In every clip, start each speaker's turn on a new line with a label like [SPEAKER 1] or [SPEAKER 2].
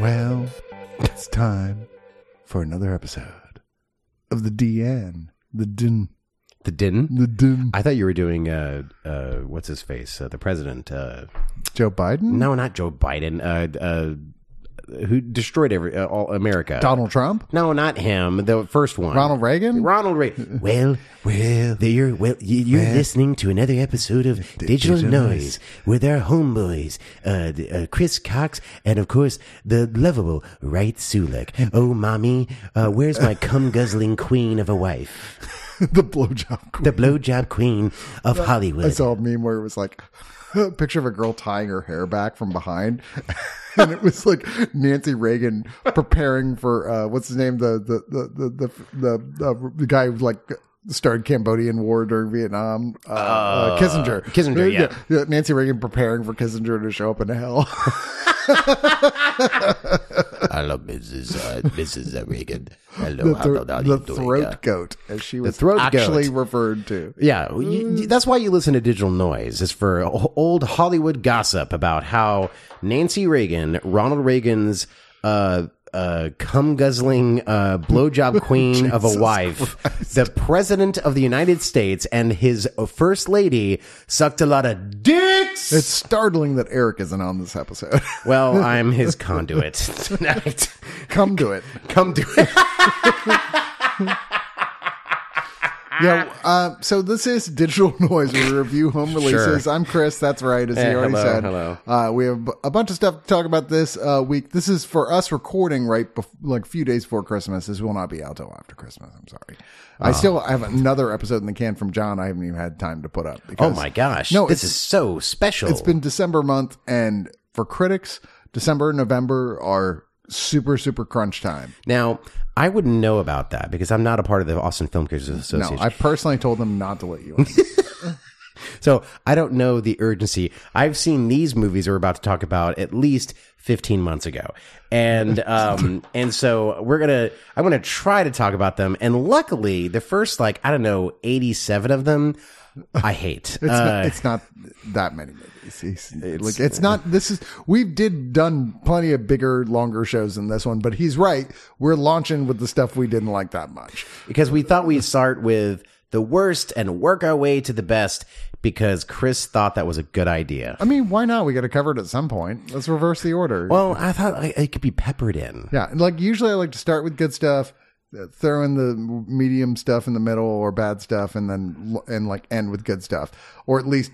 [SPEAKER 1] Well, it's time for another episode of the DN. The DIN.
[SPEAKER 2] The din?
[SPEAKER 1] The DIN.
[SPEAKER 2] I thought you were doing uh, uh, what's his face, uh, the president. Uh,
[SPEAKER 1] Joe Biden?
[SPEAKER 2] no, not Joe Biden. Uh, uh, who destroyed every uh, all America?
[SPEAKER 1] Donald Trump?
[SPEAKER 2] No, not him. The first one.
[SPEAKER 1] Ronald Reagan?
[SPEAKER 2] Ronald Reagan. well, well, there you're well, you, you're listening to another episode of Digital, Noise with our homeboys, uh, the- uh, Chris Cox, and of course the lovable Wright Sulek. Oh, mommy, uh, where's my cum guzzling queen of a wife,
[SPEAKER 1] the blowjob. queen.
[SPEAKER 2] the blowjob queen of
[SPEAKER 1] I
[SPEAKER 2] Hollywood?
[SPEAKER 1] saw a meme where it was like a picture of a girl tying her hair back from behind. and it was like Nancy Reagan preparing for uh, what's his name? The the the the the, the, uh, the guy who like started Cambodian War during Vietnam. Uh, uh, Kissinger.
[SPEAKER 2] Kissinger, yeah.
[SPEAKER 1] yeah. Nancy Reagan preparing for Kissinger to show up in hell.
[SPEAKER 2] I love Mrs. Uh, Mrs. Reagan. Hello,
[SPEAKER 1] the, thro- the throat goat, as she was
[SPEAKER 2] throat
[SPEAKER 1] actually
[SPEAKER 2] goat.
[SPEAKER 1] referred to.
[SPEAKER 2] Yeah, you,
[SPEAKER 1] Mm.
[SPEAKER 2] you- that's why you listen to Digital Noise. It's for o- old Hollywood gossip about how Nancy Reagan, Ronald Reagan's uh, uh, cum guzzling uh, blowjob queen of a wife, the president of the United States, and his first lady sucked a lot of dicks.
[SPEAKER 1] It's startling that Eric isn't on this episode.
[SPEAKER 2] well, I'm his conduit tonight.
[SPEAKER 1] Come to it.
[SPEAKER 2] Come do it.
[SPEAKER 1] Yeah. Uh, so this is digital noise. We review home releases. I'm Chris. That's right. As he already
[SPEAKER 2] Eh, hello,
[SPEAKER 1] said.
[SPEAKER 2] hello.
[SPEAKER 1] Uh, we have a bunch of stuff to talk about this uh, week. This is for us recording right bef- like a few days before Christmas. This will not be out till after Christmas. I'm sorry.
[SPEAKER 2] Oh.
[SPEAKER 1] I still have another episode in the can from John. I haven't even had time to put up.
[SPEAKER 2] Oh
[SPEAKER 1] because
[SPEAKER 2] my gosh!
[SPEAKER 1] No,
[SPEAKER 2] No, this
[SPEAKER 1] it's-
[SPEAKER 2] is so special.
[SPEAKER 1] It's been December month, and for critics, December and November are super super crunch time.
[SPEAKER 2] Now, I wouldn't know about that because I'm not a part of the Austin Film Critics
[SPEAKER 1] No,
[SPEAKER 2] Association.
[SPEAKER 1] I personally told them not to let you in.
[SPEAKER 2] so I don't know the urgency. I've seen these movies we're about to talk about at least 15 months ago. And um and so we're going to I'm going to try to talk about them and luckily the first like I don't know 87 of them I hate.
[SPEAKER 1] It's,
[SPEAKER 2] Uh,
[SPEAKER 1] not, it's not that many movies. He's, like it's not. This is we've did done plenty of bigger, longer shows than this one. But he's right. We're launching with the stuff we didn't like that much.
[SPEAKER 2] because we thought we'd start with the worst and work our way to the best because Chris thought that was a good idea.
[SPEAKER 1] I mean, why not? We got to cover it at some point. Let's reverse the order.
[SPEAKER 2] Well, I thought I- it could be peppered in.
[SPEAKER 1] yeah, and, like usually I like to start with good stuff, uh, throw in the medium stuff in the middle or bad stuff, and then l- and like end with good stuff or at least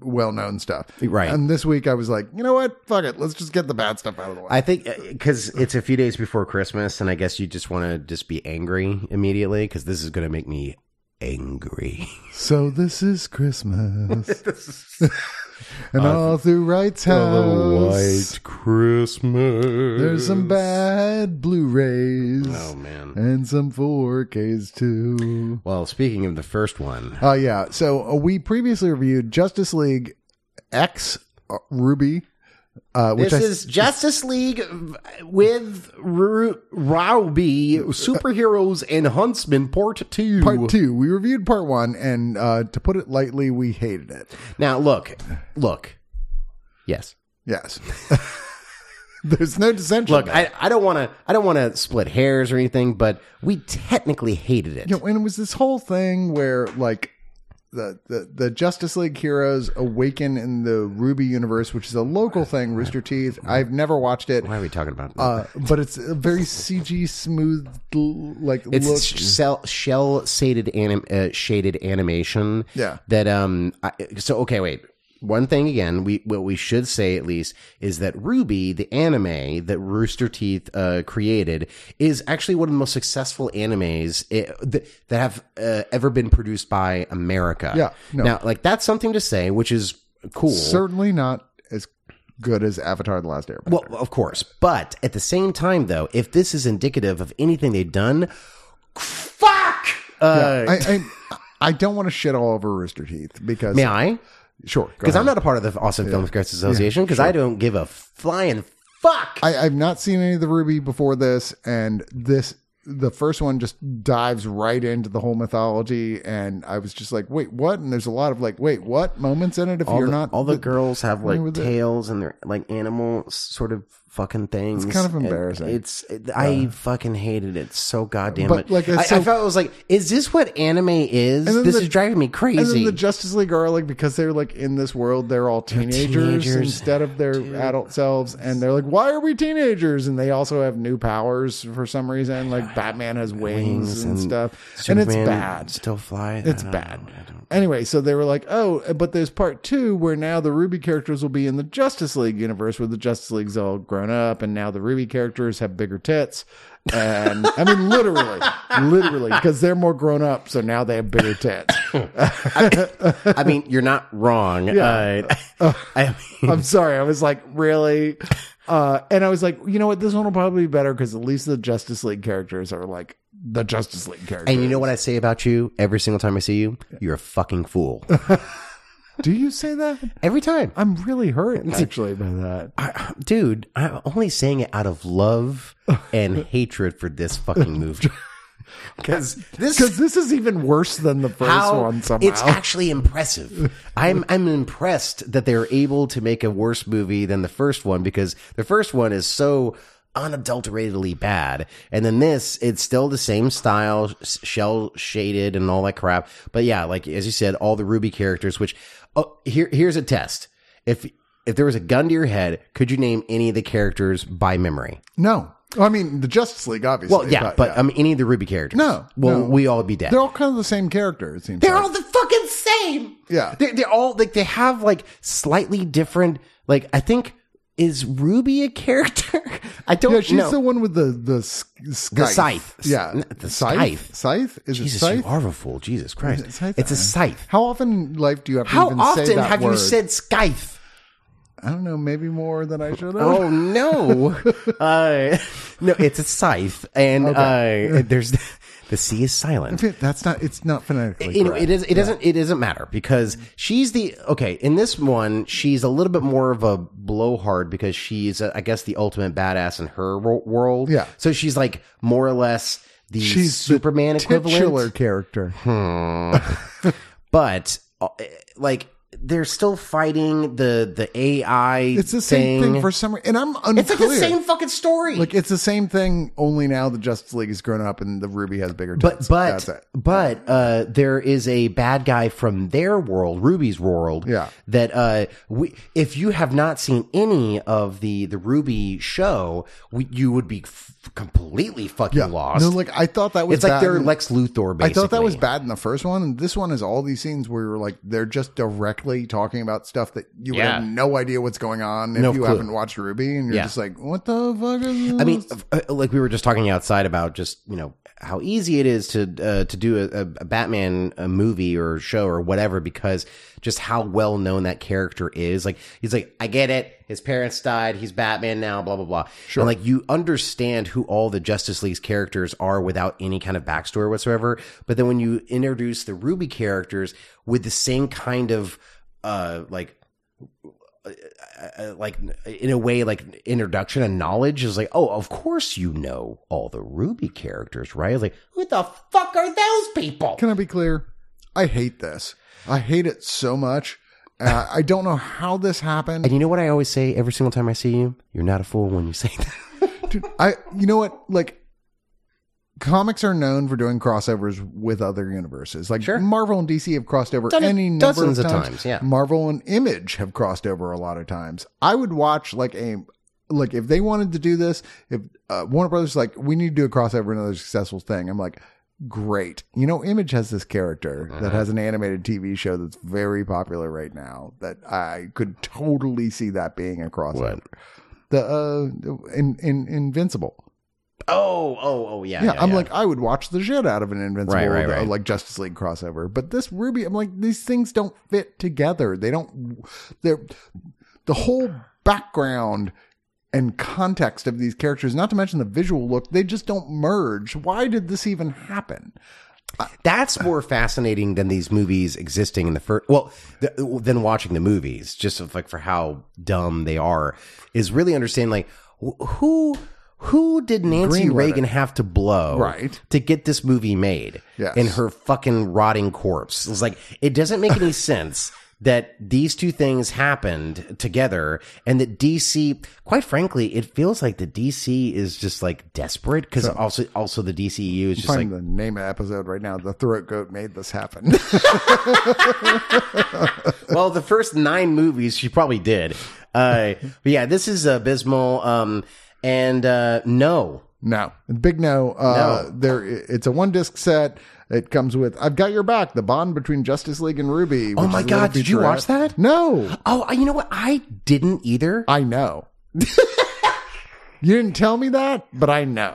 [SPEAKER 1] well-known stuff.
[SPEAKER 2] Right.
[SPEAKER 1] And this week I was like, you know what? Fuck it. Let's just get the bad stuff out of the way.
[SPEAKER 2] I think because it's a few days before Christmas, and I guess you just want to just be angry immediately because this is going to make me angry.
[SPEAKER 1] So this is Christmas. and all through Wright's house,
[SPEAKER 2] Christmas.
[SPEAKER 1] there's some bad Blu-rays
[SPEAKER 2] Oh man.
[SPEAKER 1] and some 4Ks too.
[SPEAKER 2] Well, speaking of the first one,
[SPEAKER 1] Oh yeah. So uh, we previously reviewed Justice League X uh, Ruby, uh, which
[SPEAKER 2] this
[SPEAKER 1] I s-
[SPEAKER 2] is Justice League with Ru- Rowby superheroes and Huntsman Part Two.
[SPEAKER 1] part two. We reviewed part one, and uh, to put it lightly, we hated it.
[SPEAKER 2] Now look, look, yes.
[SPEAKER 1] Yes. there's no dissension.
[SPEAKER 2] Look, I, I don't want to I don't want to split hairs or anything, but we technically hated it.
[SPEAKER 1] You know, and it was this whole thing where like the, the the Justice League heroes awaken in the Ruby universe, which is a local thing. Rooster Teeth. I've never watched it,
[SPEAKER 2] Why are we talking about?
[SPEAKER 1] uh, but it's a very CG smooth l- like
[SPEAKER 2] it's
[SPEAKER 1] look.
[SPEAKER 2] shell shell shaded anim, uh, shaded animation.
[SPEAKER 1] Yeah.
[SPEAKER 2] That um. I, so okay, wait. One thing again, we what we should say at least is that Ruby, the anime that Rooster Teeth uh, created, is actually one of the most successful animes it, that, that have uh, ever been produced by America.
[SPEAKER 1] Yeah, no.
[SPEAKER 2] Now, like that's something to say, which is cool.
[SPEAKER 1] Certainly not as good as Avatar: The Last Airbender.
[SPEAKER 2] Well, of course. But at the same time, though, if this is indicative of anything they've done, fuck! Uh,
[SPEAKER 1] I, I I don't want to shit all over Rooster Teeth because
[SPEAKER 2] may I?
[SPEAKER 1] sure
[SPEAKER 2] Because I'm not a part of the Austin Film Critics Association because I don't give a flying fuck.
[SPEAKER 1] I, I've not seen any of the Ruby before this, and this the first one just dives right into the whole mythology, and I was just like, wait, what? And there's a lot of like, wait, what moments in it if you're
[SPEAKER 2] the,
[SPEAKER 1] not
[SPEAKER 2] all the girls have
[SPEAKER 1] familiar
[SPEAKER 2] like
[SPEAKER 1] with it.
[SPEAKER 2] tails and they're like animal sort of fucking things.
[SPEAKER 1] kind of
[SPEAKER 2] And
[SPEAKER 1] embarrassing.
[SPEAKER 2] It's it, I fucking hated it so goddamn
[SPEAKER 1] But,
[SPEAKER 2] much.
[SPEAKER 1] like, it's
[SPEAKER 2] I, I
[SPEAKER 1] so-
[SPEAKER 2] felt it was like, is this what anime is?
[SPEAKER 1] then
[SPEAKER 2] This
[SPEAKER 1] the-
[SPEAKER 2] is driving me crazy.
[SPEAKER 1] And then the Justice League are like because they're like in this world, they're all teenagers,
[SPEAKER 2] teenagers.
[SPEAKER 1] instead of their adult selves, and they're like, why are we teenagers? And they also have new powers for some reason, like Batman has wings, and, stuff, and it's
[SPEAKER 2] Superman
[SPEAKER 1] bad.
[SPEAKER 2] Still fly.
[SPEAKER 1] It's
[SPEAKER 2] I don't
[SPEAKER 1] bad.
[SPEAKER 2] know. I don't-
[SPEAKER 1] Anyway, so they were like, oh, but there's part two where now the Ruby characters will be in the Justice League universe where the Justice League's all grown up and now the Ruby characters have bigger tits. And I mean, literally, literally, because they're more grown up. So now they have bigger tits.
[SPEAKER 2] I mean, you're not wrong. Uh, I mean,
[SPEAKER 1] I'm sorry. I was like, really? Uh, and I was like, you know what? This one will probably be better because at least the Justice League characters are like the Justice League characters.
[SPEAKER 2] and you know what I say about you every single time I see you? You're a fucking fool.
[SPEAKER 1] Do you say that?
[SPEAKER 2] Every time.
[SPEAKER 1] I'm really hurt actually by that.
[SPEAKER 2] I, dude, I'm only saying it out of love and hatred for this fucking movie. Because this
[SPEAKER 1] Because this is even worse than the first
[SPEAKER 2] how
[SPEAKER 1] one somehow.
[SPEAKER 2] it's actually impressive. I'm I'm impressed that they're able to make a worse movie than the first one because the first one is so unadulteratedly bad, and then this it's still the same style, shell shaded and all that crap. But yeah, like as you said, all the Ruby characters. Which oh, here here's a test. If if there was a gun to your head, could you name any of the characters by memory?
[SPEAKER 1] no. I mean, the Justice League, obviously.
[SPEAKER 2] Well, yeah, but, um, any of the Ruby characters?
[SPEAKER 1] No,
[SPEAKER 2] Well,
[SPEAKER 1] no.
[SPEAKER 2] we all be dead.
[SPEAKER 1] they're all kind of the same character, it seems
[SPEAKER 2] They're
[SPEAKER 1] like.
[SPEAKER 2] all the fucking same.
[SPEAKER 1] Yeah.
[SPEAKER 2] They're, they're all like, they have like slightly different, like, I think, is Ruby a character? I don't
[SPEAKER 1] yeah, she's
[SPEAKER 2] know.
[SPEAKER 1] the one with the the s- scythe.
[SPEAKER 2] scythe.
[SPEAKER 1] Yeah,
[SPEAKER 2] N- the
[SPEAKER 1] scythe.
[SPEAKER 2] scythe.
[SPEAKER 1] Scythe is
[SPEAKER 2] Jesus,
[SPEAKER 1] it
[SPEAKER 2] you
[SPEAKER 1] scythe?
[SPEAKER 2] are a fool. Jesus Christ.
[SPEAKER 1] it scythe?
[SPEAKER 2] It's a scythe.
[SPEAKER 1] How often in life do you have to
[SPEAKER 2] How
[SPEAKER 1] even say
[SPEAKER 2] often
[SPEAKER 1] that
[SPEAKER 2] have you
[SPEAKER 1] word?
[SPEAKER 2] said scythe?
[SPEAKER 1] I don't know, maybe more than I should have.
[SPEAKER 2] Oh no, uh, no, it's a scythe, and uh, there's the sea is silent.
[SPEAKER 1] That's not. It's not phonetically.
[SPEAKER 2] you know,
[SPEAKER 1] correct.
[SPEAKER 2] it is. It doesn't. It doesn't matter because she's the okay. In this one, she's a little bit more of a blowhard because she's, uh, I guess, the ultimate badass in her wor- world.
[SPEAKER 1] Yeah.
[SPEAKER 2] So she's like more or less the Superman
[SPEAKER 1] the titular
[SPEAKER 2] equivalent.
[SPEAKER 1] character.
[SPEAKER 2] Hmm. But uh, like, they're still fighting the the AI.
[SPEAKER 1] It's the same thing, for some. reason. And I'm unclear.
[SPEAKER 2] It's like the same fucking story.
[SPEAKER 1] Like it's the same thing. Only now the Justice League has grown up and the Ruby has bigger.
[SPEAKER 2] but
[SPEAKER 1] tits.
[SPEAKER 2] but
[SPEAKER 1] That's it.
[SPEAKER 2] but uh, there is a bad guy from their world, Ruby's world.
[SPEAKER 1] Yeah.
[SPEAKER 2] That uh, we, if you have not seen any of the the Ruby show, we, you would be f- completely fucking lost.
[SPEAKER 1] No, like I thought that was.
[SPEAKER 2] it's like
[SPEAKER 1] bad
[SPEAKER 2] they're
[SPEAKER 1] in-
[SPEAKER 2] Lex Luthor. Basically,
[SPEAKER 1] I thought that was bad in the first one, and this one is all these scenes where you're like they're just directly talking about stuff that you would
[SPEAKER 2] Yeah.
[SPEAKER 1] have no idea what's going on if
[SPEAKER 2] No
[SPEAKER 1] you
[SPEAKER 2] clue.
[SPEAKER 1] haven't watched Ruby, and you're
[SPEAKER 2] Yeah.
[SPEAKER 1] just like, what the fuck? Is this?
[SPEAKER 2] I mean, uh, like we were just talking outside about just you know how easy it is to uh, to do a, a a Batman a movie or show or whatever because just how well known that character is. Like he's like, I get it. His parents died. He's Batman now. Blah blah blah. Sure. And like you understand who all the Justice League's characters are without any kind of backstory whatsoever. But then when you introduce the Ruby characters with the same kind of uh like uh, like in a way like introduction and knowledge is like oh of course you know all the ruby characters right It's like who the fuck are those people
[SPEAKER 1] Can I be clear? I hate this. I hate it so much. Uh, I don't know how this happened.
[SPEAKER 2] and you know what i always say every single time i see you you're not a fool when you say that
[SPEAKER 1] Dude, I you know what? Like comics are known for doing crossovers with other universes. Like
[SPEAKER 2] Sure.
[SPEAKER 1] Marvel and DC have crossed over
[SPEAKER 2] Done it
[SPEAKER 1] any number
[SPEAKER 2] dozens
[SPEAKER 1] of
[SPEAKER 2] of
[SPEAKER 1] times. Mm.
[SPEAKER 2] times, yeah.
[SPEAKER 1] Marvel and Image have crossed over a lot of times. I would watch like a like if they wanted to do this, if uh, Warner Brothers is like we need to do a crossover another successful thing. I'm like great. You know Image has this character that
[SPEAKER 2] Mm-hmm.
[SPEAKER 1] has an animated TV show that's very popular right now that I could totally see that being a crossover.
[SPEAKER 2] What?
[SPEAKER 1] The uh in, in Invincible.
[SPEAKER 2] Oh, oh, oh, yeah.
[SPEAKER 1] Yeah, I'm like, I would watch the shit out of an Invincible,
[SPEAKER 2] Right, right,
[SPEAKER 1] uh,
[SPEAKER 2] right.
[SPEAKER 1] like Justice League crossover. But this Ruby, I'm like, these things don't fit together. They don't. They're the whole background and context of these characters, not to mention the visual look, they just don't merge. Why did this even happen?
[SPEAKER 2] that's more fascinating than these movies existing in the first well th- than watching the movies just of, like for how dumb they are is really understanding like wh- who who did Nancy
[SPEAKER 1] Greenlit
[SPEAKER 2] Reagan have to blow
[SPEAKER 1] Right.
[SPEAKER 2] to get this movie made
[SPEAKER 1] Yes.
[SPEAKER 2] in her fucking rotting corpse? It's like it doesn't make any sense that these two things happened together and that DC quite frankly it feels like the DC is just like desperate cuz also also the DCU is just
[SPEAKER 1] Find
[SPEAKER 2] like
[SPEAKER 1] the name of the episode right now. The throat goat made this happen.
[SPEAKER 2] well, the first nine movies she probably did. Uh, but yeah, this is abysmal. Um, and uh, no,
[SPEAKER 1] No, big no. Uh,
[SPEAKER 2] No.
[SPEAKER 1] There, it's a one disc set. It comes with "I've Got Your Back," the bond between Justice League and Ruby. which
[SPEAKER 2] Oh my
[SPEAKER 1] is a little
[SPEAKER 2] God, did you watch
[SPEAKER 1] featurette.
[SPEAKER 2] that?
[SPEAKER 1] No,
[SPEAKER 2] oh, I- you know what? I didn't either.
[SPEAKER 1] I know. you didn't tell me that, but I know.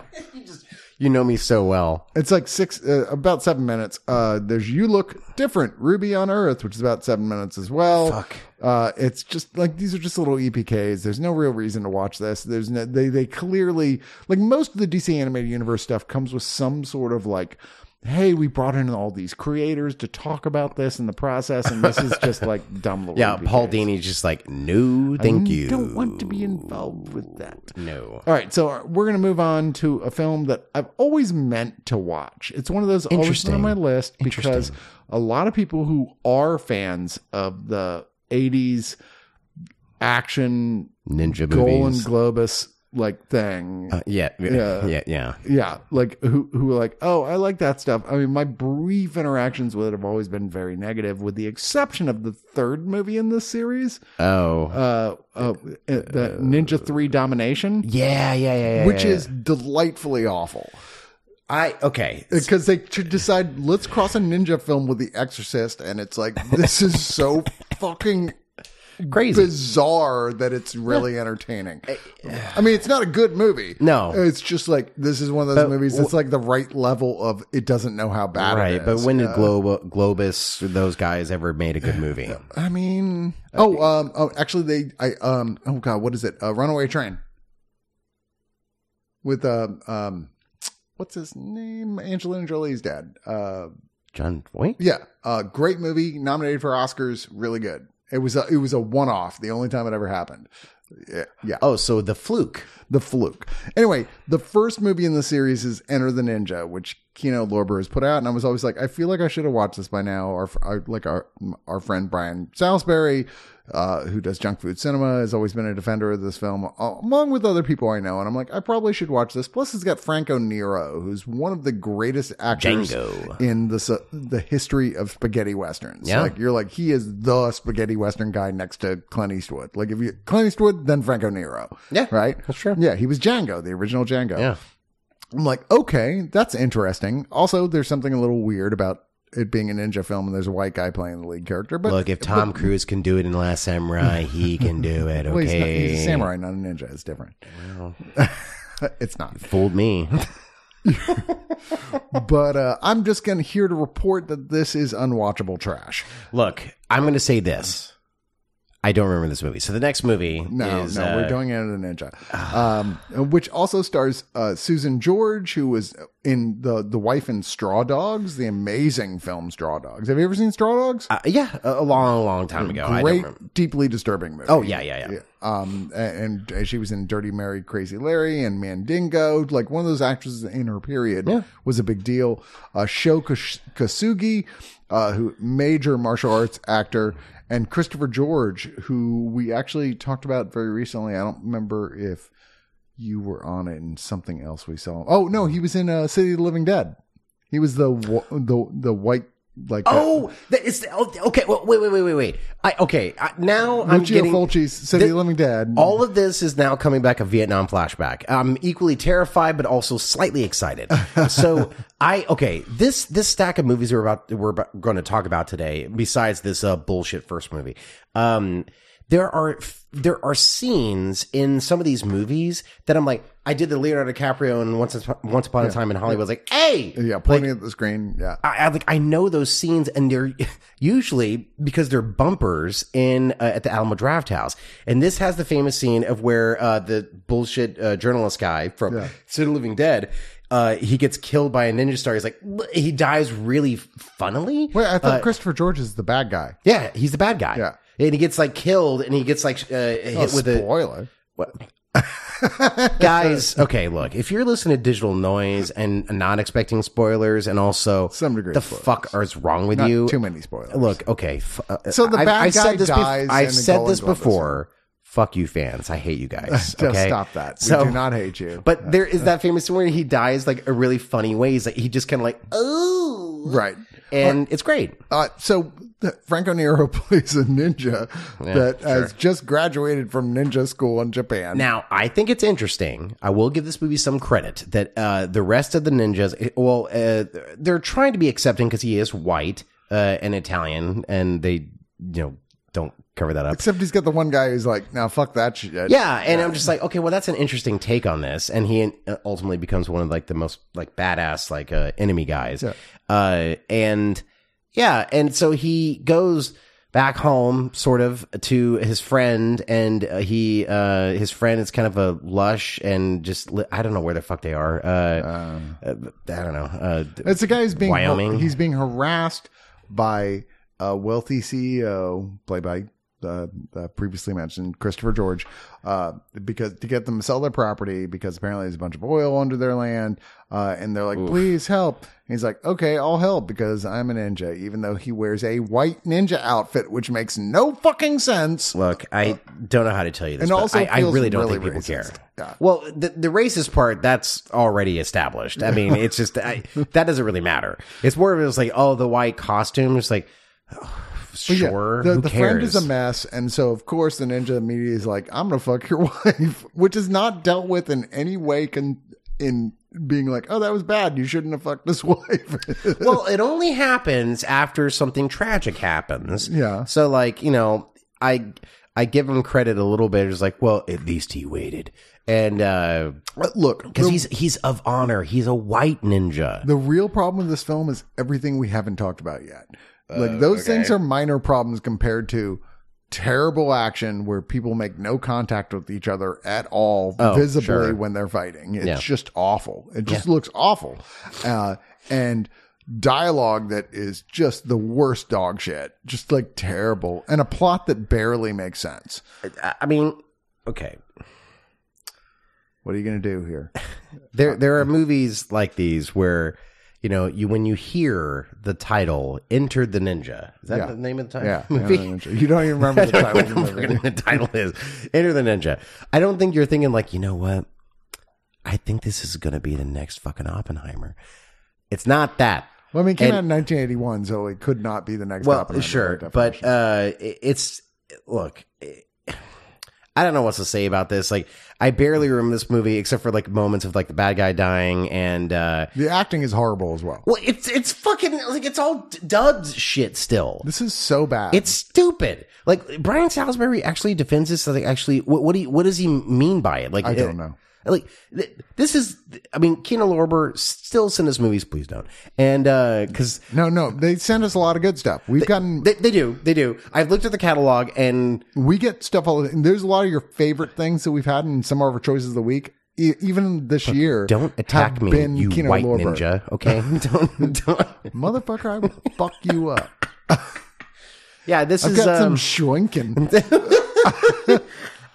[SPEAKER 2] You know me so well.
[SPEAKER 1] It's like six, uh, about seven minutes. Uh, there's "You Look Different," Ruby on Earth, which is about seven minutes as well.
[SPEAKER 2] Fuck.
[SPEAKER 1] Uh, it's just like these are just little EPKs. There's no real reason to watch this. There's no they they clearly like most of the DC animated universe stuff comes with some sort of like, hey, we brought in all these creators to talk about this in the process, and this is just like dumb little. E
[SPEAKER 2] Yeah, Paul
[SPEAKER 1] EPKs.
[SPEAKER 2] Dini's just like, no, thank you.
[SPEAKER 1] Don't want to be involved with that.
[SPEAKER 2] No.
[SPEAKER 1] All right, so we're going to move on to a film that I've always meant to watch. It's one of those always been on
[SPEAKER 2] Interesting.
[SPEAKER 1] my list because
[SPEAKER 2] Interesting.
[SPEAKER 1] a lot of people who are fans of the 80s action
[SPEAKER 2] Ninja
[SPEAKER 1] Golden
[SPEAKER 2] movies.
[SPEAKER 1] Globus like thing.
[SPEAKER 2] Uh, yeah,
[SPEAKER 1] Yeah.
[SPEAKER 2] yeah, yeah, yeah.
[SPEAKER 1] yeah, like who who are like, "Oh, I like that stuff." I mean, my brief interactions with it have always been very negative with the exception of the third movie in this series,
[SPEAKER 2] Oh,
[SPEAKER 1] uh, uh the Ninja 3 Domination.
[SPEAKER 2] yeah, yeah, yeah, yeah.
[SPEAKER 1] which
[SPEAKER 2] yeah,
[SPEAKER 1] is delightfully awful
[SPEAKER 2] I okay.
[SPEAKER 1] because they t- decide let's cross a ninja film with The Exorcist, and it's like this is so fucking
[SPEAKER 2] Crazy.
[SPEAKER 1] bizarre that it's really entertaining. I mean, it's not a good movie.
[SPEAKER 2] Eh, No.
[SPEAKER 1] it's just like this is one of those movies. It's like the right level of it doesn't know how bad
[SPEAKER 2] Right,
[SPEAKER 1] it
[SPEAKER 2] but
[SPEAKER 1] is. Uh,
[SPEAKER 2] when did Glo- Globus those guys ever made a good movie?
[SPEAKER 1] I mean, oh, um, oh, actually, they, I, um, oh god, what is it? A Runaway Train with um, um, what's his name? Angelina Jolie's dad. Uh,
[SPEAKER 2] John Voight?
[SPEAKER 1] yeah, uh, great movie, nominated for Oscars, really good. It was a, it was a one off, the only time it ever happened. Yeah, yeah,
[SPEAKER 2] Oh, so the fluke.
[SPEAKER 1] the fluke. Anyway, the first movie in the series is Enter the Ninja, which Kino Lorber has put out, and I was always like, I feel like I should have watched this by now. Our, our like our our friend Brian Salisbury, uh, who does junk food cinema, has always been a defender of this film, a- along with other people I know, and I'm like, I probably should watch this. Plus, it's got Franco Nero, who's one of the greatest actors
[SPEAKER 2] Django.
[SPEAKER 1] in the su- the history of spaghetti westerns.
[SPEAKER 2] Yeah.
[SPEAKER 1] Like you're like he is the spaghetti western guy next to Clint Eastwood. Like if you Clint Eastwood, then Franco Nero.
[SPEAKER 2] Yeah,
[SPEAKER 1] right.
[SPEAKER 2] that's true.
[SPEAKER 1] Yeah, he was Django, the original Django.
[SPEAKER 2] Yeah.
[SPEAKER 1] I'm like, okay, that's interesting. Also, there's something a little weird about it being a ninja film and there's a white guy playing the lead character. But
[SPEAKER 2] Look, if Tom Cruise can do it in Last Samurai, he can do it. Okay,
[SPEAKER 1] well, he's, not, he's a samurai, not a ninja. It's different. it's not.
[SPEAKER 2] fooled me.
[SPEAKER 1] But uh, I'm just gonna here to report that this is unwatchable trash.
[SPEAKER 2] Look, I'm going to say this. I don't remember this movie. So the next movie
[SPEAKER 1] No,
[SPEAKER 2] is
[SPEAKER 1] no,
[SPEAKER 2] uh,
[SPEAKER 1] we're doing it in a ninja, um, which also stars uh, Susan George, who was in the the wife in Straw Dogs, the amazing film Straw Dogs. Have you ever seen Straw Dogs?
[SPEAKER 2] uh, yeah, a a long, long time ago. Oh, I don't
[SPEAKER 1] Great,
[SPEAKER 2] remember.
[SPEAKER 1] deeply disturbing movie.
[SPEAKER 2] Oh yeah, yeah, yeah.
[SPEAKER 1] Um, and, and she was in Dirty Mary, Crazy Larry, and Mandingo. Like one of those actresses in her period was a big deal. Uh, Sho Kas- Kasugi, uh, who major martial arts actor, and Christopher George, who we actually talked about very recently. I don't remember if you were on it and something else we saw. Oh no, he was in uh, City of the Living Dead. He was the wh- the the white like that-
[SPEAKER 2] Oh, that is oh, okay. Well, wait, wait, wait, wait, wait. I okay. I, now I'm
[SPEAKER 1] Lucio
[SPEAKER 2] getting
[SPEAKER 1] Fulci's City of the Living Dead.
[SPEAKER 2] all of this is now coming back a Vietnam flashback. I'm equally terrified, but also slightly excited. So I okay. This this stack of movies we're about we're about, going to talk about today, besides this uh, bullshit first movie, um, there are there are scenes in some of these movies that I'm like, I did the Leonardo DiCaprio and once Upon- once upon a time in Hollywood. I was like, hey,
[SPEAKER 1] yeah, pointing at the screen. Yeah,
[SPEAKER 2] I, I like I know those scenes, and they're usually because they're bumpers in uh, at the Alamo Draft House. And this has the famous scene of where uh, the bullshit uh, journalist guy from City of the Living Dead. Uh, he gets killed by a ninja star. He's like, he dies really funnily. Uh,
[SPEAKER 1] wait, I thought Christopher George is the bad guy.
[SPEAKER 2] Yeah, he's the bad guy.
[SPEAKER 1] Yeah.
[SPEAKER 2] And he gets like killed and he gets like uh, hit
[SPEAKER 1] Oh,
[SPEAKER 2] with a
[SPEAKER 1] spoiler.
[SPEAKER 2] guys. Okay, look, if you're listening to digital noise and not expecting spoilers, and also
[SPEAKER 1] Some degree
[SPEAKER 2] the
[SPEAKER 1] of spoilers.
[SPEAKER 2] fuck is wrong with
[SPEAKER 1] Not
[SPEAKER 2] you?
[SPEAKER 1] too many spoilers.
[SPEAKER 2] Look, okay. F- uh,
[SPEAKER 1] So the
[SPEAKER 2] I've-
[SPEAKER 1] bad
[SPEAKER 2] I've
[SPEAKER 1] guy
[SPEAKER 2] said this bef-
[SPEAKER 1] dies
[SPEAKER 2] I've
[SPEAKER 1] in
[SPEAKER 2] said
[SPEAKER 1] Golden
[SPEAKER 2] this
[SPEAKER 1] Globe.
[SPEAKER 2] before. Fuck you, fans. I hate you guys.
[SPEAKER 1] Just
[SPEAKER 2] okay?
[SPEAKER 1] stop that. We do not hate you.
[SPEAKER 2] But there is that famous scene where he dies like a really funny ways. Like he just kind of like oh
[SPEAKER 1] Right.
[SPEAKER 2] and it's great.
[SPEAKER 1] Uh, so th- Franco Nero plays a ninja that has just graduated from ninja school in Japan.
[SPEAKER 2] Now, I think it's interesting. I will give this movie some credit that uh, the rest of the ninjas, well, uh, they're trying to be accepting because he is white uh, and Italian, and they, you know, don't cover that up.
[SPEAKER 1] Except he's got the one guy who's like, now fuck that shit.
[SPEAKER 2] yeah, and I'm just like, okay, well, that's an interesting take on this, and he uh, ultimately becomes one of like the most like badass like uh, enemy guys, uh, and yeah, and so he goes back home, sort of, to his friend, and uh, he uh, his friend is kind of a lush and just li- I don't know where the fuck they are, uh, uh, I don't know, uh,
[SPEAKER 1] It's the guy who's being
[SPEAKER 2] Wyoming.
[SPEAKER 1] he's being harassed by a wealthy CEO played by the, the previously mentioned Christopher George, uh, because to get them to sell their property because apparently there's a bunch of oil under their land, uh, and they're like, please help. And he's like, okay, I'll help because I'm a ninja, even though he wears a white ninja outfit, which makes no fucking sense.
[SPEAKER 2] Look, I don't know how to tell you this,
[SPEAKER 1] And
[SPEAKER 2] but
[SPEAKER 1] also
[SPEAKER 2] I, I
[SPEAKER 1] feels
[SPEAKER 2] really don't
[SPEAKER 1] really
[SPEAKER 2] think people
[SPEAKER 1] racist.
[SPEAKER 2] care.
[SPEAKER 1] Yeah.
[SPEAKER 2] Well, the, the racist part that's already established. I mean, it's just I, that doesn't really matter. It's more of it's like, oh, the white costume. It's like,
[SPEAKER 1] But yeah,
[SPEAKER 2] sure,
[SPEAKER 1] the,
[SPEAKER 2] who
[SPEAKER 1] the
[SPEAKER 2] cares?
[SPEAKER 1] friend is a mess, and so of course the ninja immediately is like, "I'm gonna fuck your wife," which is not dealt with in any way. Con- in being like, "Oh, that was bad. You shouldn't have fucked his wife."
[SPEAKER 2] well, it only happens after something tragic happens.
[SPEAKER 1] Yeah.
[SPEAKER 2] So like, you know, I I give him credit a little bit. It's like, well, at least he waited. And uh
[SPEAKER 1] Look,
[SPEAKER 2] because
[SPEAKER 1] the-
[SPEAKER 2] he's he's of honor. He's a white ninja.
[SPEAKER 1] The real problem with this film is everything we haven't talked about yet.
[SPEAKER 2] Oh,
[SPEAKER 1] Like those things are minor problems compared to terrible action where people make no contact with each other at all visibly
[SPEAKER 2] Oh, sure.
[SPEAKER 1] when they're fighting. It's
[SPEAKER 2] Yeah.
[SPEAKER 1] just awful. It just looks awful. Uh, and dialogue that is just the worst dog shit. Just like terrible. And a plot that barely makes sense.
[SPEAKER 2] I I mean, okay.
[SPEAKER 1] What are you going to do here?
[SPEAKER 2] There there are movies like these where you know you when you hear the title "Enter the Ninja" is that
[SPEAKER 1] Yeah.
[SPEAKER 2] the name of the
[SPEAKER 1] Yeah.
[SPEAKER 2] title? movie?
[SPEAKER 1] You don't even remember the title.
[SPEAKER 2] I
[SPEAKER 1] of
[SPEAKER 2] don't
[SPEAKER 1] the
[SPEAKER 2] know
[SPEAKER 1] movie.
[SPEAKER 2] what the title is "Enter the Ninja." I don't think you're thinking like you know what. I think this is going to be the next fucking Oppenheimer. It's not that.
[SPEAKER 1] Well, I mean, it came
[SPEAKER 2] And-
[SPEAKER 1] out in 1981, so it could not be the next.
[SPEAKER 2] Well,
[SPEAKER 1] Oppenheimer,
[SPEAKER 2] sure,
[SPEAKER 1] by
[SPEAKER 2] but
[SPEAKER 1] definition.
[SPEAKER 2] uh, it- it's look. it- I don't know what to say about this. Like, I barely remember this movie except for like moments of like the bad guy dying and uh,
[SPEAKER 1] the acting is horrible as well.
[SPEAKER 2] Well, it's it's fucking like it's all d- dubs shit still.
[SPEAKER 1] This is so bad.
[SPEAKER 2] It's stupid. Like Brian Salisbury actually defends this. Like actually, what what do you, what does he mean by it? Like uh,
[SPEAKER 1] I don't know.
[SPEAKER 2] Like th- this is. I mean, Keanu Lorber still send us movies. Please don't. And because
[SPEAKER 1] no, no. They send us a lot of good stuff. We've gotten
[SPEAKER 2] they, they do, they do. I've looked at the catalog and
[SPEAKER 1] we get stuff all. And there's a lot of your favorite things that we've had in some of our choices of the week, e- even this year.
[SPEAKER 2] don't attack
[SPEAKER 1] have
[SPEAKER 2] me,
[SPEAKER 1] been
[SPEAKER 2] you
[SPEAKER 1] Keanu
[SPEAKER 2] white
[SPEAKER 1] Lorber.
[SPEAKER 2] ninja. Okay, don't don't.
[SPEAKER 1] motherfucker! I will fuck you up.
[SPEAKER 2] Yeah, this
[SPEAKER 1] I've
[SPEAKER 2] is
[SPEAKER 1] got some
[SPEAKER 2] um,
[SPEAKER 1] shrinking.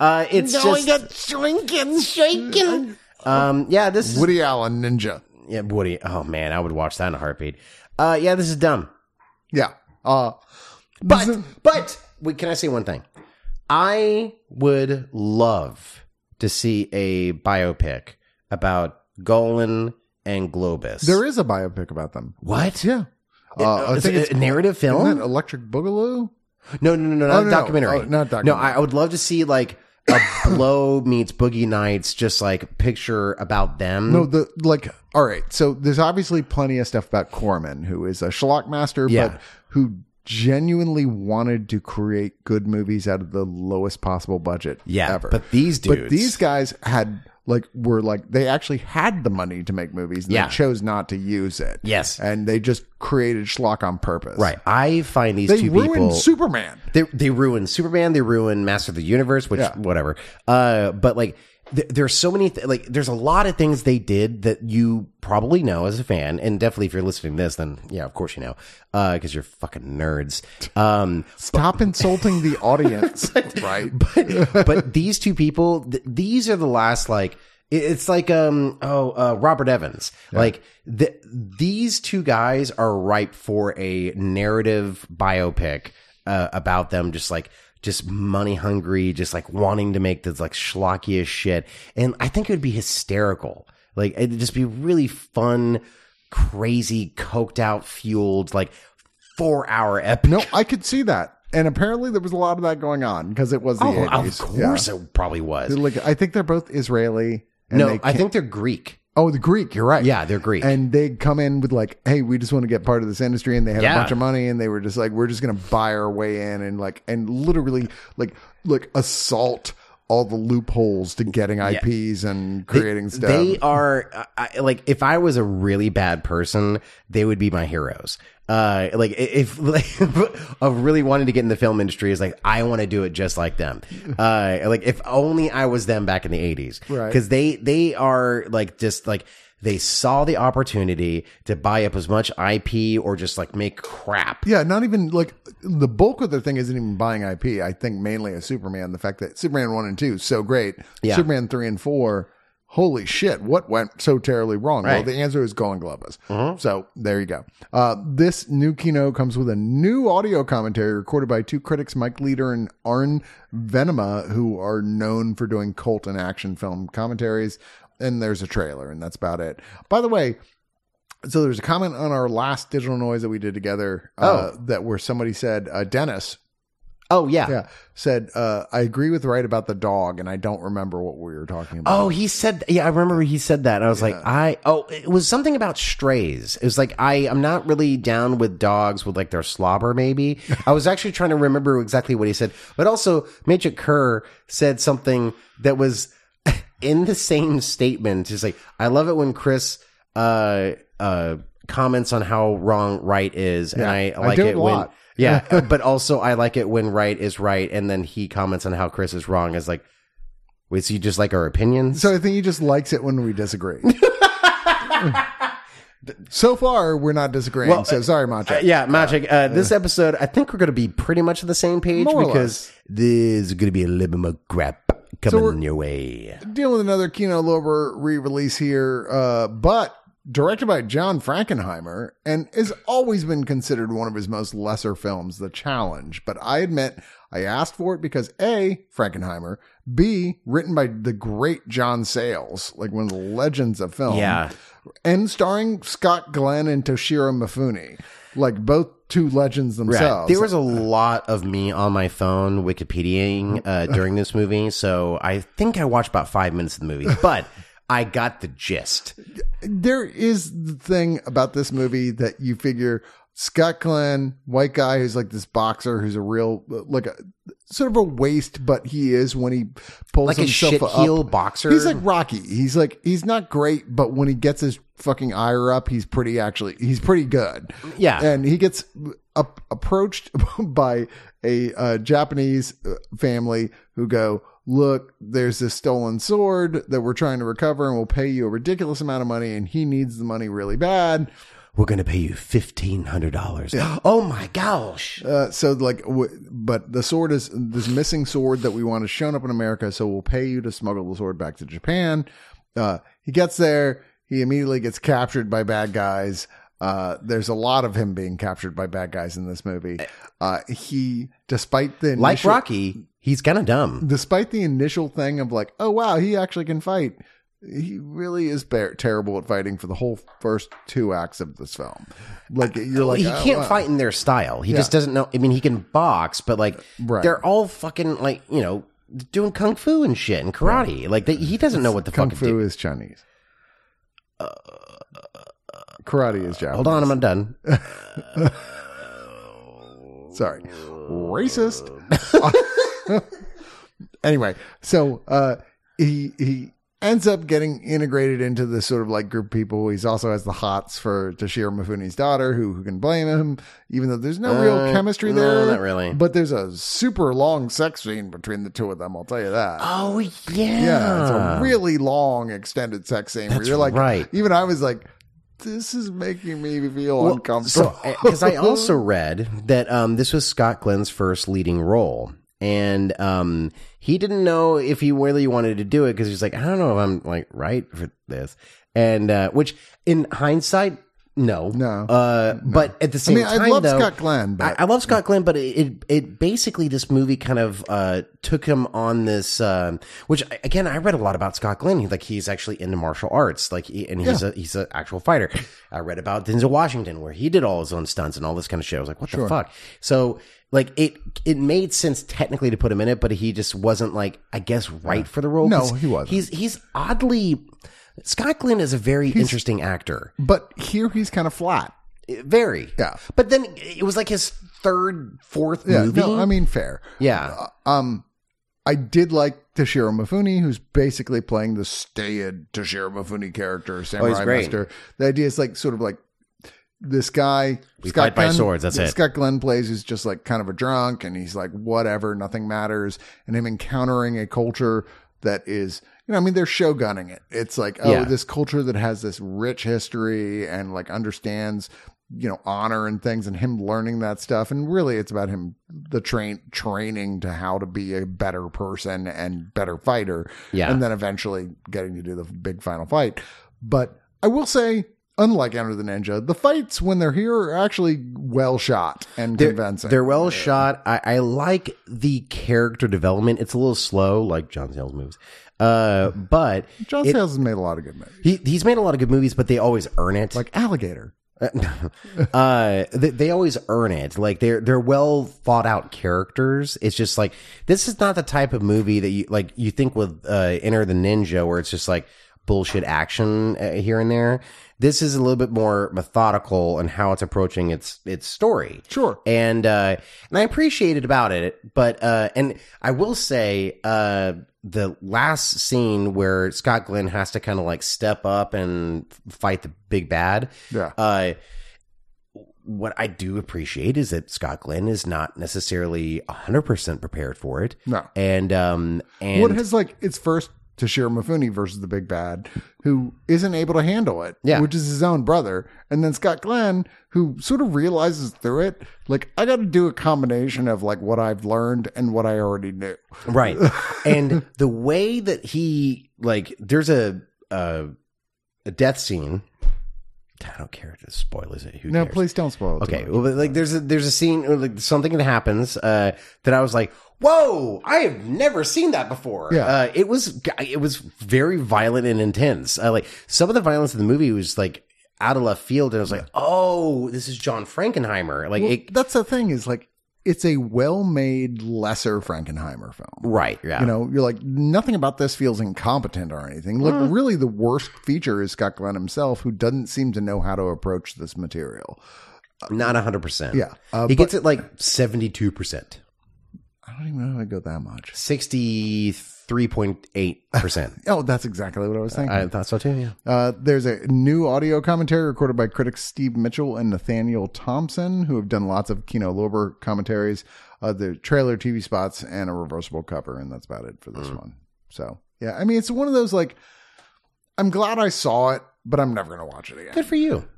[SPEAKER 2] uh, it's just
[SPEAKER 1] shrinking.
[SPEAKER 2] shaking. Um, yeah, this is
[SPEAKER 1] Woody Allen ninja.
[SPEAKER 2] Yeah, Woody. Oh man, I would watch that in a heartbeat. Uh, yeah, this is dumb.
[SPEAKER 1] Yeah. Uh,
[SPEAKER 2] But but wait, can I say one thing? I would love to see a biopic about Golan and Globus.
[SPEAKER 1] There is a biopic about them.
[SPEAKER 2] what?
[SPEAKER 1] Yeah. Uh, I
[SPEAKER 2] Is
[SPEAKER 1] think
[SPEAKER 2] it
[SPEAKER 1] it's
[SPEAKER 2] a narrative film?
[SPEAKER 1] Isn't it Electric Boogaloo?
[SPEAKER 2] No, no, no, no,
[SPEAKER 1] Oh, no,
[SPEAKER 2] not
[SPEAKER 1] no.
[SPEAKER 2] documentary.
[SPEAKER 1] Oh, not documentary.
[SPEAKER 2] No, I, I would love to see like a blow meets Boogie Nights, just like picture about them.
[SPEAKER 1] No, the like. All right, so there's obviously plenty of stuff about Corman, who is a shellac master,
[SPEAKER 2] Yeah.
[SPEAKER 1] but who genuinely wanted to create good movies out of the lowest possible budget.
[SPEAKER 2] yeah,
[SPEAKER 1] ever.
[SPEAKER 2] but these dudes,
[SPEAKER 1] But these guys had like were like they actually had the money to make movies. And
[SPEAKER 2] Yeah.
[SPEAKER 1] they chose not to use it.
[SPEAKER 2] Yes.
[SPEAKER 1] and they just created schlock on purpose.
[SPEAKER 2] right? I find these
[SPEAKER 1] They
[SPEAKER 2] two
[SPEAKER 1] ruined
[SPEAKER 2] people.
[SPEAKER 1] Superman.
[SPEAKER 2] they they ruin Superman, they ruin Master of the Universe, which
[SPEAKER 1] Yeah.
[SPEAKER 2] whatever. Uh, but like th- there's so many th- like there's a lot of things they did that you probably know as a fan, and definitely if you're listening to this, then yeah, of course you know, because you're fucking nerds. Um,
[SPEAKER 1] Stop insulting the audience. right.
[SPEAKER 2] but but these two people th- these are the last like it- it's like um oh uh robert evans like th- these two guys are ripe for a narrative biopic uh, about them just like just money hungry just like wanting to make this like schlockiest shit and i think it would be hysterical like it'd just be really fun crazy coked out fueled like four hour epic
[SPEAKER 1] No, I could see that. And apparently there was a lot of that going on because it was the
[SPEAKER 2] Oh,
[SPEAKER 1] 80s.
[SPEAKER 2] of
[SPEAKER 1] Yeah.
[SPEAKER 2] course it probably was
[SPEAKER 1] They're Like I think they're both Israeli. And
[SPEAKER 2] no
[SPEAKER 1] they ca-
[SPEAKER 2] i think they're greek
[SPEAKER 1] oh the Greek. You're right.
[SPEAKER 2] Yeah, they're Greek.
[SPEAKER 1] And they come in with like, hey, we just want to get part of this industry, and they had
[SPEAKER 2] Yeah.
[SPEAKER 1] a bunch of money, and they were just like, we're just gonna buy our way in, and like, and literally like like assault all the loopholes to getting IPs and creating stuff.
[SPEAKER 2] They are I, I- like if I was a really bad person, they would be my heroes. Uh, like i- if like, of really wanting to get in the film industry is like I want to do it just like them. Uh, like if only I was them back in the eighties,
[SPEAKER 1] Right.
[SPEAKER 2] Because they they are like just like they saw the opportunity to buy up as much IP or just like make crap.
[SPEAKER 1] yeah, not even like the bulk of their thing isn't even buying IP. I think mainly a Superman. The fact that Superman one and two so great,
[SPEAKER 2] Yeah.
[SPEAKER 1] Superman three and four, holy shit, what went so terribly wrong? Well,
[SPEAKER 2] Right. Mm-hmm.
[SPEAKER 1] the answer is Golan Globus. So there you go. Uh, this new kino comes with a new audio commentary recorded by two critics, Mike Leader and Arn Venema, who are known for doing cult and action film commentaries. And there's a trailer, and that's about it. By the way, so there's a comment on our last digital noise that we did together uh, that where somebody said uh, Dennis
[SPEAKER 2] Oh yeah.
[SPEAKER 1] yeah said uh, I agree with right about the dog and I don't remember what we were talking about.
[SPEAKER 2] Oh, he said, yeah, I remember he said that. And I was like, I, oh, it was something about strays. It was like, I, I'm not really down with dogs with like their slobber, maybe. I was actually trying to remember exactly what he said. But also, Major Kerr said something that was in the same statement. He's like, I love it when Chris, uh, uh, comments on how wrong right is.
[SPEAKER 1] Yeah,
[SPEAKER 2] and I
[SPEAKER 1] I
[SPEAKER 2] like
[SPEAKER 1] do
[SPEAKER 2] it
[SPEAKER 1] a
[SPEAKER 2] when,
[SPEAKER 1] lot.
[SPEAKER 2] yeah, but also I like it when right is right. And then he comments on how Chris is wrong. Is like, Wait, so you just like our opinions?
[SPEAKER 1] So I think he just likes it when we disagree. so far, we're not disagreeing.
[SPEAKER 2] Well,
[SPEAKER 1] so sorry, Macho.
[SPEAKER 2] Uh, yeah, Magic. Uh, this episode, I think we're going to be pretty much on the same page
[SPEAKER 1] More or
[SPEAKER 2] because there's going to be a little bit more crap coming
[SPEAKER 1] we're-
[SPEAKER 2] your way.
[SPEAKER 1] Dealing with another Kino Lorber re-release here, uh, but directed by John Frankenheimer, and has always been considered one of his most lesser films, The Challenge. But I admit, I asked for it because A, Frankenheimer, B, written by the great John Sayles, like one of the legends of film,
[SPEAKER 2] Yeah.
[SPEAKER 1] and starring Scott Glenn and Toshiro Mifune, like both two legends themselves.
[SPEAKER 2] Uh, There was a lot of me on my phone Wikipediaing uh, during this movie, so I think I watched about five minutes of the movie, but I got the gist.
[SPEAKER 1] there is the thing about this movie that you figure Scott Glenn, white guy who's like this boxer who's a real like a sort of a waste, but he is when he pulls
[SPEAKER 2] Like a
[SPEAKER 1] himself
[SPEAKER 2] shit
[SPEAKER 1] up.
[SPEAKER 2] heel boxer.
[SPEAKER 1] He's like Rocky. He's like he's not great, but when he gets his fucking ire up, he's pretty actually he's pretty good.
[SPEAKER 2] Yeah.
[SPEAKER 1] and he gets up, approached by a uh, Japanese uh, family who go, "Look, there's this stolen sword that we're trying to recover, and we'll pay you a ridiculous amount of money." And he needs the money really bad.
[SPEAKER 2] we're going to pay you $1,500. Oh my gosh.
[SPEAKER 1] Uh, so like, w- but the sword is this missing sword that we want is shown up in America. So we'll pay you to smuggle the sword back to Japan. Uh, he gets there. He immediately gets captured by bad guys. Uh, there's a lot of him being captured by bad guys in this movie. Uh, he, despite the
[SPEAKER 2] Eh. Like
[SPEAKER 1] initial-
[SPEAKER 2] Rocky, He's kind of dumb.
[SPEAKER 1] Despite the initial thing of like, oh wow, he actually can fight. He really is bar- terrible at fighting for the whole first two acts of this film. Like you're like
[SPEAKER 2] he
[SPEAKER 1] "Oh,
[SPEAKER 2] can't
[SPEAKER 1] wow."
[SPEAKER 2] fight in their style. He just
[SPEAKER 1] Yeah.
[SPEAKER 2] doesn't know. I mean, he can box, but like
[SPEAKER 1] Right.
[SPEAKER 2] they're all fucking like you know doing kung fu and shit and karate. Like they, he doesn't know what the
[SPEAKER 1] Kung
[SPEAKER 2] fuck
[SPEAKER 1] fu
[SPEAKER 2] to do.
[SPEAKER 1] is Chinese. Karate is Japanese.
[SPEAKER 2] Hold on, I'm not done.
[SPEAKER 1] Sorry. Racist. anyway, so uh he he ends up getting integrated into this sort of like group of people. He's also has the hots for Toshiro Mifune's daughter, who who can blame him, even though there's no
[SPEAKER 2] Uh,
[SPEAKER 1] real chemistry
[SPEAKER 2] no,
[SPEAKER 1] there.
[SPEAKER 2] not really.
[SPEAKER 1] But there's a super long sex scene between the two of them, I'll tell you that.
[SPEAKER 2] Oh yeah,
[SPEAKER 1] Yeah, it's a really long extended sex scene where
[SPEAKER 2] That's
[SPEAKER 1] you're like,
[SPEAKER 2] right.
[SPEAKER 1] even I was like, this is making me feel uncomfortable.
[SPEAKER 2] So, because I also read that um, this was Scott Glenn's first leading role, and um, he didn't know if he really wanted to do it because he's like, I don't know if I'm like right for this, and uh, which in hindsight, no,
[SPEAKER 1] No.
[SPEAKER 2] uh, but at the
[SPEAKER 1] I
[SPEAKER 2] same
[SPEAKER 1] mean,
[SPEAKER 2] time,
[SPEAKER 1] I love
[SPEAKER 2] though,
[SPEAKER 1] Scott Glenn, but
[SPEAKER 2] I, I love Scott Glenn, but it, it it basically this movie kind of uh, took him on this. Um, which I- again, I read a lot about Scott Glenn. He, like he's actually into martial arts, like he, and he's a he's an actual fighter. I read about Denzel Washington where he did all his own stunts and all this kind of shit. I was like, what the fuck? So like it it made sense technically to put him in it, but he just wasn't like I guess right for the role.
[SPEAKER 1] No,
[SPEAKER 2] 'Cause
[SPEAKER 1] he wasn't.
[SPEAKER 2] He's he's oddly. Scott Glenn is a very interesting actor.
[SPEAKER 1] but here he's kind of flat.
[SPEAKER 2] Very.
[SPEAKER 1] Yeah.
[SPEAKER 2] But then it was like his third, fourth
[SPEAKER 1] Yeah,
[SPEAKER 2] movie.
[SPEAKER 1] no, I mean, fair.
[SPEAKER 2] Yeah.
[SPEAKER 1] Um, I did like Toshiro Mifune, who's basically playing the staid Toshiro Mifune character, Samurai
[SPEAKER 2] Oh, great.
[SPEAKER 1] Master. The idea is like sort of like this guy
[SPEAKER 2] We fight by swords, that's
[SPEAKER 1] yeah,
[SPEAKER 2] it.
[SPEAKER 1] Scott Glenn plays who's just like kind of a drunk and he's like whatever, nothing matters, and him encountering a culture that is you know, I mean, they're showgunning it. It's like, oh,
[SPEAKER 2] Yeah.
[SPEAKER 1] this culture that has this rich history and like understands, you know, honor and things, and him learning that stuff. And really, it's about him the train training to how to be a better person and better fighter.
[SPEAKER 2] Yeah.
[SPEAKER 1] and then eventually getting to do the big final fight. But I will say, unlike Enter the Ninja, the fights when they're here are actually well shot and convincing.
[SPEAKER 2] They're well shot. I, I like the character development. It's a little slow, like John Sayles movies. Uh, but
[SPEAKER 1] John
[SPEAKER 2] it-
[SPEAKER 1] Sayles has made a lot of good movies,
[SPEAKER 2] he, he's made a lot of good movies, but they always earn it.
[SPEAKER 1] like Alligator.
[SPEAKER 2] uh, they, they always earn it. Like they're they're well thought out characters. It's just like this is not the type of movie that you like. You think with uh, Enter the Ninja, where it's just like bullshit action uh, here and there. This is a little bit more methodical in how it's approaching its its story.
[SPEAKER 1] Sure.
[SPEAKER 2] and uh, and I appreciate it about it. But uh, and I will say uh, the last scene where Scott Glenn has to kind of like step up and fight the big bad.
[SPEAKER 1] Yeah.
[SPEAKER 2] Uh, what I do appreciate is that Scott Glenn is not necessarily 100% prepared for it.
[SPEAKER 1] No.
[SPEAKER 2] And, um, and
[SPEAKER 1] what has like its first Toshiro Mifune versus the big bad, who isn't able to handle it,
[SPEAKER 2] Yeah.
[SPEAKER 1] which is his own brother, and then Scott Glenn, who sort of realizes through it, like I got to do a combination of like what I've learned and what I already knew.
[SPEAKER 2] right. and the way that he, like, there's a, a, a death scene. I don't care if this spoilers it. Who
[SPEAKER 1] No,
[SPEAKER 2] cares?
[SPEAKER 1] please don't spoil. It too
[SPEAKER 2] Okay,
[SPEAKER 1] much.
[SPEAKER 2] well, but, like there's a there's a scene or like something that happens uh, that I was like, "Whoa, I have never seen that before."
[SPEAKER 1] Yeah.
[SPEAKER 2] uh, it was it was very violent and intense. Uh, like some of the violence in the movie was like out of left field, and I was like, "Oh, this is John Frankenheimer." Like,
[SPEAKER 1] Well,
[SPEAKER 2] it,
[SPEAKER 1] that's the thing is like it's a well-made lesser Frankenheimer film.
[SPEAKER 2] right? Yeah,
[SPEAKER 1] You know, you're like nothing about this feels incompetent or anything. Like really, the worst feature is Scott Glenn himself, who doesn't seem to know how to approach this material.
[SPEAKER 2] not hundred percent.
[SPEAKER 1] Yeah, uh,
[SPEAKER 2] he
[SPEAKER 1] but-
[SPEAKER 2] gets it like seventy two percent,
[SPEAKER 1] I don't even know how I go that much.
[SPEAKER 2] sixty three point eight percent.
[SPEAKER 1] Oh, that's exactly what I was thinking.
[SPEAKER 2] I thought so too. Yeah.
[SPEAKER 1] Uh, there's a new audio commentary recorded by critics Steve Mitchell and Nathaniel Thompson, who have done lots of Kino Lorber commentaries, uh, the trailer, TV spots, and a reversible cover, and that's about it for
[SPEAKER 2] Mm.
[SPEAKER 1] this one. So, yeah, I mean, it's one of those like, I'm glad I saw it, but I'm never gonna watch it again.
[SPEAKER 2] Good for you.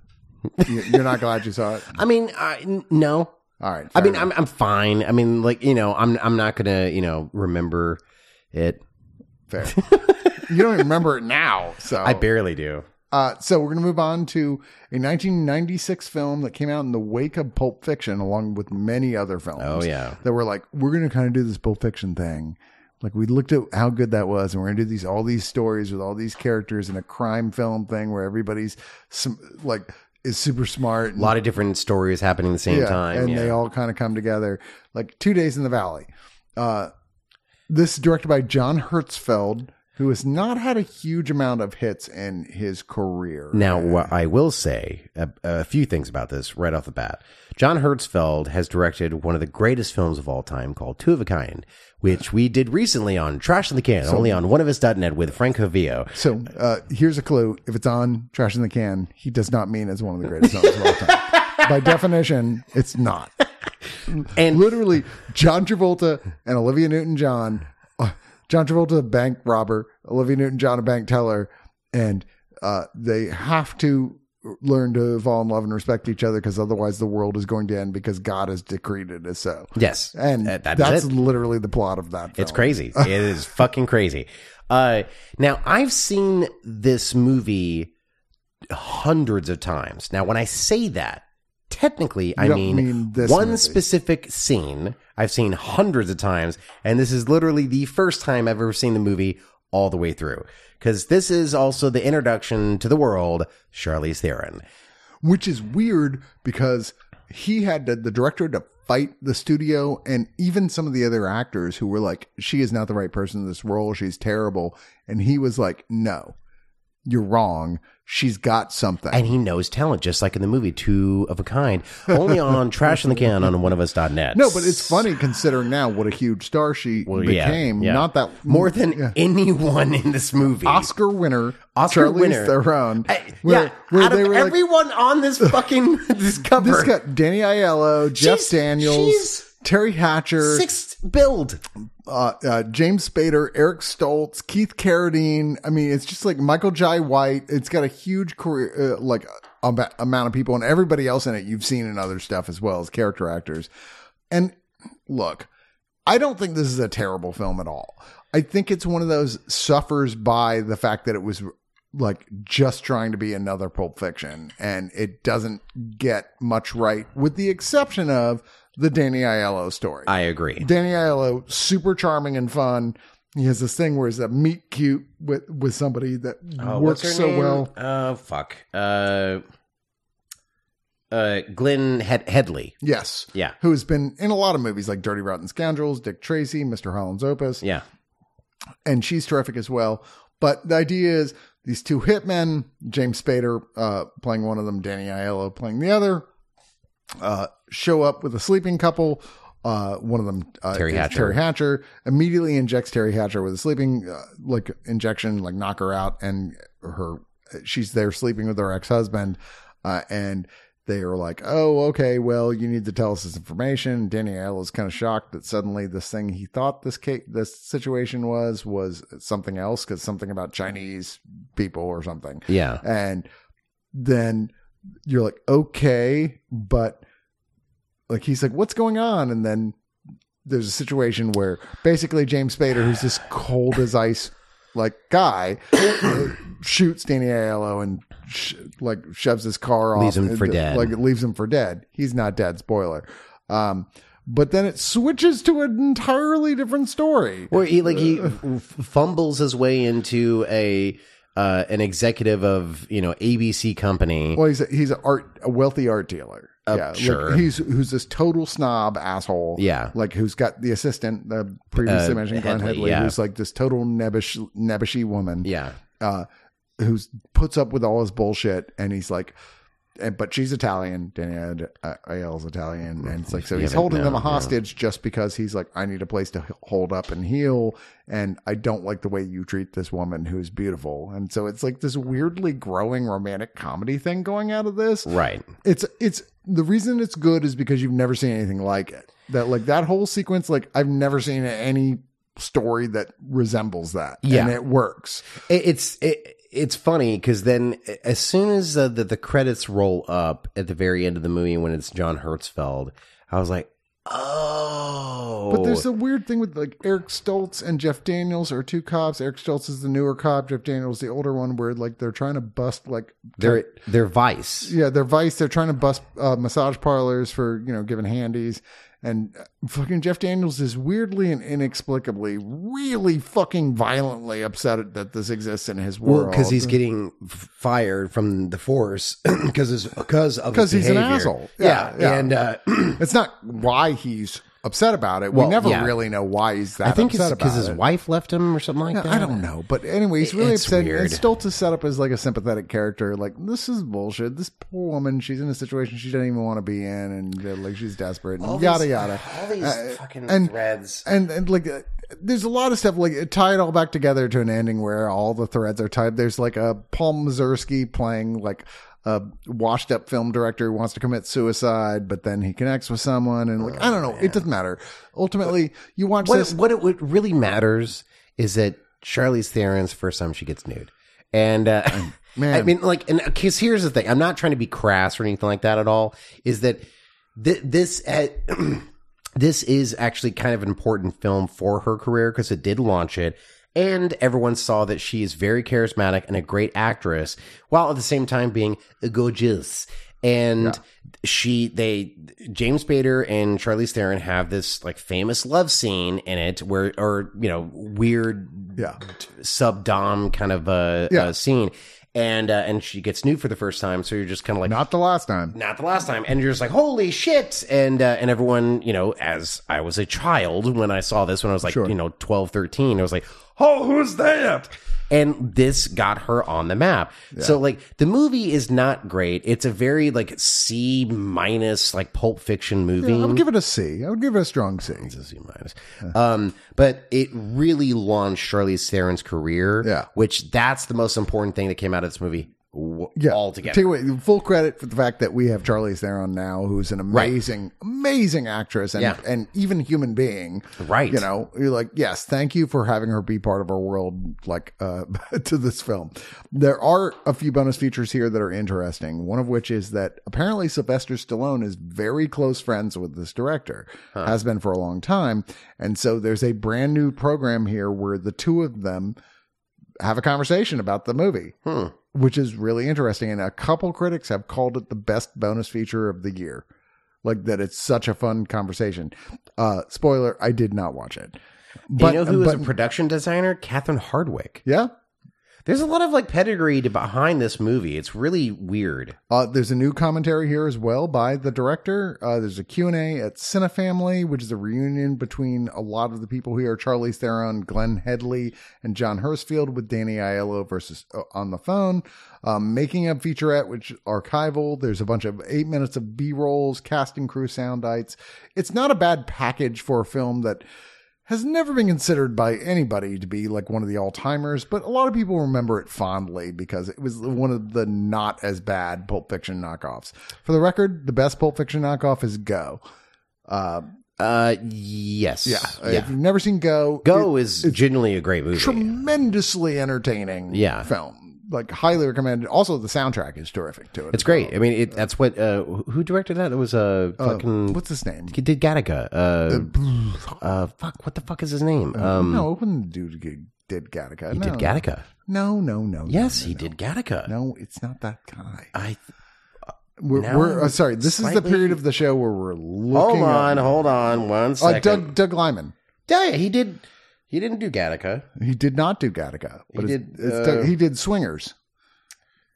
[SPEAKER 1] You- You're not glad you saw it.
[SPEAKER 2] I mean, I, n- no,
[SPEAKER 1] All right.
[SPEAKER 2] I
[SPEAKER 1] fair
[SPEAKER 2] mean,
[SPEAKER 1] enough.
[SPEAKER 2] I'm I'm fine. I mean, like you know, I'm I'm not gonna you know remember it.
[SPEAKER 1] fair. you don't remember it now, so
[SPEAKER 2] I barely do.
[SPEAKER 1] Uh, so we're going to move on to a 1996 film that came out in the wake of Pulp Fiction, along with many other films.
[SPEAKER 2] Oh, yeah.
[SPEAKER 1] that were like, we're going to kind of do this Pulp Fiction thing. Like we looked at how good that was, and we're going to do these all these stories with all these characters in a crime film thing where everybody's some like is super smart.
[SPEAKER 2] A
[SPEAKER 1] And,
[SPEAKER 2] lot of different stories happening at the same time.
[SPEAKER 1] and
[SPEAKER 2] yeah.
[SPEAKER 1] they all kind of come together. Like Two Days in the Valley. Uh, this is directed by John Hertzfeld, who has not had a huge amount of hits in his career.
[SPEAKER 2] Now, what I will say a, a few things about this right off the bat. John Hertzfeld has directed one of the greatest films of all time called Two of a Kind, which we did recently on Trash in the Can, only on oneofus.net with Frank Javillo.
[SPEAKER 1] So uh, here's a clue: if it's on Trash in the Can, he does not mean it's one of the greatest films of all time. By definition, it's not.
[SPEAKER 2] And
[SPEAKER 1] Literally, John Travolta and Olivia Newton-John, uh, John Travolta a bank robber, Olivia Newton-John a bank teller, and uh, they have to learn to fall in love and respect each other because otherwise the world is going to end because God has decreed it as so.
[SPEAKER 2] yes,
[SPEAKER 1] And
[SPEAKER 2] that- that is
[SPEAKER 1] that's
[SPEAKER 2] it.
[SPEAKER 1] literally the plot of that. Film.
[SPEAKER 2] It's crazy. it is fucking crazy. Uh, now I've seen this movie hundreds of times. Now, when I say that, technically, I
[SPEAKER 1] don't
[SPEAKER 2] mean,
[SPEAKER 1] mean this
[SPEAKER 2] one
[SPEAKER 1] movie.
[SPEAKER 2] specific scene I've seen hundreds of times, and this is literally the first time I've ever seen the movie all the way through. Because this is also the introduction to the world, Charlize Theron.
[SPEAKER 1] which is weird because he had to, the director to fight the studio and even some of the other actors who were like, she is not the right person in this role. She's terrible. And he was like, no, you're wrong. She's got something.
[SPEAKER 2] And he knows talent, just like in the movie Two of a Kind, only on Trash in the Can on oneofus.net.
[SPEAKER 1] no, but it's funny considering now what a huge star she
[SPEAKER 2] yeah,
[SPEAKER 1] became.
[SPEAKER 2] yeah.
[SPEAKER 1] Not that
[SPEAKER 2] more than
[SPEAKER 1] Yeah.
[SPEAKER 2] anyone in this movie.
[SPEAKER 1] Oscar winner,
[SPEAKER 2] Oscar
[SPEAKER 1] Charlize
[SPEAKER 2] winner.
[SPEAKER 1] Theron.
[SPEAKER 2] I-
[SPEAKER 1] where-
[SPEAKER 2] yeah,
[SPEAKER 1] where
[SPEAKER 2] out
[SPEAKER 1] they
[SPEAKER 2] of
[SPEAKER 1] were like-
[SPEAKER 2] everyone on this fucking this cover,
[SPEAKER 1] this got Danny Aiello, Jeff
[SPEAKER 2] She's-
[SPEAKER 1] Daniels,
[SPEAKER 2] she's-
[SPEAKER 1] Terry Hatcher,
[SPEAKER 2] sixth build.
[SPEAKER 1] uh, uh, James Spader, Eric Stoltz, Keith Carradine. I mean, it's just like Michael Jai White. It's got a huge career, uh, like um, amount of people, and everybody else in it you've seen in other stuff as well as character actors. And look, I don't think this is a terrible film at all. I think it's one of those suffers by the fact that it was like just trying to be another Pulp Fiction, and it doesn't get much right, with the exception of the Danny Aiello story.
[SPEAKER 2] I agree.
[SPEAKER 1] Danny Aiello, super charming and fun. He has this thing where he's a meet cute with with somebody that
[SPEAKER 2] Uh,
[SPEAKER 1] works
[SPEAKER 2] what's her
[SPEAKER 1] so
[SPEAKER 2] name?
[SPEAKER 1] well.
[SPEAKER 2] Oh fuck. Uh, uh, Glenn Head- Headley.
[SPEAKER 1] Yes,
[SPEAKER 2] Yeah,
[SPEAKER 1] who has been in a lot of movies like Dirty Rotten Scoundrels, Dick Tracy, Mr. Holland's Opus,
[SPEAKER 2] yeah.
[SPEAKER 1] and she's terrific as well. But the idea is these two hitmen, James Spader uh, playing one of them, Danny Aiello playing the other, uh, show up with a sleeping couple. Uh, one of them, uh,
[SPEAKER 2] Terry
[SPEAKER 1] is
[SPEAKER 2] Hatcher.
[SPEAKER 1] Terry Hatcher immediately injects Terry Hatcher with a sleeping uh, like injection, like knock her out, and her she's there sleeping with her ex husband, uh, and they are like, "Oh, okay, well, you need to tell us this information." Danny Aiello is kind of shocked that suddenly this thing he thought this case, this situation was was something else because something about Chinese people or something,
[SPEAKER 2] Yeah.
[SPEAKER 1] and then you're like, "Okay, but." Like he's like, what's going on? And then there's a situation where basically James Spader, who's this cold as ice like guy, uh, shoots Danny Aiello and sh- like shoves his car off,
[SPEAKER 2] Leaves him
[SPEAKER 1] and,
[SPEAKER 2] for dead.
[SPEAKER 1] Like leaves him for dead. He's not dead. Spoiler. Um, but then it switches to an entirely different story.
[SPEAKER 2] Or he like
[SPEAKER 1] Uh,
[SPEAKER 2] he f- fumbles his way into a uh, an executive of you know ABC company.
[SPEAKER 1] Well, he's a, he's a art a wealthy art dealer. yeah, like,
[SPEAKER 2] Oh, sure.
[SPEAKER 1] he's who's this total snob asshole.
[SPEAKER 2] Yeah.
[SPEAKER 1] like who's got the assistant, the previously
[SPEAKER 2] Uh,
[SPEAKER 1] mentioned Glenn
[SPEAKER 2] Headley,
[SPEAKER 1] Headley,
[SPEAKER 2] yeah.
[SPEAKER 1] who's like this total nebbish nebbishy woman.
[SPEAKER 2] yeah.
[SPEAKER 1] uh, who puts up with all his bullshit, and he's like, and, but she's Italian. Danny Ad- uh, Aiello's Italian, and it's like so
[SPEAKER 2] You
[SPEAKER 1] he's
[SPEAKER 2] haven't
[SPEAKER 1] holding them
[SPEAKER 2] known, yeah.
[SPEAKER 1] hostage just because he's like, I need a place to h- hold up and heal, and I don't like the way you treat this woman who's beautiful, and so it's like this weirdly growing romantic comedy thing going out of this.
[SPEAKER 2] Right.
[SPEAKER 1] It's it's the reason it's good is because you've never seen anything like it. That like that whole sequence, like I've never seen any story that resembles that.
[SPEAKER 2] Yeah.
[SPEAKER 1] and it works.
[SPEAKER 2] It- it's it, it's funny because then as soon as uh, the the credits roll up at the very end of the movie when it's John Hertzfeld, I was like, Oh.
[SPEAKER 1] But there's a weird thing with like Eric Stoltz and Jeff Daniels are two cops. Eric Stoltz is the newer cop. Jeff Daniels the older one. Where like they're trying to bust like
[SPEAKER 2] their their vice.
[SPEAKER 1] yeah they're vice. They're trying to bust uh, massage parlors for you know giving handies. And fucking Jeff Daniels is weirdly and inexplicably, really fucking violently upset that this exists in his
[SPEAKER 2] Well,
[SPEAKER 1] world.
[SPEAKER 2] because he's getting f- fired from the force because because of
[SPEAKER 1] because
[SPEAKER 2] his
[SPEAKER 1] he's an
[SPEAKER 2] behavior.
[SPEAKER 1] asshole.
[SPEAKER 2] Yeah, and uh,
[SPEAKER 1] it's not why he's upset about it.
[SPEAKER 2] Well,
[SPEAKER 1] we never
[SPEAKER 2] yeah.
[SPEAKER 1] really know why he's that.
[SPEAKER 2] I think it's
[SPEAKER 1] upset
[SPEAKER 2] because
[SPEAKER 1] about
[SPEAKER 2] his
[SPEAKER 1] it.
[SPEAKER 2] wife left him or something like
[SPEAKER 1] Yeah,
[SPEAKER 2] that.
[SPEAKER 1] I don't know, but anyway, he's really
[SPEAKER 2] It's
[SPEAKER 1] upset.
[SPEAKER 2] weird.
[SPEAKER 1] And Stoltz is set up as like a sympathetic character. Like this is bullshit. This poor woman, she's in a situation she doesn't even want to be in, and uh, like she's desperate, and yada yada.
[SPEAKER 2] All these
[SPEAKER 1] Uh,
[SPEAKER 2] fucking
[SPEAKER 1] and-
[SPEAKER 2] threads.
[SPEAKER 1] And and like, uh, there's a lot of stuff like uh, tie it all back together to an ending where all the threads are tied. There's like a Paul Mazursky playing like a washed up film director who wants to commit suicide, but then he connects with someone, and like I don't know, it doesn't matter. Ultimately, you watch
[SPEAKER 2] Oh, What
[SPEAKER 1] this.
[SPEAKER 2] what it what really matters is that Charlize Theron's first time she gets nude, and uh,
[SPEAKER 1] Man.
[SPEAKER 2] I mean, like, and because here's the thing, I'm not trying to be crass or anything like that at all. Is that th- this uh, this is actually kind of an important film for her career because it did launch it. And everyone saw that she is very charismatic and a great actress, while at the same time being gorgeous. And she, they, James Bader and Charlize Theron have this like famous love scene in it where, or you know, weird
[SPEAKER 1] yeah,
[SPEAKER 2] sub dom kind of uh,
[SPEAKER 1] Yeah.
[SPEAKER 2] uh, scene, and uh, and she gets nude for the first time. So you're just kind of like,
[SPEAKER 1] not the last time.
[SPEAKER 2] not the last time and you're just like holy shit and uh, and everyone you know as i was a child when i saw this when i was like you know 12 13 i was like oh who's that and this got her on the map so like the movie is not great it's a very like c minus like pulp fiction movie
[SPEAKER 1] I would give it a C. I would give it a strong C.
[SPEAKER 2] it's a C minus. Um, but it really launched Charlize Theron's career.
[SPEAKER 1] Yeah.
[SPEAKER 2] which that's the most important thing that came out of this movie. W-
[SPEAKER 1] Yeah,
[SPEAKER 2] altogether.
[SPEAKER 1] Take away full credit for the fact that we have Charlize Theron now, who's an amazing, amazing actress and
[SPEAKER 2] Yeah.
[SPEAKER 1] and even human being.
[SPEAKER 2] Right.
[SPEAKER 1] You know, you're like, yes, thank you for having her be part of our world, like uh, to this film. There are a few bonus features here that are interesting. One of which is that apparently Sylvester Stallone is very close friends with this director, has been for a long time, and so there's a brand new program here where the two of them have a conversation about the movie
[SPEAKER 2] Hmm.
[SPEAKER 1] which is really interesting. And a couple critics have called it the best bonus feature of the year. Like that, it's such a fun conversation. Uh, spoiler: I did not watch it. But
[SPEAKER 2] you know who was
[SPEAKER 1] but-
[SPEAKER 2] a production designer? Catherine Hardwick.
[SPEAKER 1] yeah,
[SPEAKER 2] There's a lot of like pedigree to behind this movie. It's really weird.
[SPEAKER 1] Uh, there's a new commentary here as well by the director. Uh, there's a Q&A at Cinefamily, which is a reunion between a lot of the people here, Charlie Theron, Glenn Headley, and John Hurstfield with Danny Aiello versus uh, on the phone. Um, making up featurette, which archival. There's a bunch of eight minutes of B-rolls, casting crew sound bites. It's not a bad package for a film that has never been considered by anybody to be like one of the all timers, but a lot of people remember it fondly because it was one of the not as bad Pulp Fiction knockoffs. For the record, the best Pulp Fiction knockoff is Go. Uh,
[SPEAKER 2] Uh, yes.
[SPEAKER 1] yeah, if you've never seen Go,
[SPEAKER 2] Go is genuinely a great movie.
[SPEAKER 1] it's tremendously entertaining.
[SPEAKER 2] Yeah.
[SPEAKER 1] film like highly recommended. Also, the soundtrack is terrific to it.
[SPEAKER 2] it's great. I mean, it, that's what. Uh, who directed that? It was a
[SPEAKER 1] Uh,
[SPEAKER 2] fucking.
[SPEAKER 1] What's his name?
[SPEAKER 2] he did Gattaca. Uh, uh, fuck. What the fuck is his name? Um,
[SPEAKER 1] Uh, no, it wasn't the dude who did Gattaca.
[SPEAKER 2] he
[SPEAKER 1] no.
[SPEAKER 2] did Gattaca.
[SPEAKER 1] No, no, no. no,
[SPEAKER 2] Yes,
[SPEAKER 1] no,
[SPEAKER 2] he
[SPEAKER 1] no.
[SPEAKER 2] did Gattaca.
[SPEAKER 1] No, it's not that guy.
[SPEAKER 2] I th-
[SPEAKER 1] We're,
[SPEAKER 2] Now
[SPEAKER 1] we're uh,
[SPEAKER 2] I'm
[SPEAKER 1] sorry. This is the
[SPEAKER 2] slightly-
[SPEAKER 1] period of the show where we're looking.
[SPEAKER 2] hold on,
[SPEAKER 1] up-
[SPEAKER 2] hold on, one
[SPEAKER 1] Uh,
[SPEAKER 2] second.
[SPEAKER 1] Doug Doug Lyman.
[SPEAKER 2] yeah, yeah, he did. He didn't do Gattaca.
[SPEAKER 1] He did not do Gattaca. But
[SPEAKER 2] He
[SPEAKER 1] he
[SPEAKER 2] did,
[SPEAKER 1] did. It's
[SPEAKER 2] uh,
[SPEAKER 1] Doug, he did Swingers,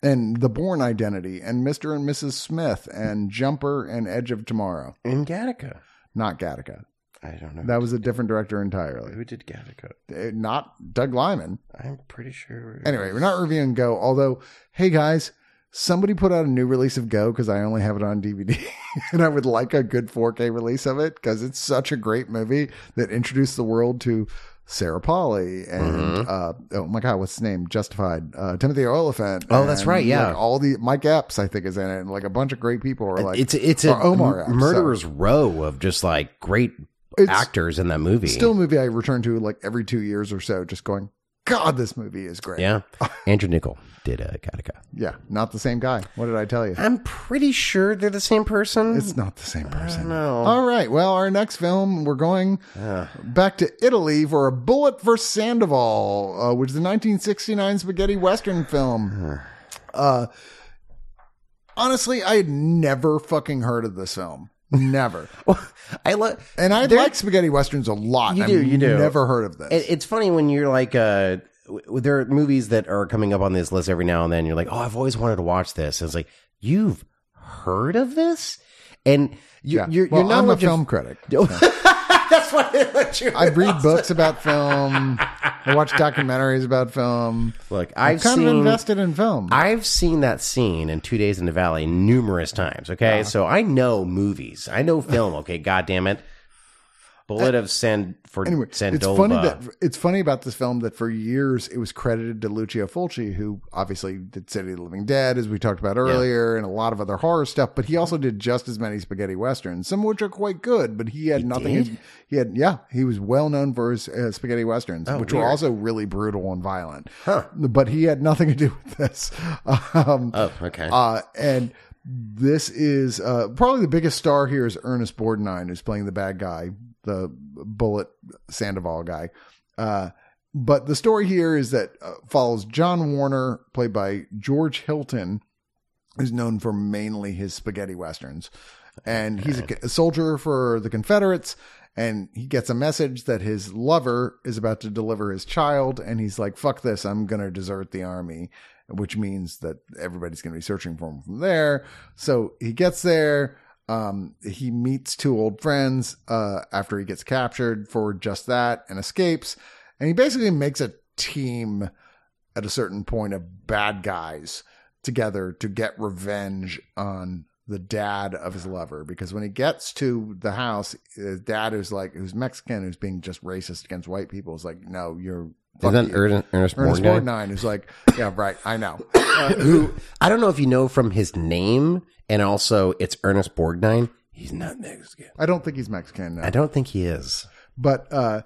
[SPEAKER 1] and The Born Identity, and Mister and Mrs. Smith, and Jumper, and Edge of Tomorrow.
[SPEAKER 2] In Gattaca,
[SPEAKER 1] Not Gattaca.
[SPEAKER 2] I don't know
[SPEAKER 1] That was a different director entirely.
[SPEAKER 2] who did Gattaca.
[SPEAKER 1] Uh, Not Doug Lyman.
[SPEAKER 2] I'm pretty sure.
[SPEAKER 1] Anyway, we're not reviewing Go. Although, hey guys, somebody put out a new release of Go because I only have it on DVD, and I would like a good 4K release of it because it's such a great movie that introduced the world to Sarah Polly and
[SPEAKER 2] Mm-hmm.
[SPEAKER 1] uh, oh my god, what's his name? Justified, uh, Timothy Oliphant.
[SPEAKER 2] Oh, that's
[SPEAKER 1] and,
[SPEAKER 2] right, yeah.
[SPEAKER 1] like, all the Mike Epps, I think, is in it, and like a bunch of great people are like
[SPEAKER 2] it's it's a
[SPEAKER 1] or Omar
[SPEAKER 2] m-
[SPEAKER 1] Epps,
[SPEAKER 2] murderer's row of just like great
[SPEAKER 1] It's
[SPEAKER 2] actors in that movie.
[SPEAKER 1] Still, a movie I return to like every two years or so, just going. God, this movie is great.
[SPEAKER 2] Yeah. Andrew Nichol did uh, Gattaca.
[SPEAKER 1] Yeah, not the same guy. What did I tell you?
[SPEAKER 2] I'm pretty sure they're the same person.
[SPEAKER 1] It's not the same person.
[SPEAKER 2] know.
[SPEAKER 1] All right. Well, our next film, we're going back to Italy for a Bullet for Sandoval, uh, which is a 1969 spaghetti western film. Uh, honestly, I had never fucking heard of this film. Never.
[SPEAKER 2] I love.
[SPEAKER 1] And I like spaghetti westerns a lot.
[SPEAKER 2] You
[SPEAKER 1] I've
[SPEAKER 2] do, you do.
[SPEAKER 1] Never heard of this.
[SPEAKER 2] It, it's funny when you're like, uh, w- there are movies that are coming up on this list every now and then. You're like, oh, I've always wanted to watch this. And it's like, you've heard of this, and you're
[SPEAKER 1] Yeah.
[SPEAKER 2] you're,
[SPEAKER 1] Well,
[SPEAKER 2] you're not
[SPEAKER 1] I'm a
[SPEAKER 2] much of-
[SPEAKER 1] film critic.
[SPEAKER 2] That's what it let you.
[SPEAKER 1] I read books about film. I watch documentaries about film.
[SPEAKER 2] Look,
[SPEAKER 1] I'm
[SPEAKER 2] I've
[SPEAKER 1] kind
[SPEAKER 2] seen
[SPEAKER 1] of invested in film.
[SPEAKER 2] I've seen that scene in Two Days in the Valley numerous times. Okay,
[SPEAKER 1] Uh-huh.
[SPEAKER 2] so I know movies. I know film. Okay, God damn it. Bullet of Sand for
[SPEAKER 1] anyway,
[SPEAKER 2] Sandova.
[SPEAKER 1] it's funny that it's funny about this film that for years it was credited to Lucio Fulci, who obviously did City of the Living Dead, as we talked about earlier, and a lot of other horror stuff. But he also did just as many spaghetti westerns, some of which are quite good. But he had nothing.
[SPEAKER 2] did?
[SPEAKER 1] He had yeah, he was well known for his uh, spaghetti westerns, which were
[SPEAKER 2] Oh, weird.
[SPEAKER 1] also really brutal and violent. But he had nothing to do with this. Um,
[SPEAKER 2] oh, okay.
[SPEAKER 1] uh, and this is uh, probably the biggest star here is Ernest Borgnine, who's playing the bad guy, the Bullet Sandoval guy. Uh, but the story here is that uh, follows John Warner, played by George Hilton, who's known for mainly his spaghetti westerns, and he's a, a soldier for the Confederates. And he gets a message that his lover is about to deliver his child, and he's like, "Fuck this! I'm gonna desert the army," which means that everybody's gonna be searching for him from there. So he gets there. Um, he meets two old friends uh, after he gets captured for just that and escapes. And he basically makes a team at a certain point of bad guys together to get revenge on the dad of his lover because when he gets to the house his dad who's like who's mexican who's being just racist against white people is like no you're
[SPEAKER 2] Isn't
[SPEAKER 1] fuck
[SPEAKER 2] that
[SPEAKER 1] you."
[SPEAKER 2] Ernest, Ernest,
[SPEAKER 1] Ernest
[SPEAKER 2] Borgnine?
[SPEAKER 1] Borgnine is like, yeah, right. I know. Uh,
[SPEAKER 2] who I don't know if you know from his name and also it's Ernest Borgnine. He's not Mexican.
[SPEAKER 1] I don't think he's Mexican. No.
[SPEAKER 2] I don't think he is.
[SPEAKER 1] but uh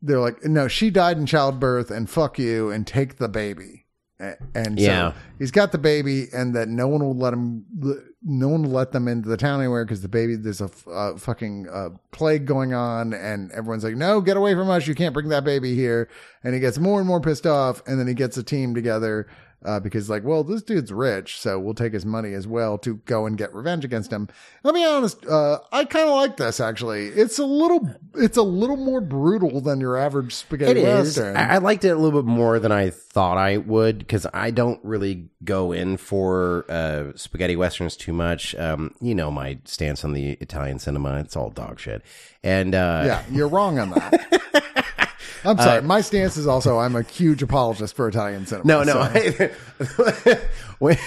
[SPEAKER 1] they're like no she died in childbirth and fuck you and take the baby A- and so
[SPEAKER 2] Yeah.
[SPEAKER 1] he's got the baby and that no one will let him no one will let them into the town anywhere because the baby there's a f- uh, fucking uh, plague going on and everyone's like no get away from us you can't bring that baby here and he gets more and more pissed off and then he gets a team together uh, because like well this dude's rich so we'll take his money as well to go and get revenge against him let me be honest uh, i kind of like this actually it's a little it's a little more brutal than your average
[SPEAKER 2] It
[SPEAKER 1] spaghetti
[SPEAKER 2] is.
[SPEAKER 1] western
[SPEAKER 2] I, I liked it a little bit more than I thought I would because I don't really go in for uh, spaghetti westerns too much. Um, you know my stance on the Italian cinema; it's all dog shit. And uh,
[SPEAKER 1] yeah you're wrong on that i'm sorry my stance is also i'm a huge apologist for italian cinema
[SPEAKER 2] No,
[SPEAKER 1] so-
[SPEAKER 2] no. When-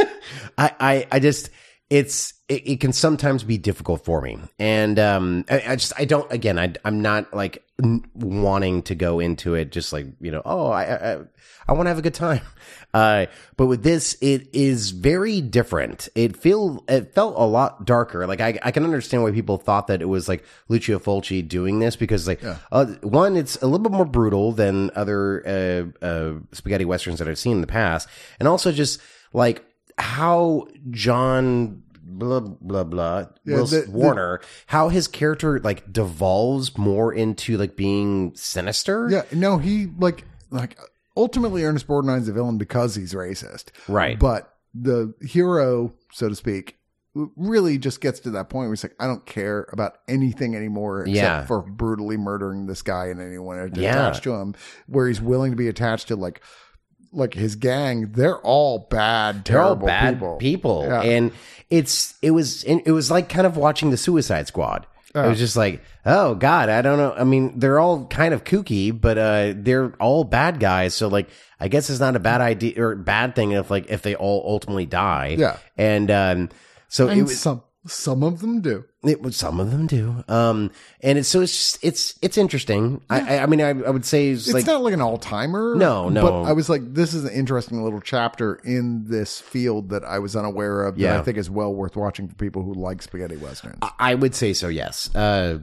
[SPEAKER 2] I, I, I just, it's, it, it can sometimes be difficult for me. And, um, I, I just, I don't, again, I, I'm not like n- wanting to go into it just like, you know, oh, I, I, I want to have a good time. Uh, but with this, it is very different. It feel, it felt a lot darker. Like I, I can understand why people thought that it was like Lucio Fulci doing this because like, uh, one, it's a little bit more brutal than other, uh, uh, spaghetti westerns that I've seen in the past. And also just like how John blah blah blah Wills-
[SPEAKER 1] the- the-
[SPEAKER 2] Warner, how his character like devolves more into like being sinister.
[SPEAKER 1] yeah no he like like ultimately ernest borgnine's a villain because he's racist
[SPEAKER 2] Right.
[SPEAKER 1] but the hero so to speak really just gets to that point where he's like i don't care about anything anymore except
[SPEAKER 2] Yeah.
[SPEAKER 1] for brutally murdering this guy and anyone
[SPEAKER 2] Yeah.
[SPEAKER 1] attached to him where he's willing to be attached to like like his gang they're all bad
[SPEAKER 2] They're all
[SPEAKER 1] terrible
[SPEAKER 2] bad people,
[SPEAKER 1] people, Yeah.
[SPEAKER 2] and it's it was it was like kind of watching the Suicide Squad. It was just like, oh god, I don't know. I mean, they're all kind of kooky, but uh, they're all bad guys. So like, I guess it's not a bad idea or bad thing if like if they all ultimately die.
[SPEAKER 1] Yeah.
[SPEAKER 2] and um, so
[SPEAKER 1] and
[SPEAKER 2] it was
[SPEAKER 1] some some of them do
[SPEAKER 2] It would, some of them do. Um, and it's so it's just, it's it's interesting. I I, I mean I, I would say it's,
[SPEAKER 1] it's
[SPEAKER 2] like
[SPEAKER 1] not like an all timer.
[SPEAKER 2] No, no.
[SPEAKER 1] But I was like, this is an interesting little chapter in this field that I was unaware of. That
[SPEAKER 2] Yeah. Uh,
[SPEAKER 1] I think is well worth watching for people who like spaghetti westerns.
[SPEAKER 2] I would say so. Yes. Uh,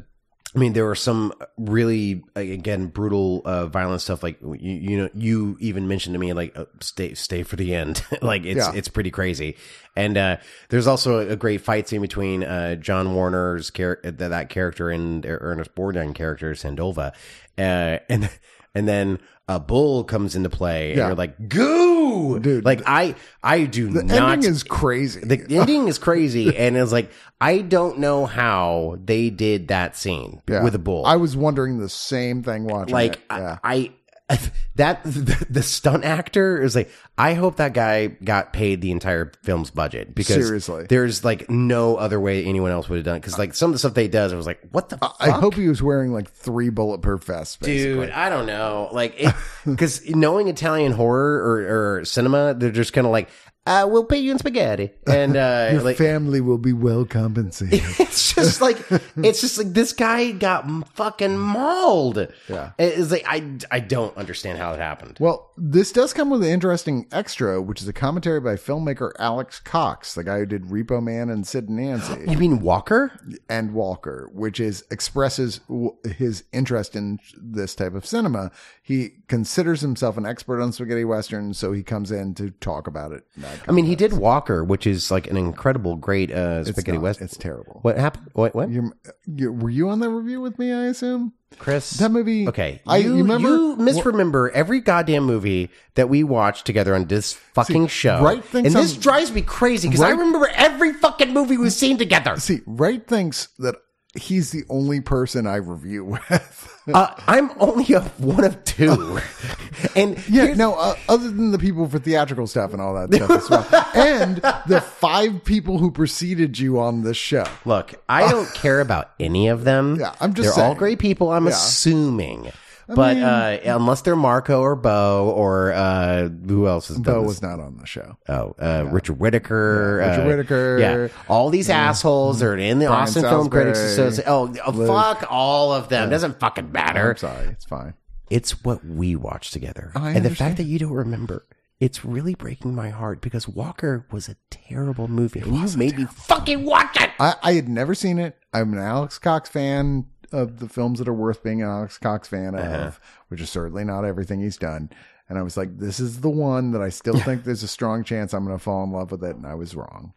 [SPEAKER 2] I mean, there were some really, like, again, brutal, uh, violent stuff. Like you, you know, you even mentioned to me, like, uh, stay, stay for the end. like it's,
[SPEAKER 1] Yeah.
[SPEAKER 2] it's pretty crazy. And uh, there's also a, a great fight scene between uh, John Warner's character, that, that character, and Er-, Ernest Borgnine character Sandova, uh, and and then a bull comes into play, and
[SPEAKER 1] Yeah.
[SPEAKER 2] you're like, goo,
[SPEAKER 1] Dude,
[SPEAKER 2] Like I, I do
[SPEAKER 1] The
[SPEAKER 2] not
[SPEAKER 1] ending is crazy.
[SPEAKER 2] the ending is crazy, and it's like I don't know how they did that scene
[SPEAKER 1] Yeah.
[SPEAKER 2] with a bull.
[SPEAKER 1] I was wondering the same thing watching.
[SPEAKER 2] like
[SPEAKER 1] it. yeah.
[SPEAKER 2] I, I that the, the stunt actor is like I hope that guy got paid the entire film's budget because
[SPEAKER 1] Seriously.
[SPEAKER 2] there's like no other way anyone else would have done because like some of the stuff they does it was like what the
[SPEAKER 1] I
[SPEAKER 2] fuck?
[SPEAKER 1] hope he was wearing like three bulletproof vests. Basically.
[SPEAKER 2] Dude, I don't know. Like, because knowing Italian horror or, or cinema, they're just kind of like, uh, we'll pay you in spaghetti. And, uh,
[SPEAKER 1] Your
[SPEAKER 2] like,
[SPEAKER 1] family will be well compensated.
[SPEAKER 2] it's just like it's just like this guy got m- fucking mauled.
[SPEAKER 1] Yeah.
[SPEAKER 2] it's like I I don't understand how it happened.
[SPEAKER 1] Well, this does come with an interesting extra, which is a commentary by filmmaker Alex Cox, the guy who did Repo Man and Sid and Nancy
[SPEAKER 2] You mean Walker?
[SPEAKER 1] and Walker, which is expresses w- his interest in this type of cinema. He considers himself an expert on spaghetti westerns, so he comes in to talk about it.
[SPEAKER 2] I mean, he did Walker, which is like an incredible, great uh, spaghetti
[SPEAKER 1] not.
[SPEAKER 2] west.
[SPEAKER 1] It's terrible.
[SPEAKER 2] What happened? What? What?
[SPEAKER 1] You, you, were you on that review with me? I assume
[SPEAKER 2] Chris?
[SPEAKER 1] that movie.
[SPEAKER 2] Okay,
[SPEAKER 1] I
[SPEAKER 2] you,
[SPEAKER 1] remember
[SPEAKER 2] you misremember every goddamn movie that we watched together on this fucking show.
[SPEAKER 1] Wright thinks
[SPEAKER 2] and this
[SPEAKER 1] I'm-
[SPEAKER 2] drives me crazy because I
[SPEAKER 1] Wright-
[SPEAKER 2] remember every fucking movie we've seen together.
[SPEAKER 1] See, Wright thinks that he's the only person I review with.
[SPEAKER 2] Uh, I'm only a one of two, and
[SPEAKER 1] Yeah, no, uh, other than the people for theatrical stuff and all that stuff as well. and the five people who preceded you on this show.
[SPEAKER 2] Look, I don't care about any of them.
[SPEAKER 1] Yeah, I'm just
[SPEAKER 2] they're all
[SPEAKER 1] saying.
[SPEAKER 2] great people. I'm assuming, but uh, unless they're Marco or Bo or uh, who else is
[SPEAKER 1] Bo was not on the show.
[SPEAKER 2] Oh, uh, Richard Whitaker.
[SPEAKER 1] Richard
[SPEAKER 2] uh,
[SPEAKER 1] Whittaker.
[SPEAKER 2] Yeah. All these assholes are in the
[SPEAKER 1] Brian
[SPEAKER 2] Austin Film Critics
[SPEAKER 1] Salisbury.
[SPEAKER 2] Association. Oh, oh, fuck all of them. Doesn't fucking matter.
[SPEAKER 1] I'm sorry, it's fine.
[SPEAKER 2] It's what we watch together.
[SPEAKER 1] I
[SPEAKER 2] and the
[SPEAKER 1] understand.
[SPEAKER 2] fact that you don't remember, it's really breaking my heart because Walker was a terrible movie. and you made me fucking watch it.
[SPEAKER 1] I, I had never seen it. I'm an Alex Cox fan of the films that are worth being an Alex Cox fan of, which is certainly not everything he's done. And I was like, this is the one that I still think there's a strong chance I'm going to fall in love with it. And I was wrong.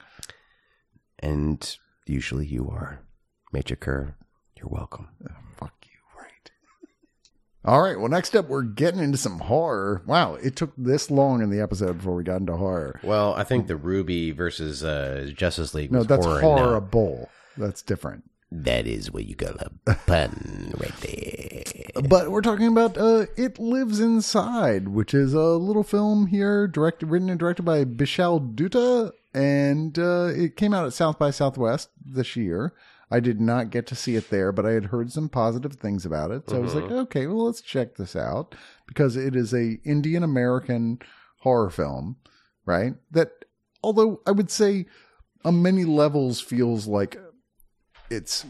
[SPEAKER 2] And usually you are. Major Kerr, you're welcome.
[SPEAKER 1] Fuck you, right. All right. Well, next up, we're getting into some horror. Wow, it took this long in the episode before we got into horror.
[SPEAKER 2] Well, I think the Ruby versus uh, Justice League
[SPEAKER 1] No,
[SPEAKER 2] was
[SPEAKER 1] that's
[SPEAKER 2] horror now.
[SPEAKER 1] horrible. That's different.
[SPEAKER 2] That is where you got a pun right there.
[SPEAKER 1] But we're talking about uh, It Lives Inside, which is a little film here, directed, written and directed by Bishal Dutta, and uh, it came out at South by Southwest this year. I did not get to see it there, but I had heard some positive things about it, so I was like, okay, well, let's check this out because it is a Indian American horror film, right? That, although I would say, on many levels, feels like it's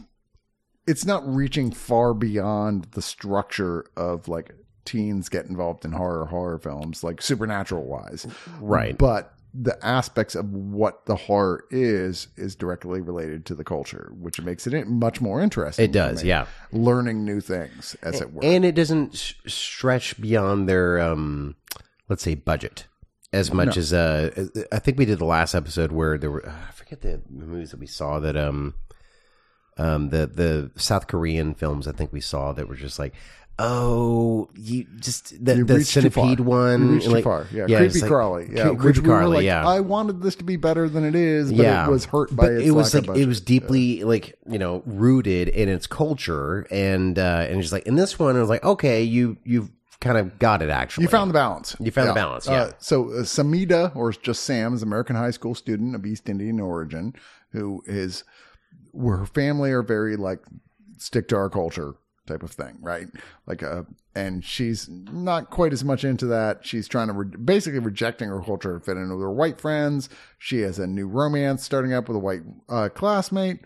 [SPEAKER 1] it's not reaching far beyond the structure of like teens get involved in horror horror films like supernatural wise
[SPEAKER 2] Right.
[SPEAKER 1] but the aspects of what the horror is is directly related to the culture which makes it much more interesting
[SPEAKER 2] It does,
[SPEAKER 1] for me.
[SPEAKER 2] yeah.
[SPEAKER 1] learning new things as it were
[SPEAKER 2] And it doesn't s- stretch beyond their, um, let's say, budget as much as uh, I think we did the last episode where there were I forget the movies that we saw that um, um, the the South Korean films I think we saw that were just like. Oh, you just the,
[SPEAKER 1] You
[SPEAKER 2] the
[SPEAKER 1] reached too far.
[SPEAKER 2] centipede one.
[SPEAKER 1] You reached too
[SPEAKER 2] like-
[SPEAKER 1] far. Yeah,
[SPEAKER 2] it's
[SPEAKER 1] creepy
[SPEAKER 2] like-
[SPEAKER 1] crawly. Yeah,
[SPEAKER 2] Cre-
[SPEAKER 1] which
[SPEAKER 2] creepy
[SPEAKER 1] we were
[SPEAKER 2] crawly.
[SPEAKER 1] like,
[SPEAKER 2] yeah,
[SPEAKER 1] I wanted this to be better than it is, but
[SPEAKER 2] yeah,
[SPEAKER 1] it was hurt by
[SPEAKER 2] But
[SPEAKER 1] its
[SPEAKER 2] it was
[SPEAKER 1] lack
[SPEAKER 2] like
[SPEAKER 1] of
[SPEAKER 2] it
[SPEAKER 1] budget.
[SPEAKER 2] was deeply like you know rooted in its culture and uh and just like in this one it was like okay you you've kind of got it actually
[SPEAKER 1] You found the balance.
[SPEAKER 2] You found the balance, yeah.
[SPEAKER 1] Uh, so uh, Samida, or just Sam, is an American high school student of East Indian origin who is where her family are very like stick to our culture type of thing, right? Like, uh, and she's not quite as much into that. She's trying to re- basically rejecting her culture to fit in with her white friends. She has a new romance starting up with a white uh, classmate,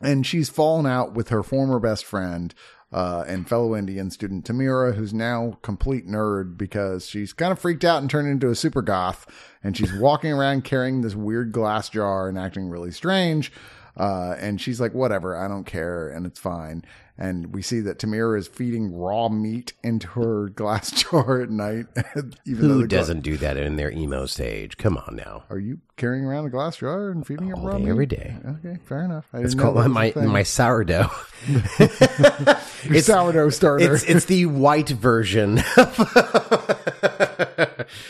[SPEAKER 1] and she's fallen out with her former best friend. Uh, and fellow Indian student Tamira, who's now complete nerd because she's kind of freaked out and turned into a super goth, and she's walking around carrying this weird glass jar and acting really strange. Uh, and she's like, whatever, I don't care, and it's fine. And we see that Tamira is feeding raw meat into her glass jar at night. even though
[SPEAKER 2] Who
[SPEAKER 1] the gla-
[SPEAKER 2] doesn't do that in their emo stage? Come on now.
[SPEAKER 1] Are you carrying around a glass jar and feeding it
[SPEAKER 2] All
[SPEAKER 1] raw
[SPEAKER 2] day,
[SPEAKER 1] meat?
[SPEAKER 2] every day.
[SPEAKER 1] Okay, fair enough. I
[SPEAKER 2] It's
[SPEAKER 1] didn't know
[SPEAKER 2] called
[SPEAKER 1] that was
[SPEAKER 2] my
[SPEAKER 1] a thing.
[SPEAKER 2] my sourdough.
[SPEAKER 1] Your sourdough starter.
[SPEAKER 2] It's it's the white version. of-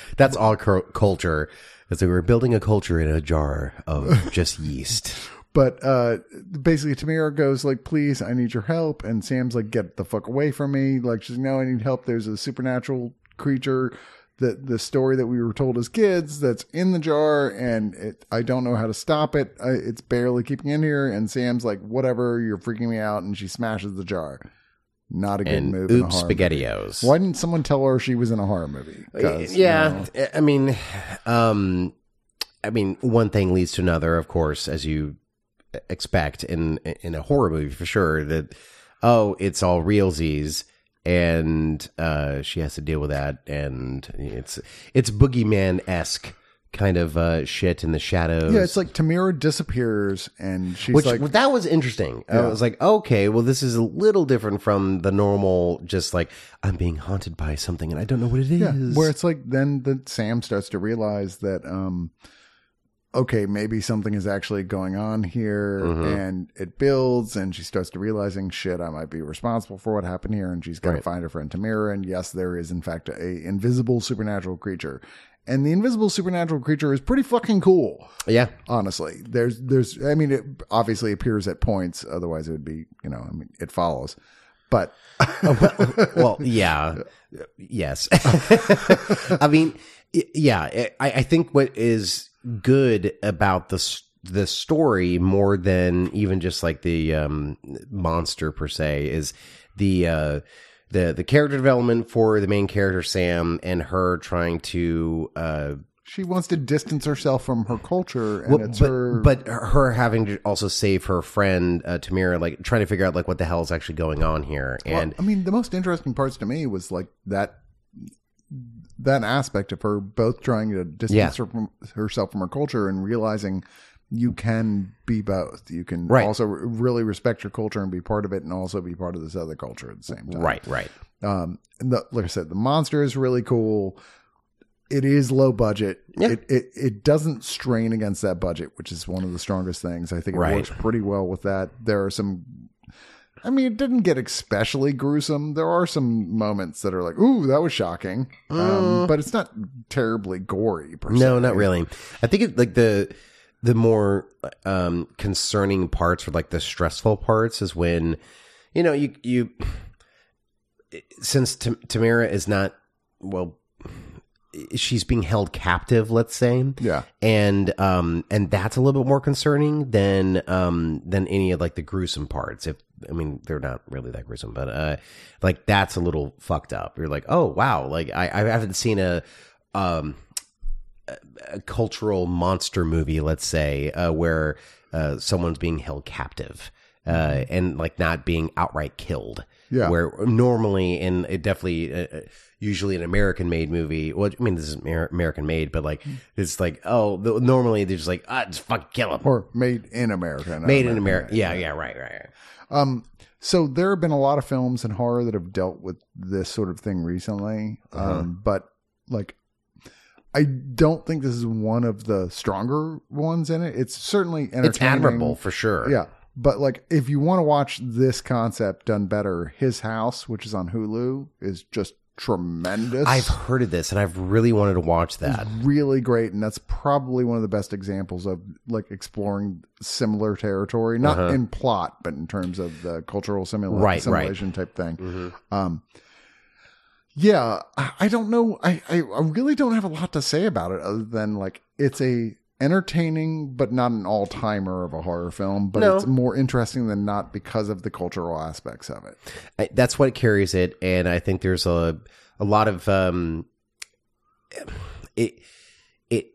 [SPEAKER 2] That's all cur- culture. As we were building a culture in a jar of just yeast.
[SPEAKER 1] but uh basically Tamira goes like please I need your help and Sam's like get the fuck away from me like she's no I need help there's a supernatural creature that the story that we were told as kids that's in the jar and it, I don't know how to stop it I, it's barely keeping in here and Sam's like whatever you're freaking me out and she smashes the jar not a good
[SPEAKER 2] and
[SPEAKER 1] move in a
[SPEAKER 2] oops,
[SPEAKER 1] horror
[SPEAKER 2] spaghettios.
[SPEAKER 1] movie. why didn't someone tell her she was in a horror movie 'Cause, you know,
[SPEAKER 2] yeah i mean um i mean one thing leads to another of course as you expect in in a horror movie for sure that oh it's all realsies and uh she has to deal with that and it's it's boogeyman-esque kind of uh shit in the shadows
[SPEAKER 1] yeah it's like Tamira disappears and she's
[SPEAKER 2] which
[SPEAKER 1] like
[SPEAKER 2] well, that was interesting. I
[SPEAKER 1] Yeah.
[SPEAKER 2] was like, okay, well, this is a little different from the normal. Just like I'm being haunted by something and I don't know what it is.
[SPEAKER 1] Yeah, where it's like then that Sam starts to realize that um okay, maybe something is actually going on here
[SPEAKER 2] Mm-hmm.
[SPEAKER 1] and it builds and she starts to realizing shit, I might be responsible for what happened here and she's got to
[SPEAKER 2] Right.
[SPEAKER 1] find her friend Tamira and yes, there is in fact a invisible supernatural creature. And the invisible supernatural creature is pretty fucking cool
[SPEAKER 2] yeah,
[SPEAKER 1] honestly there's there's i mean it obviously appears at points otherwise it would be you know i mean it follows but
[SPEAKER 2] well, yeah, yes. I mean, y- yeah. I, I think what is good about this the story more than even just like the um, monster per se is the uh, the the character development for the main character Sam and her trying to. Uh,
[SPEAKER 1] she wants to distance herself from her culture and
[SPEAKER 2] but,
[SPEAKER 1] it's
[SPEAKER 2] but,
[SPEAKER 1] her
[SPEAKER 2] but her having to also save her friend uh, Tamira, like trying to figure out like what the hell is actually going on here,
[SPEAKER 1] Well,
[SPEAKER 2] and
[SPEAKER 1] I mean, the most interesting parts to me was like that that aspect of her both trying to distance
[SPEAKER 2] Yeah.
[SPEAKER 1] her from, herself from her culture and realizing you can be both. You can
[SPEAKER 2] Right.
[SPEAKER 1] also re- really respect your culture and be part of it, and also be part of this other culture at the same time.
[SPEAKER 2] right, right,
[SPEAKER 1] Um, and the, like I said, the monster is really cool. It is low budget.
[SPEAKER 2] Yeah.
[SPEAKER 1] It, it it doesn't strain against that budget, which is one of the strongest things. I think it
[SPEAKER 2] Right.
[SPEAKER 1] works pretty well with that. There are some. I mean, it didn't get especially gruesome. There are some moments that are like, "Ooh, that was shocking," um, but it's not terribly gory. Per se.
[SPEAKER 2] Mm. No, not really. I think it like the the more um concerning parts or like the stressful parts is when you know you you since Tam- Tamara is not well she's being held captive let's say
[SPEAKER 1] Yeah,
[SPEAKER 2] and um and that's a little bit more concerning than um than any of like the gruesome parts if i mean they're not really that gruesome but uh like that's a little fucked up you're like oh wow like i i haven't seen a um a, a cultural monster movie let's say uh where uh someone's being held captive uh and like not being outright killed
[SPEAKER 1] Yeah.
[SPEAKER 2] where normally and it definitely uh, uh, usually an american made movie well i mean this is Amer- american made but like
[SPEAKER 1] Mm.
[SPEAKER 2] it's like oh the, normally they're just like ah just fuck kill him
[SPEAKER 1] or made in America. not
[SPEAKER 2] made
[SPEAKER 1] American.
[SPEAKER 2] in america yeah yeah right right, right.
[SPEAKER 1] Um, so there have been a lot of films in horror that have dealt with this sort of thing recently.
[SPEAKER 2] Uh-huh.
[SPEAKER 1] Um, but like, I don't think this is one of the stronger ones in it. It's certainly entertaining.
[SPEAKER 2] it's admirable for sure
[SPEAKER 1] Yeah. But like, if you want to watch this concept done better, His House, which is on Hulu, is just tremendous.
[SPEAKER 2] i've heard of this and i've really wanted to watch that
[SPEAKER 1] really great and that's probably one of the best examples of like exploring similar territory not in plot but in terms of the cultural simula-
[SPEAKER 2] Uh-huh. Right, right.
[SPEAKER 1] simulation type thing
[SPEAKER 2] Mm-hmm.
[SPEAKER 1] um yeah I, I don't know I, I i really don't have a lot to say about it other than like it's a entertaining but not an all-timer of a horror film but
[SPEAKER 2] No.
[SPEAKER 1] it's more interesting than not because of the cultural aspects of it
[SPEAKER 2] I, that's what carries it, and I think there's a a lot of um, it it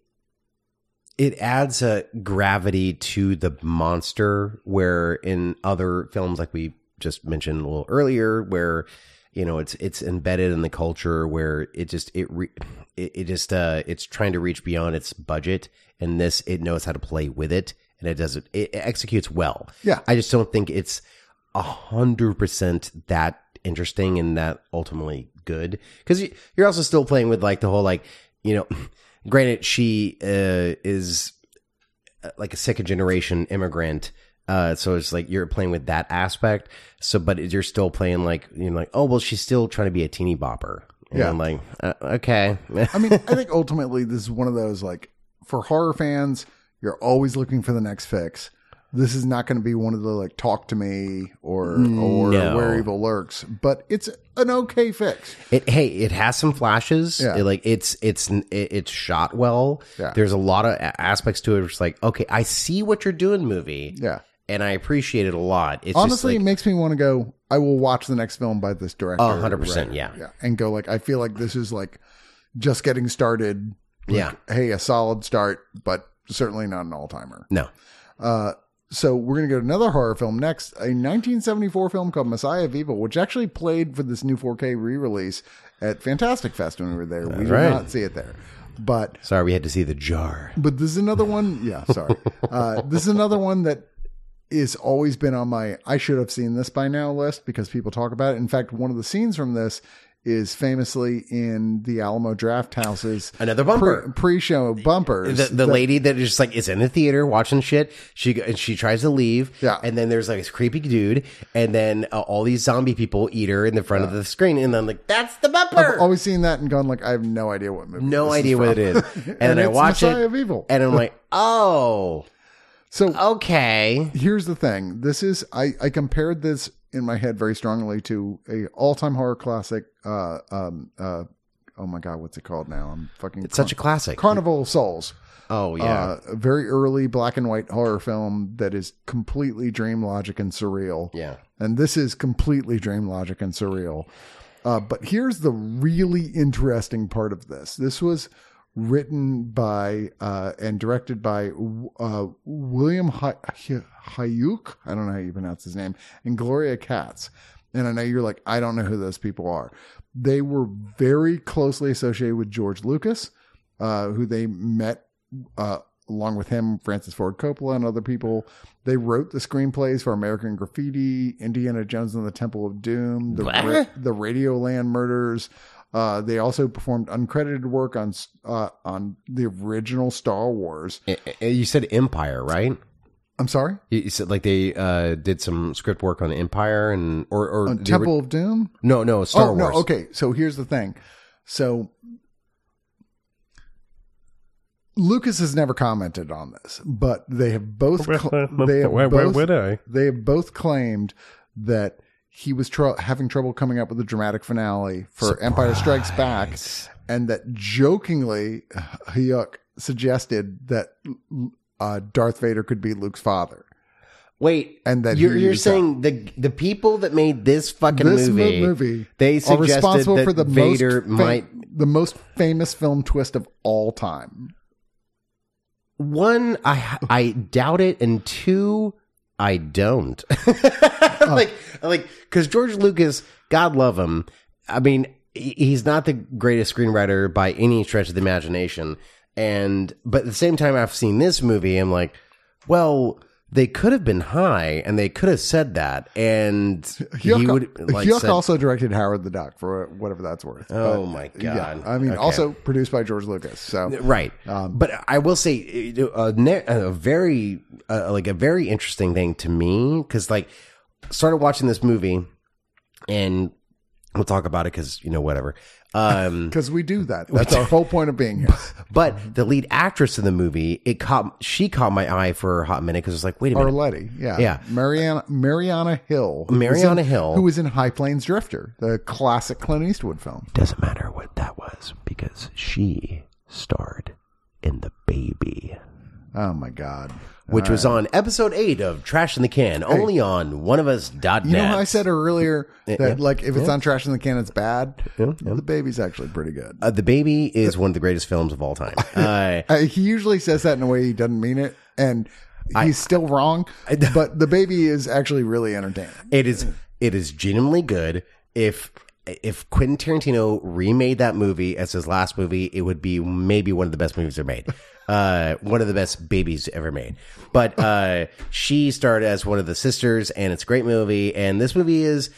[SPEAKER 2] it adds a gravity to the monster, where in other films, like we just mentioned a little earlier, where you know it's it's embedded in the culture, where it just it re, it, it just uh it's trying to reach beyond its budget, and this it knows how to play with it. and it does it, it executes well.
[SPEAKER 1] Yeah.
[SPEAKER 2] I just don't think it's a hundred percent that interesting and that ultimately good because you're also still playing with like the whole like you know, granted she uh, is uh, like a second generation immigrant. Uh, so it's like you're playing with that aspect. So, but you're still playing like you know, like oh well, she's still trying to be a teeny bopper. And
[SPEAKER 1] Yeah.
[SPEAKER 2] I'm like uh, okay,
[SPEAKER 1] I mean, I think ultimately this is one of those like for horror fans, you're always looking for the next fix. This is not going to be one of the like talk to me or or
[SPEAKER 2] No.
[SPEAKER 1] where evil lurks, but it's an okay fix.
[SPEAKER 2] It, hey, it has some flashes.
[SPEAKER 1] Yeah.
[SPEAKER 2] It, like it's it's it, it's shot well.
[SPEAKER 1] Yeah.
[SPEAKER 2] There's a lot of a- aspects to it. Where it's like okay, I see what you're doing, movie,
[SPEAKER 1] Yeah.
[SPEAKER 2] and I appreciate it a lot. It's
[SPEAKER 1] Honestly,
[SPEAKER 2] just
[SPEAKER 1] it
[SPEAKER 2] like,
[SPEAKER 1] makes me want to go. I will watch the next film by this director.
[SPEAKER 2] Oh, 100%,
[SPEAKER 1] or
[SPEAKER 2] yeah.
[SPEAKER 1] yeah, and go like I feel like this is like just getting started. Like,
[SPEAKER 2] Yeah.
[SPEAKER 1] hey, a solid start, but certainly not an all timer.
[SPEAKER 2] no,
[SPEAKER 1] Uh, so we're gonna go to another horror film next, a 1974 film called Messiah of Evil, which actually played for this new 4K re-release at Fantastic Fest when we were there. we did
[SPEAKER 2] right.
[SPEAKER 1] not see it there, but
[SPEAKER 2] sorry, we had to see the jar.
[SPEAKER 1] but this is another one. Yeah, sorry. Uh, this is another one that is always been on my I should have seen this by now list because people talk about it. In fact, one of the scenes from this is famously in the Alamo Draft House's
[SPEAKER 2] Another bumper.
[SPEAKER 1] pre, show bumpers.
[SPEAKER 2] The, the lady that is just like is in the theater watching shit. She and she tries to leave.
[SPEAKER 1] Yeah.
[SPEAKER 2] And then there's like this creepy dude, and then uh, all these zombie people eat her in the front of the screen, and then like that's the bumper.
[SPEAKER 1] I've always seen that and gone like I have no idea what movie.
[SPEAKER 2] no
[SPEAKER 1] this is
[SPEAKER 2] idea what it is. And, then I
[SPEAKER 1] it's
[SPEAKER 2] watch
[SPEAKER 1] Messiah
[SPEAKER 2] it,
[SPEAKER 1] of Evil.
[SPEAKER 2] and I'm like, oh,
[SPEAKER 1] So
[SPEAKER 2] okay.
[SPEAKER 1] here's the thing. This is I I compared this in my head very strongly to a all time horror classic. Uh, um, uh, oh my god, what's it called now? I'm fucking.
[SPEAKER 2] It's such a classic.
[SPEAKER 1] Carnival of Souls.
[SPEAKER 2] oh yeah,
[SPEAKER 1] Uh, a very early black and white horror film that is completely dream logic and surreal.
[SPEAKER 2] yeah.
[SPEAKER 1] And this is completely dream logic and surreal. Uh, but here's the really interesting part of this. This was written by uh, and directed by uh, William Hay- Hay- Hayuk. I don't know how you pronounce his name, and Gloria Katz. And I know you're like, I don't know who those people are. They were very closely associated with George Lucas, uh, who they met uh, along with him, Francis Ford Coppola, and other people. They wrote the screenplays for American Graffiti, Indiana Jones and the Temple of Doom, the,
[SPEAKER 2] What?
[SPEAKER 1] ra- the Radioland murders. Uh, they also performed uncredited work on s- uh, on the original Star Wars.
[SPEAKER 2] I- I- You said Empire, right?
[SPEAKER 1] I'm sorry,
[SPEAKER 2] You you said like they uh, did some script work on Empire and or or
[SPEAKER 1] on
[SPEAKER 2] the
[SPEAKER 1] Temple of Doom.
[SPEAKER 2] ori- no, no, Star
[SPEAKER 1] oh
[SPEAKER 2] Wars.
[SPEAKER 1] no, okay. So here's the thing. So Lucas has never commented on this, but they have both cl- they have
[SPEAKER 3] where, where
[SPEAKER 1] both
[SPEAKER 3] would I?
[SPEAKER 1] they have both claimed that he was tr- having trouble coming up with a dramatic finale for Empire Strikes Back, and that jokingly, Hyuk suggested that uh, Darth Vader could be Luke's father.
[SPEAKER 2] Wait,
[SPEAKER 1] And that
[SPEAKER 2] you're,
[SPEAKER 1] he
[SPEAKER 2] you're
[SPEAKER 1] is
[SPEAKER 2] saying the the people that made this fucking
[SPEAKER 1] This mo-
[SPEAKER 2] movie,
[SPEAKER 1] movie
[SPEAKER 2] they
[SPEAKER 1] Are
[SPEAKER 2] suggested
[SPEAKER 1] responsible
[SPEAKER 2] that
[SPEAKER 1] for the
[SPEAKER 2] Vader
[SPEAKER 1] most fam-
[SPEAKER 2] might
[SPEAKER 1] the most famous film twist of all time.
[SPEAKER 2] one. I I doubt it, and two, I don't.
[SPEAKER 1] Oh.
[SPEAKER 2] like like because George Lucas, God love him. I mean, he- he's not the greatest screenwriter by any stretch of the imagination, and but at the same time, I've seen this movie. I'm like, well. They could have been high, and they could have said that, and he
[SPEAKER 1] Hyuk,
[SPEAKER 2] would like
[SPEAKER 1] Hyuk
[SPEAKER 2] said-
[SPEAKER 1] also directed Howard the Duck for whatever that's worth.
[SPEAKER 2] Oh
[SPEAKER 1] But,
[SPEAKER 2] my
[SPEAKER 1] yeah,
[SPEAKER 2] god!
[SPEAKER 1] I mean,
[SPEAKER 2] Okay.
[SPEAKER 1] also produced by George Lucas. So
[SPEAKER 2] right.
[SPEAKER 4] Um,
[SPEAKER 2] but I will say uh, a, ne- a very uh, like a very interesting thing to me because like started watching this movie, and we'll talk about it because you know whatever. Um,
[SPEAKER 1] because we do that, that's our whole point of being here.
[SPEAKER 2] but the lead actress in the movie, it caught she caught my eye for a hot minute because it's like wait a minute,
[SPEAKER 1] Arletty, yeah,
[SPEAKER 2] Yeah.
[SPEAKER 1] Mariana Mariana Hill, who was
[SPEAKER 2] Mariana
[SPEAKER 1] in-
[SPEAKER 2] Hill.
[SPEAKER 1] who was in High Plains Drifter, the classic Clint Eastwood film.
[SPEAKER 4] Doesn't matter what that was because she starred in The Baby. Uh,
[SPEAKER 1] Oh my god!
[SPEAKER 2] which was on episode eight of Trash in the Can, only on oneofus.net.
[SPEAKER 1] You know how I said earlier that like if it's on Trash in the Can, it's bad. The baby's actually pretty good.
[SPEAKER 2] uh, the baby is one of the greatest films of all time. Uh,
[SPEAKER 1] Uh, he usually says that in a way he doesn't mean it, and he's still wrong. but the baby is actually really entertaining.
[SPEAKER 2] It is it is genuinely good. If if Quentin Tarantino remade that movie as his last movie, it would be maybe one of the best movies ever made. Uh, one of the best babies ever made. But uh, she starred as one of the sisters, and it's a great movie. And this movie is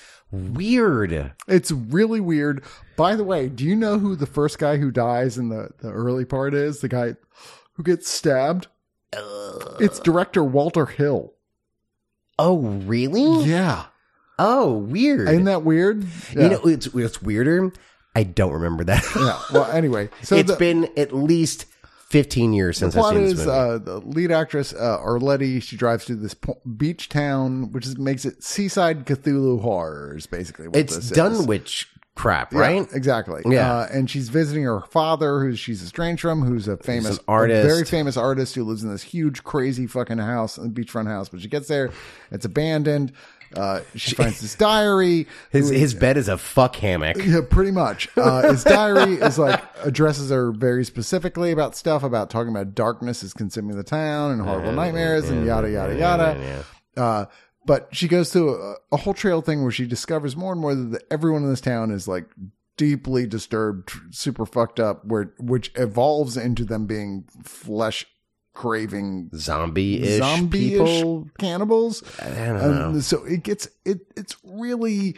[SPEAKER 2] weird.
[SPEAKER 1] It's really weird. By the way, do you know who the first guy who dies in the, the early part is? The guy who gets stabbed? It's director Walter Hill.
[SPEAKER 2] Oh, really?
[SPEAKER 1] Yeah.
[SPEAKER 2] Oh, weird.
[SPEAKER 1] Isn't that weird? Yeah.
[SPEAKER 2] You know, it's it's weirder. I don't remember that.
[SPEAKER 1] yeah. Well, anyway, so
[SPEAKER 2] It's
[SPEAKER 1] the,
[SPEAKER 2] been at least fifteen years since I've
[SPEAKER 1] plot
[SPEAKER 2] seen
[SPEAKER 1] is
[SPEAKER 2] this movie.
[SPEAKER 1] uh, the lead actress uh, Arletty. She drives through this po- beach town, which is, makes it seaside Cthulhu horrors. Basically, what
[SPEAKER 2] it's
[SPEAKER 1] this
[SPEAKER 2] done
[SPEAKER 1] is.
[SPEAKER 2] witch crap,
[SPEAKER 1] Yeah,
[SPEAKER 2] right?
[SPEAKER 1] exactly.
[SPEAKER 2] Yeah.
[SPEAKER 1] Uh, and she's visiting her father, who she's estranged from, who's a famous
[SPEAKER 2] an artist.
[SPEAKER 1] a very famous artist who lives in this huge, crazy fucking house, a beachfront house. But she gets there, it's abandoned. Uh, she finds this diary.
[SPEAKER 2] His his bed is a fuck hammock.
[SPEAKER 1] Yeah, pretty much. Uh, his diary is like addresses her very specifically about stuff about talking about darkness is consuming the town and horrible nightmares and yada yada yada. Uh, but she goes through a, a whole trail thing where she discovers more and more that everyone in this town is like deeply disturbed, tr- super fucked up, where which evolves into them being flesh craving
[SPEAKER 2] Zombie ish
[SPEAKER 1] zombie
[SPEAKER 2] people.
[SPEAKER 1] cannibals.
[SPEAKER 2] I don't
[SPEAKER 1] Um,
[SPEAKER 2] know.
[SPEAKER 1] so it gets it it's really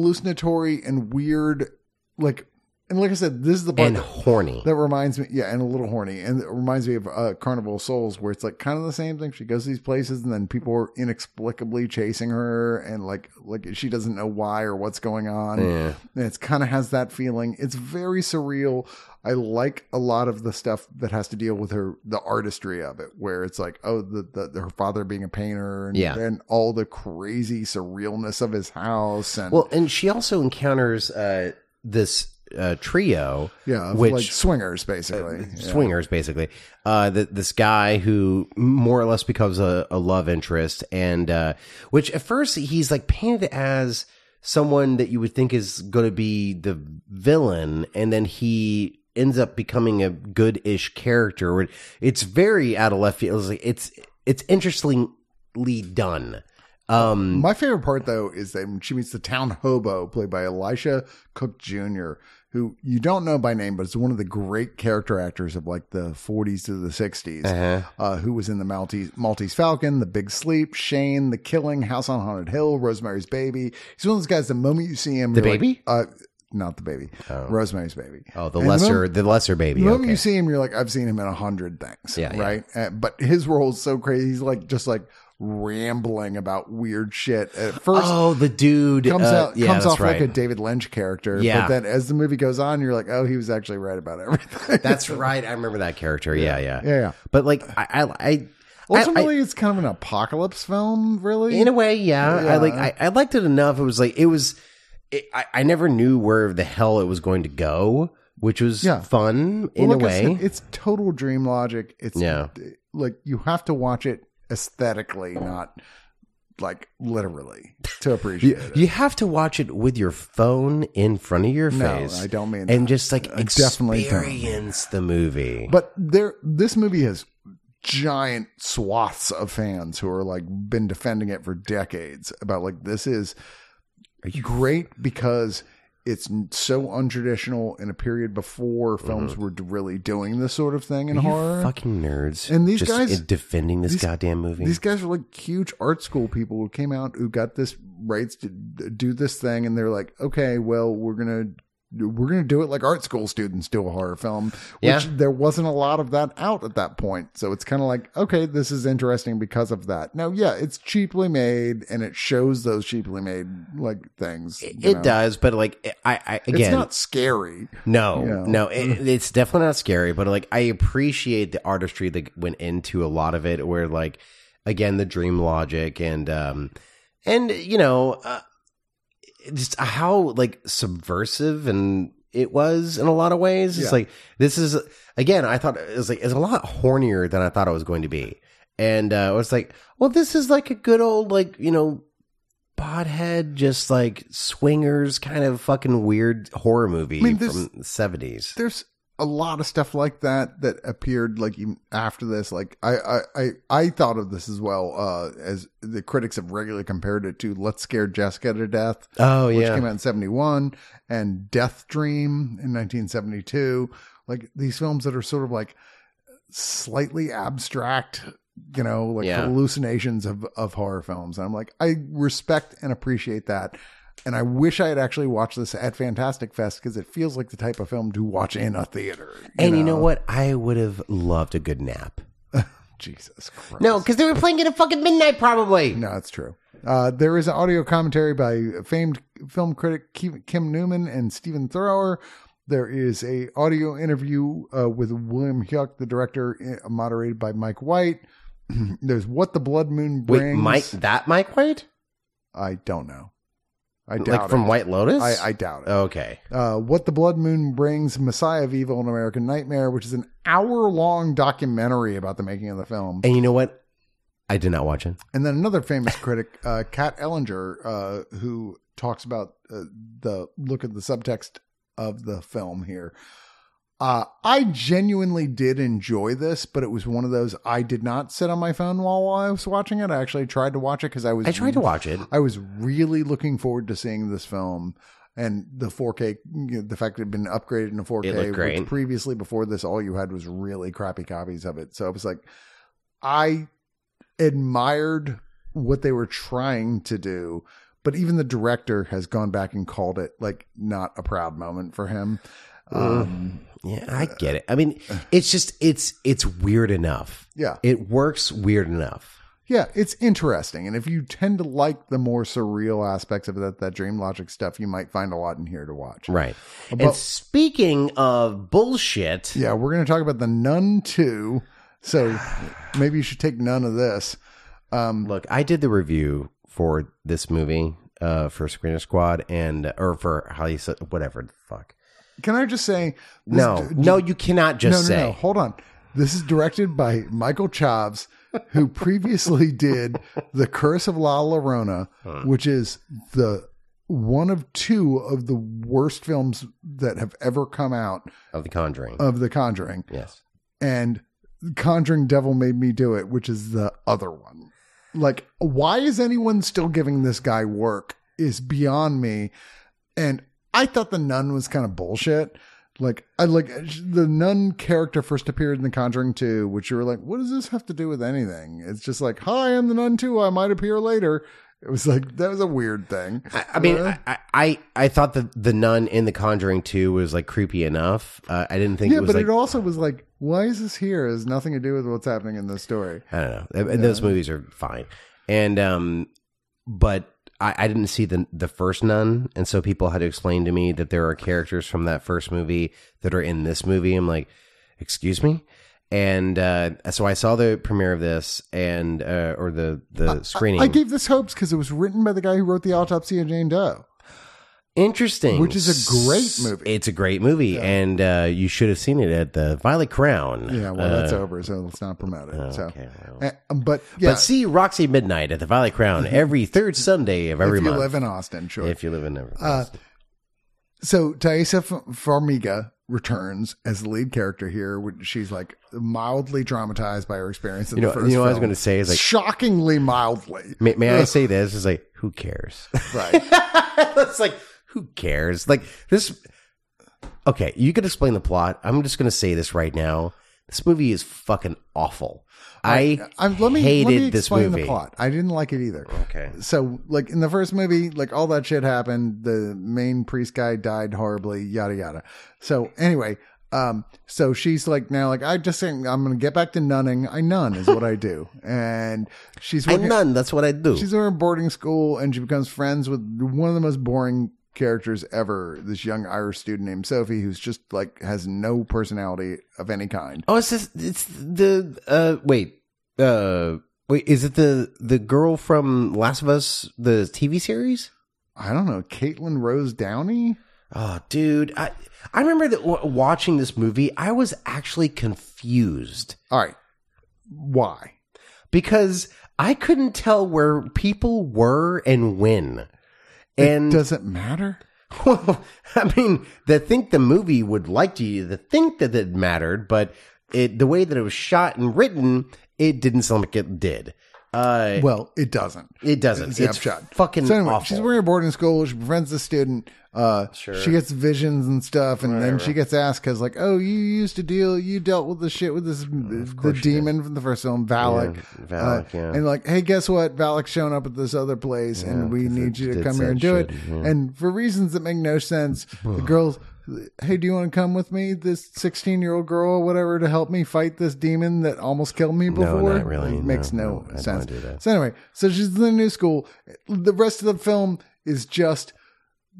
[SPEAKER 1] hallucinatory and weird like and like i said this is the part
[SPEAKER 2] and
[SPEAKER 1] that,
[SPEAKER 2] horny.
[SPEAKER 1] that reminds me yeah and a little horny and it reminds me of uh, carnival of souls where it's like kind of the same thing she goes to these places and then people are inexplicably chasing her and like like she doesn't know why or what's going on
[SPEAKER 2] Yeah.
[SPEAKER 1] and it's kind of has that feeling it's very surreal i like a lot of the stuff that has to deal with her the artistry of it where it's like oh the, the her father being a painter and,
[SPEAKER 2] Yeah.
[SPEAKER 1] and all the crazy surrealness of his house and
[SPEAKER 2] Well, and she also encounters uh, this uh, trio,
[SPEAKER 1] yeah of,
[SPEAKER 2] which Uh,
[SPEAKER 1] like swingers basically Yeah.
[SPEAKER 2] swingers basically. Uh, th- this guy who more or less becomes a, a love interest, and uh, which at first he's like painted as someone that you would think is going to be the villain, and then he ends up becoming a good-ish character. It's very out of left field. It's like- it's it's interestingly done. Um,
[SPEAKER 1] My favorite part, though, is that she meets the town hobo played by Elisha Cook Jr., who you don't know by name, but is one of the great character actors of like the 40s to the 60s,
[SPEAKER 2] Uh-huh.
[SPEAKER 1] uh who was in the Maltese, Maltese Falcon, The Big Sleep, Shane, The Killing, House on Haunted Hill, Rosemary's Baby. He's one of those guys, the moment you see him,
[SPEAKER 2] The
[SPEAKER 1] you're like,
[SPEAKER 2] baby?
[SPEAKER 1] uh, not the baby, Rosemary's Baby.
[SPEAKER 2] oh, the
[SPEAKER 1] And
[SPEAKER 2] lesser,
[SPEAKER 1] moment-
[SPEAKER 2] the lesser baby.
[SPEAKER 1] the moment
[SPEAKER 2] okay.
[SPEAKER 1] you see him, you're like, I've seen him in a hundred things,
[SPEAKER 2] Yeah, yeah.
[SPEAKER 1] right? Uh, but his role is so crazy. He's like just like rambling about weird shit. At first,
[SPEAKER 2] Oh, the dude
[SPEAKER 1] comes
[SPEAKER 2] uh,
[SPEAKER 1] out
[SPEAKER 2] yeah,
[SPEAKER 1] comes
[SPEAKER 2] that's
[SPEAKER 1] off
[SPEAKER 2] right.
[SPEAKER 1] like a David Lynch character.
[SPEAKER 2] Yeah.
[SPEAKER 1] But then as the movie goes on, you're like, oh, he was actually right about everything.
[SPEAKER 2] That's right. I remember that character. Yeah, yeah,
[SPEAKER 1] yeah, yeah.
[SPEAKER 2] But like, I, I, I
[SPEAKER 1] Ultimately, it's kind of an apocalypse film,
[SPEAKER 2] I-
[SPEAKER 1] really.
[SPEAKER 2] in a way, yeah. I
[SPEAKER 1] Yeah.
[SPEAKER 2] like, I, I liked it enough. It was like, it was. It, I, I never knew where the hell it was going to go, which was
[SPEAKER 1] Yeah.
[SPEAKER 2] fun in
[SPEAKER 1] Well,
[SPEAKER 2] a
[SPEAKER 1] like I
[SPEAKER 2] way.
[SPEAKER 1] said, it's total dream logic. It's
[SPEAKER 2] Yeah.
[SPEAKER 1] like you have to watch it aesthetically, not like literally, to appreciate it.
[SPEAKER 2] you have to watch it with your phone in front of your
[SPEAKER 1] No,
[SPEAKER 2] face.
[SPEAKER 1] I don't mean
[SPEAKER 2] and
[SPEAKER 1] that.
[SPEAKER 2] just like
[SPEAKER 1] I definitely don't.
[SPEAKER 2] experience the movie.
[SPEAKER 1] But there, this movie has giant swaths of fans who are like been defending it for decades about like this is great because it's n- so untraditional in a period before films were d- really doing this sort of thing in
[SPEAKER 2] Mm-hmm. you
[SPEAKER 1] horror.
[SPEAKER 2] fucking nerds,
[SPEAKER 1] And these
[SPEAKER 2] just
[SPEAKER 1] guys-
[SPEAKER 2] in defending this
[SPEAKER 1] these-
[SPEAKER 2] goddamn movie.
[SPEAKER 1] These guys are like huge art school people who came out who got this rights to d- do this thing, and they're like, okay, well, we're gonna we're gonna do it like art school students do a horror film. Which
[SPEAKER 2] Yeah.
[SPEAKER 1] there wasn't a lot of that out at that point, so it's kind of like, okay, this is interesting because of that. Now, yeah, it's cheaply made, and it shows those cheaply made like things.
[SPEAKER 2] it,
[SPEAKER 1] you
[SPEAKER 2] it
[SPEAKER 1] know.
[SPEAKER 2] does, but like, I, I again,
[SPEAKER 1] It's not scary.
[SPEAKER 2] No,
[SPEAKER 1] you know.
[SPEAKER 2] no, it, it's definitely not scary, but like I appreciate the artistry that went into a lot of it. Where like again the dream logic and um and you know uh, just how like subversive and it was in a lot of ways. It's
[SPEAKER 1] Yeah.
[SPEAKER 2] like this is again I thought it was like it's a lot hornier than I thought it was going to be, and uh, I was like, well, this is like a good old like you know. Bothead, just like swingers, kind of fucking weird horror movie
[SPEAKER 1] I mean, this-
[SPEAKER 2] from the 70s.
[SPEAKER 1] There's a lot of stuff like that that appeared like even after this. Like I, I, I, I thought of this as well uh, as the critics have regularly compared it to "Let's Scare Jessica to Death,"
[SPEAKER 2] Oh
[SPEAKER 1] which
[SPEAKER 2] yeah.
[SPEAKER 1] came out in '71, and "Death Dream" in 1972. Like these films that are sort of like slightly abstract, you know, like
[SPEAKER 2] Yeah.
[SPEAKER 1] hallucinations of of horror films. And I'm like, I respect and appreciate that. And I wish I had actually watched this at Fantastic Fest because it feels like the type of film to watch in a theater.
[SPEAKER 2] and you know what? I would have loved a good nap.
[SPEAKER 1] Jesus Christ.
[SPEAKER 2] No, because they were playing it at fucking midnight, probably.
[SPEAKER 1] No, it's true. Uh, there is an audio commentary by famed film critic Kim Kim Newman and Stephen Thrower. There is a audio interview uh, with William Hyuk, the director, uh, moderated by Mike White. There's what the Blood Moon
[SPEAKER 2] Wait,
[SPEAKER 1] brings.
[SPEAKER 2] Mike, that Mike White,
[SPEAKER 1] I don't know. I doubt
[SPEAKER 2] like from
[SPEAKER 1] it.
[SPEAKER 2] White Lotus.
[SPEAKER 1] I, I doubt it.
[SPEAKER 2] okay.
[SPEAKER 1] Uh, what the Blood Moon brings, Messiah of Evil and American Nightmare, which is an hour-long documentary about the making of the film.
[SPEAKER 2] And you know what? I did not watch it.
[SPEAKER 1] And then another famous critic, uh, Kat Ellinger, uh, who talks about uh, the look at the subtext of the film here. Uh, I genuinely did enjoy this, but it was one of those I did not sit on my phone while, while I was watching it. I actually tried to watch it because I was
[SPEAKER 2] I tried to watch it.
[SPEAKER 1] I was really looking forward to seeing this film and the 4K, you know, the fact that it had been upgraded into 4K.
[SPEAKER 2] It looked great.
[SPEAKER 1] Which previously, before this, all you had was really crappy copies of it. So it was like, I admired what they were trying to do. But even the director has gone back and called it like not a proud moment for him. Um,
[SPEAKER 2] Yeah, I get it. I mean, it's just it's it's weird enough.
[SPEAKER 1] yeah.
[SPEAKER 2] It works weird enough.
[SPEAKER 1] Yeah, it's interesting. And if you tend to like the more surreal aspects of that, that dream logic stuff, you might find a lot in here to watch.
[SPEAKER 2] Right. and
[SPEAKER 1] About-
[SPEAKER 2] speaking of bullshit,
[SPEAKER 1] Yeah, we're going to talk about the Nun 2. So maybe you should take none of this. Um,
[SPEAKER 2] look, I did the review for this movie uh for Screener Squad and or for how you said whatever the fuck.
[SPEAKER 1] can I just say this
[SPEAKER 2] No.
[SPEAKER 1] d-
[SPEAKER 2] no, you cannot just
[SPEAKER 1] no, no,
[SPEAKER 2] say.
[SPEAKER 1] no. Hold on. This is directed by Michael Chavs, who previously did The Curse of La Llorona, which is the one of two of the worst films that have ever come out
[SPEAKER 2] Of The Conjuring.
[SPEAKER 1] of The Conjuring.
[SPEAKER 2] yes.
[SPEAKER 1] and Conjuring Devil Made Me Do It, which is the other one. Like, why is anyone still giving this guy work is beyond me. And I thought the nun was kind of bullshit. Like, I like the nun character first appeared in The Conjuring 2, which you were like, what does this have to do with anything? It's just like, hi, I'm the nun too. I might appear later. It was like, that was a weird thing.
[SPEAKER 2] I, I mean,
[SPEAKER 1] Uh,
[SPEAKER 2] I, I- I I thought that the nun in The Conjuring 2 was like creepy enough. Uh, I didn't think
[SPEAKER 1] yeah,
[SPEAKER 2] it was
[SPEAKER 1] but
[SPEAKER 2] like
[SPEAKER 1] it also was like, why is this here? It has nothing to do with what's happening in this story.
[SPEAKER 2] I don't know. Th- Those movies are fine, and um, but I, I didn't see the the first Nun, and so people had to explain to me that there are characters from that first movie that are in this movie. I'm like, excuse me, and uh, so I saw the premiere of this and uh, or the the screening.
[SPEAKER 1] I gave this hopes because it was written by the guy who wrote the autopsy of Jane Doe.
[SPEAKER 2] Interesting,
[SPEAKER 1] which is a great movie.
[SPEAKER 2] It's a great movie, and uh, you should have seen it at the Violet Crown.
[SPEAKER 1] Yeah, well,
[SPEAKER 2] Uh,
[SPEAKER 1] that's over, so let's not promote it.
[SPEAKER 2] okay,
[SPEAKER 1] so,
[SPEAKER 2] well.
[SPEAKER 1] Uh, but yeah, Mm-hmm.
[SPEAKER 2] But see Roxy Midnight at the Violet Crown every third Sunday of every
[SPEAKER 1] if you
[SPEAKER 2] month.
[SPEAKER 1] live in Austin, sure.
[SPEAKER 2] if you live in Never.
[SPEAKER 1] Uh, so Thaisa F- Farmiga returns as the lead character here. which She's like mildly traumatized by her experience. In
[SPEAKER 2] You know,
[SPEAKER 1] the
[SPEAKER 2] you
[SPEAKER 1] first
[SPEAKER 2] know what I was
[SPEAKER 1] film.
[SPEAKER 2] going to say is like,
[SPEAKER 1] shockingly mildly.
[SPEAKER 2] may, may I say this? It's like, who cares?
[SPEAKER 1] Right.
[SPEAKER 2] it's like, who cares? Like this. Okay, you could explain the plot. I'm just going to say this right now. This movie is fucking awful. I,
[SPEAKER 1] I'm, let me
[SPEAKER 2] hated
[SPEAKER 1] let me
[SPEAKER 2] this
[SPEAKER 1] explain
[SPEAKER 2] movie.
[SPEAKER 1] the plot. I didn't like it either.
[SPEAKER 2] Okay.
[SPEAKER 1] so like in the first movie like all that shit happened the main priest guy died horribly yada yada so anyway um so she's like now like i just think i'm gonna get back to nunning i nun is what i do and she's
[SPEAKER 2] I
[SPEAKER 1] working,
[SPEAKER 2] none. That's what I do.
[SPEAKER 1] she's in her boarding school and she becomes friends with one of the most boring characters ever this young irish student named sophie who's just like has no personality of any kind
[SPEAKER 2] Oh, it's this, it's the uh wait uh wait is it the the girl from Last of Us the TV series?
[SPEAKER 1] i don't know caitlin rose downey
[SPEAKER 2] Oh, dude, I I remember that w- watching this movie, I was actually confused.
[SPEAKER 1] all right why
[SPEAKER 2] because I couldn't tell where people were and when.
[SPEAKER 1] it
[SPEAKER 2] And
[SPEAKER 1] doesn't matter
[SPEAKER 2] Well, I mean, the think the movie would like to you to think that it mattered, but it the way that it was shot and written, it didn't sound like it did. Uh,
[SPEAKER 1] Well, it doesn't.
[SPEAKER 2] it doesn't.
[SPEAKER 1] the
[SPEAKER 2] It's
[SPEAKER 1] upshot.
[SPEAKER 2] fucking
[SPEAKER 1] So anyway,
[SPEAKER 2] awful.
[SPEAKER 1] she's wearing a boarding school. She befriends the student. Uh, She gets visions and stuff, and then she gets asked because, like, oh, you used to deal, you dealt with the shit with this the demon from the first film, Valak. Uh,
[SPEAKER 2] Yeah, Valak, yeah.
[SPEAKER 1] And like, hey, guess what? Valak's shown up at this other place, and we need you to
[SPEAKER 2] did
[SPEAKER 1] come here
[SPEAKER 2] that
[SPEAKER 1] and do
[SPEAKER 2] shit,
[SPEAKER 1] it. And for reasons that make no sense, the girls. Hey, do you want to come with me, this sixteen-year-old girl, or whatever, to help me fight this demon that almost killed me before?
[SPEAKER 2] not really.
[SPEAKER 1] It makes
[SPEAKER 2] No,
[SPEAKER 1] no,
[SPEAKER 2] no, I don't
[SPEAKER 1] sense.
[SPEAKER 2] wanna do that.
[SPEAKER 1] So anyway, so she's in the new school. The rest of the film is just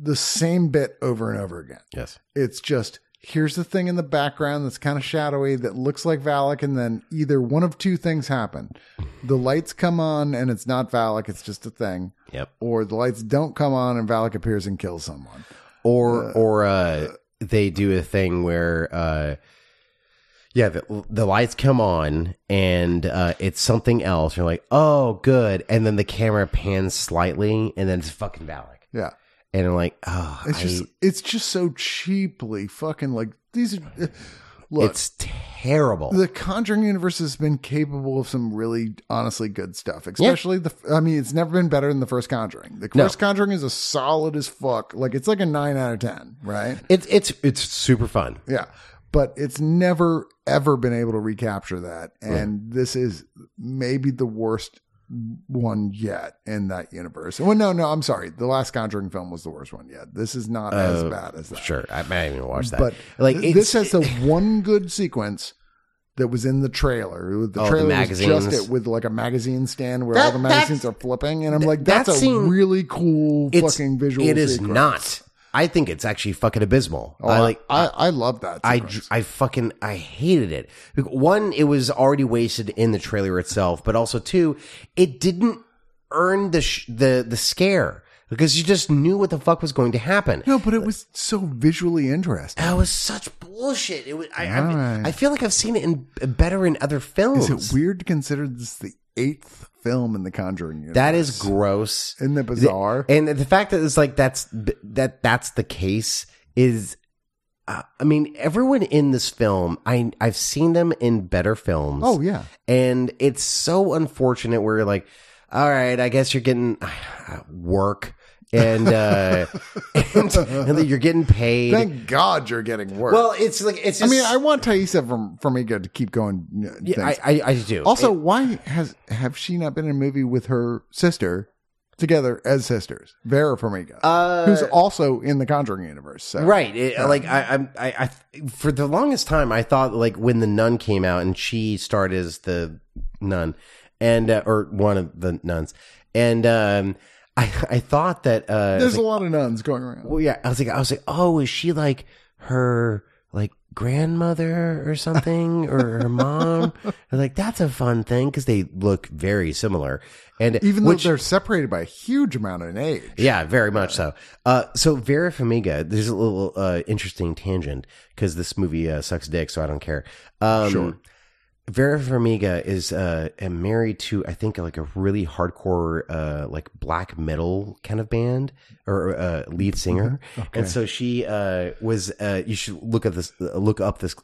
[SPEAKER 1] the same bit over and over again.
[SPEAKER 2] yes.
[SPEAKER 1] It's just here's the thing in the background that's kind of shadowy that looks like Valak, and then either one of two things happen: the lights come on and it's not Valak; it's just a thing,
[SPEAKER 2] Yep.
[SPEAKER 1] or the lights don't come on and Valak appears and kills someone.
[SPEAKER 2] or or uh, they do a thing where uh, yeah the, the lights come on and uh, it's something else you're like oh good and then the camera pans slightly and then it's fucking Valak
[SPEAKER 1] Yeah,
[SPEAKER 2] and I'm like oh
[SPEAKER 1] it's
[SPEAKER 2] I-
[SPEAKER 1] just it's just so cheaply fucking like these are. Look,
[SPEAKER 2] it's terrible
[SPEAKER 1] The Conjuring universe has been capable of some really, honestly good stuff. Especially the, I mean, it's never been better than the first Conjuring. The
[SPEAKER 2] No.
[SPEAKER 1] first Conjuring is a solid as fuck. Like it's like a nine out of ten, right?
[SPEAKER 2] it's it's it's super fun
[SPEAKER 1] Yeah, but it's never ever been able to recapture that, and this is maybe the worst one yet in that universe. Well, no, no, I'm sorry. The last Conjuring film was the worst one yet. This is not as
[SPEAKER 2] Uh,
[SPEAKER 1] bad as that.
[SPEAKER 2] sure I might even watch that
[SPEAKER 1] But
[SPEAKER 2] like
[SPEAKER 1] th-
[SPEAKER 2] it's,
[SPEAKER 1] this has the one good sequence that was in the trailer. The
[SPEAKER 2] Oh, the
[SPEAKER 1] trailer was
[SPEAKER 2] magazines.
[SPEAKER 1] just it with like a magazine stand where
[SPEAKER 2] That-
[SPEAKER 1] all the magazines are
[SPEAKER 2] that's-
[SPEAKER 1] flipping, and I'm
[SPEAKER 2] th-
[SPEAKER 1] like, that's
[SPEAKER 2] that
[SPEAKER 1] a
[SPEAKER 2] scene-
[SPEAKER 1] really cool
[SPEAKER 2] it's-
[SPEAKER 1] fucking visual.
[SPEAKER 2] it is
[SPEAKER 1] sequence.
[SPEAKER 2] not I think it's actually fucking abysmal
[SPEAKER 1] Oh,
[SPEAKER 2] I like
[SPEAKER 1] I, I love that.
[SPEAKER 2] I,
[SPEAKER 1] sequence.
[SPEAKER 2] I fucking I hated it. One, it was already wasted in the trailer itself, but also two, it didn't earn the sh- the the scare because you just knew what the fuck was going to happen.
[SPEAKER 1] no, but it was so visually interesting.
[SPEAKER 2] That was such bullshit. It was. I, I,
[SPEAKER 1] Alright.
[SPEAKER 2] I feel like I've seen it in uh, better in other films.
[SPEAKER 1] Is it weird to consider this the eighth film in the Conjuring universe?
[SPEAKER 2] That is gross.
[SPEAKER 1] Isn't that bizarre?
[SPEAKER 2] and the fact that it's like that's that that's the case is uh, i mean everyone in this film i i've seen them in better films
[SPEAKER 1] Oh, yeah.
[SPEAKER 2] and it's so unfortunate where you're like all right i guess you're getting work and uh and, and that you're getting paid
[SPEAKER 1] Thank God you're getting work.
[SPEAKER 2] well it's like it's
[SPEAKER 1] I
[SPEAKER 2] just
[SPEAKER 1] mean, I want Thaisa from Formiga to keep going. uh,
[SPEAKER 2] yeah,
[SPEAKER 1] things.
[SPEAKER 2] I, I i do
[SPEAKER 1] Also,
[SPEAKER 2] It-
[SPEAKER 1] why has have she not been in a movie with her sister together as sisters, Vera Farmiga,
[SPEAKER 2] Uh,
[SPEAKER 1] who's also in the Conjuring universe? So.
[SPEAKER 2] Right, It- like I, I'm- I, I, for the longest time, I thought like when the nun came out and she starred as the nun, and uh, or one of the nuns, and um, I, I thought that uh,
[SPEAKER 1] There's
[SPEAKER 2] like-
[SPEAKER 1] a lot of nuns going around.
[SPEAKER 2] well, yeah, I was like, I was like, oh, is she like her like grandmother or something, or her mom? I was like, that's a fun thing because they look very similar, and
[SPEAKER 1] Even though
[SPEAKER 2] which-
[SPEAKER 1] they're separated by a huge amount in age.
[SPEAKER 2] yeah, very much so. Uh, so Vera Farmiga, there's a little uh, interesting tangent because this movie uh, sucks dick, so I don't care. Um, sure. Vera Farmiga is uh, married to, I think, like a really hardcore, uh, like black metal kind of band or uh, lead singer, and so she uh, was. Uh, you should look at this, uh, look up this,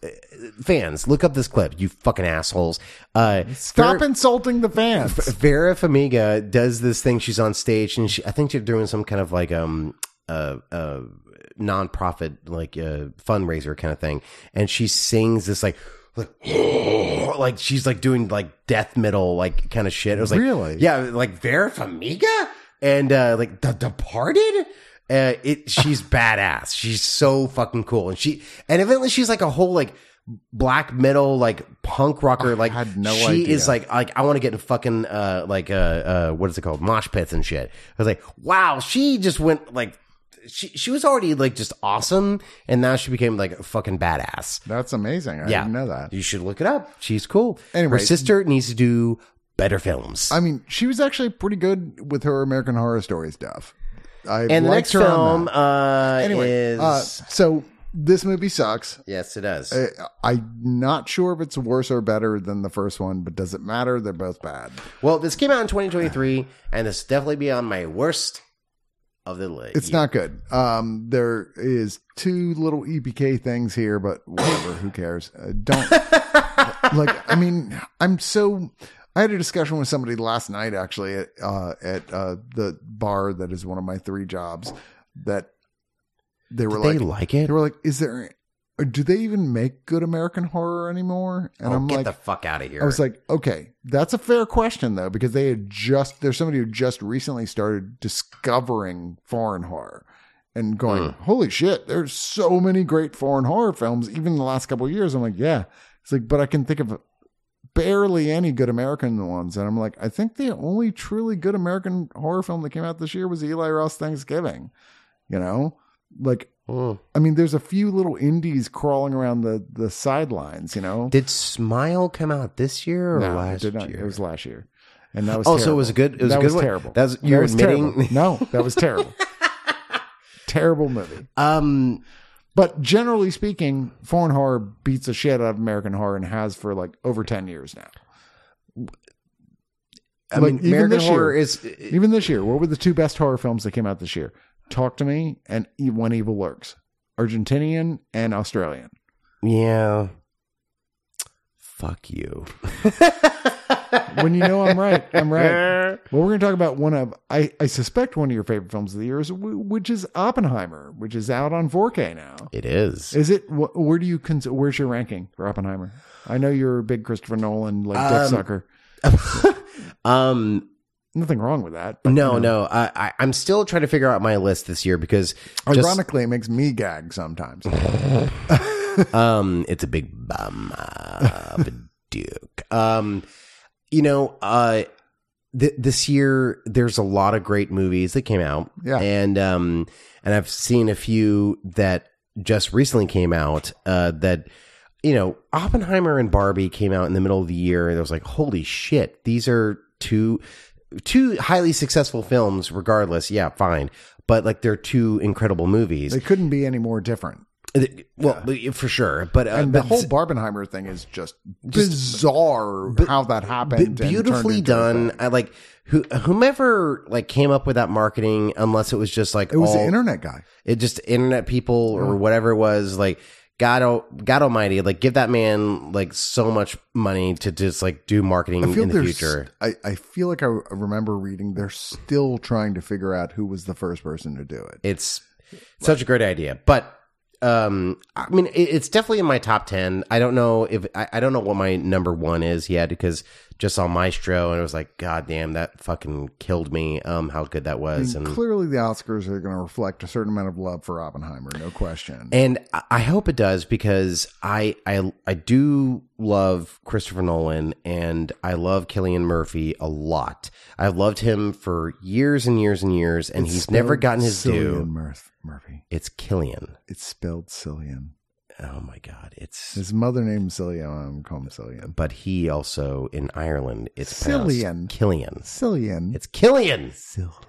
[SPEAKER 2] fans, look up this clip, you fucking assholes. Uh,
[SPEAKER 1] Stop
[SPEAKER 2] Vera-
[SPEAKER 1] insulting the fans.
[SPEAKER 2] Vera Famiga does this thing. She's on stage, and she, I think they're doing some kind of like um uh uh nonprofit like uh, fundraiser kind of thing, and she sings this like. Like, like she's like doing like death metal like kind of shit. It was like
[SPEAKER 1] Really?
[SPEAKER 2] yeah, like Vera Famiga and uh, like The Departed. Uh, it she's badass. She's so fucking cool, and she and evidently she's like a whole like black metal like punk rocker. like
[SPEAKER 1] had no
[SPEAKER 2] she
[SPEAKER 1] idea.
[SPEAKER 2] is like like I want to get in fucking uh like uh uh what is it called mosh pits and shit. I was like, wow, she just went like she she was already like just awesome, and now she became like a fucking badass.
[SPEAKER 1] That's amazing. I didn't know that.
[SPEAKER 2] You should look it up. She's cool.
[SPEAKER 1] Anyway.
[SPEAKER 2] her sister needs to do better films.
[SPEAKER 1] I mean, she was actually pretty good with her American Horror Story stuff. I
[SPEAKER 2] and the
[SPEAKER 1] liked
[SPEAKER 2] next
[SPEAKER 1] her on
[SPEAKER 2] film
[SPEAKER 1] that.
[SPEAKER 2] uh,
[SPEAKER 1] anyway,
[SPEAKER 2] is
[SPEAKER 1] uh, so this movie sucks.
[SPEAKER 2] yes, it does.
[SPEAKER 1] I, Uh, I'm not sure if it's worse or better than the first one, but does it matter? They're both bad.
[SPEAKER 2] well, this came out in 2023, and this will definitely be on my worst of the lake.
[SPEAKER 1] It's not good. Um, there is two little EPK things here, but whatever. who cares? Uh, don't like. I mean, I'm so. I had a discussion with somebody last night actually at uh, at uh, the bar that is one of my three jobs. That they were
[SPEAKER 2] Did
[SPEAKER 1] like,
[SPEAKER 2] they like it?
[SPEAKER 1] they were like, is there? Do they even make good American horror anymore? And
[SPEAKER 2] oh,
[SPEAKER 1] I'm
[SPEAKER 2] get
[SPEAKER 1] like,
[SPEAKER 2] the fuck out of here.
[SPEAKER 1] I was like, okay, that's a fair question though, because they had just there's somebody who just recently started discovering foreign horror and going, holy shit, there's so many great foreign horror films, even in the last couple of years. I'm like, yeah. It's like, but I can think of barely any good American ones. And I'm like, I think the only truly good American horror film that came out this year was Eli Ross Thanksgiving. You know? Like
[SPEAKER 2] Mm.
[SPEAKER 1] I mean, there's a few little indies crawling around the the sidelines, you know.
[SPEAKER 2] did Smile come out this year or
[SPEAKER 1] No,
[SPEAKER 2] last
[SPEAKER 1] it did not.
[SPEAKER 2] year?
[SPEAKER 1] It was last year, and that was
[SPEAKER 2] Oh,
[SPEAKER 1] terrible.
[SPEAKER 2] so it was a good- it was a
[SPEAKER 1] that
[SPEAKER 2] good
[SPEAKER 1] was
[SPEAKER 2] one?
[SPEAKER 1] terrible.
[SPEAKER 2] That was- you're
[SPEAKER 1] was
[SPEAKER 2] admitting-
[SPEAKER 1] terrible. no, that was terrible. terrible movie.
[SPEAKER 2] um,
[SPEAKER 1] But generally speaking, foreign horror beats the shit out of American horror and has for like over ten years now.
[SPEAKER 2] I
[SPEAKER 1] Like,
[SPEAKER 2] mean,
[SPEAKER 1] even
[SPEAKER 2] American
[SPEAKER 1] this year-
[SPEAKER 2] Horror is
[SPEAKER 1] Even this year, what were the two best horror films that came out this year? Talk to Me and E- When Evil Lurks, Argentinian and Australian.
[SPEAKER 2] yeah. Fuck you.
[SPEAKER 1] When you know I'm right, I'm right. Well, we're going to talk about one of I, I suspect one of your favorite films of the year is wh- which is Oppenheimer, which is out on 4K now.
[SPEAKER 2] It is.
[SPEAKER 1] Is it? Wh- where do you? Cons- where's your ranking for Oppenheimer? I know you're a big Christopher Nolan like
[SPEAKER 2] Um,
[SPEAKER 1] dick sucker.
[SPEAKER 2] um,
[SPEAKER 1] Nothing wrong with that. but,
[SPEAKER 2] no,
[SPEAKER 1] you know.
[SPEAKER 2] no. I, I, I'm still trying to figure out my list this year because just-
[SPEAKER 1] Ironically, it makes me gag sometimes.
[SPEAKER 2] um, it's a big bum of a duke. Um, you know, uh, th- this year there's a lot of great movies that came out.
[SPEAKER 1] Yeah.
[SPEAKER 2] and um, and I've seen a few that just recently came out. Uh, that you know, Oppenheimer and Barbie came out in the middle of the year, and I was like, holy shit, these are two two highly successful films. Regardless, yeah, fine. But like they're two incredible movies.
[SPEAKER 1] they couldn't be any more different.
[SPEAKER 2] well, for sure. But uh,
[SPEAKER 1] And the
[SPEAKER 2] but
[SPEAKER 1] whole Barbenheimer thing is just, bizarre how that
[SPEAKER 2] Be-
[SPEAKER 1] happened. and
[SPEAKER 2] beautifully
[SPEAKER 1] turned into a
[SPEAKER 2] done.
[SPEAKER 1] thing.
[SPEAKER 2] I like who, whomever like came up with that marketing, unless it was just like
[SPEAKER 1] It was
[SPEAKER 2] all,
[SPEAKER 1] the internet guy.
[SPEAKER 2] it just internet people or whatever it was. Like God, al- God Almighty, like give that man like so much money to just like do marketing
[SPEAKER 1] I feel
[SPEAKER 2] in the
[SPEAKER 1] there's.
[SPEAKER 2] future.
[SPEAKER 1] I, I feel like I remember reading they're still trying to figure out who was the first person to do it.
[SPEAKER 2] It's such a great idea, but. Um, I mean, it, it's definitely in my top ten. I don't know if I, I don't know what my number one is yet because just saw Maestro and it was like, God damn, that fucking killed me. Um, how good that
[SPEAKER 1] I
[SPEAKER 2] was.
[SPEAKER 1] mean,
[SPEAKER 2] and
[SPEAKER 1] clearly, the Oscars are going to reflect a certain amount of love for Oppenheimer, no question.
[SPEAKER 2] And I- I hope it does because I I I do love Christopher Nolan and I love Killian Murphy a lot. I've loved him for years and years and years, and
[SPEAKER 1] It's
[SPEAKER 2] he's never
[SPEAKER 1] spelled
[SPEAKER 2] gotten his
[SPEAKER 1] Cillian
[SPEAKER 2] due.
[SPEAKER 1] Murph- Murphy.
[SPEAKER 2] It's Killian.
[SPEAKER 1] It's spelled Cillian.
[SPEAKER 2] Oh my God! It's
[SPEAKER 1] His mother named Cillian. I'm gonna call him Cillian.
[SPEAKER 2] but he also in Ireland. It's
[SPEAKER 1] Cillian.
[SPEAKER 2] pronounced Killian.
[SPEAKER 1] Cillian.
[SPEAKER 2] It's Killian.
[SPEAKER 1] Cillian.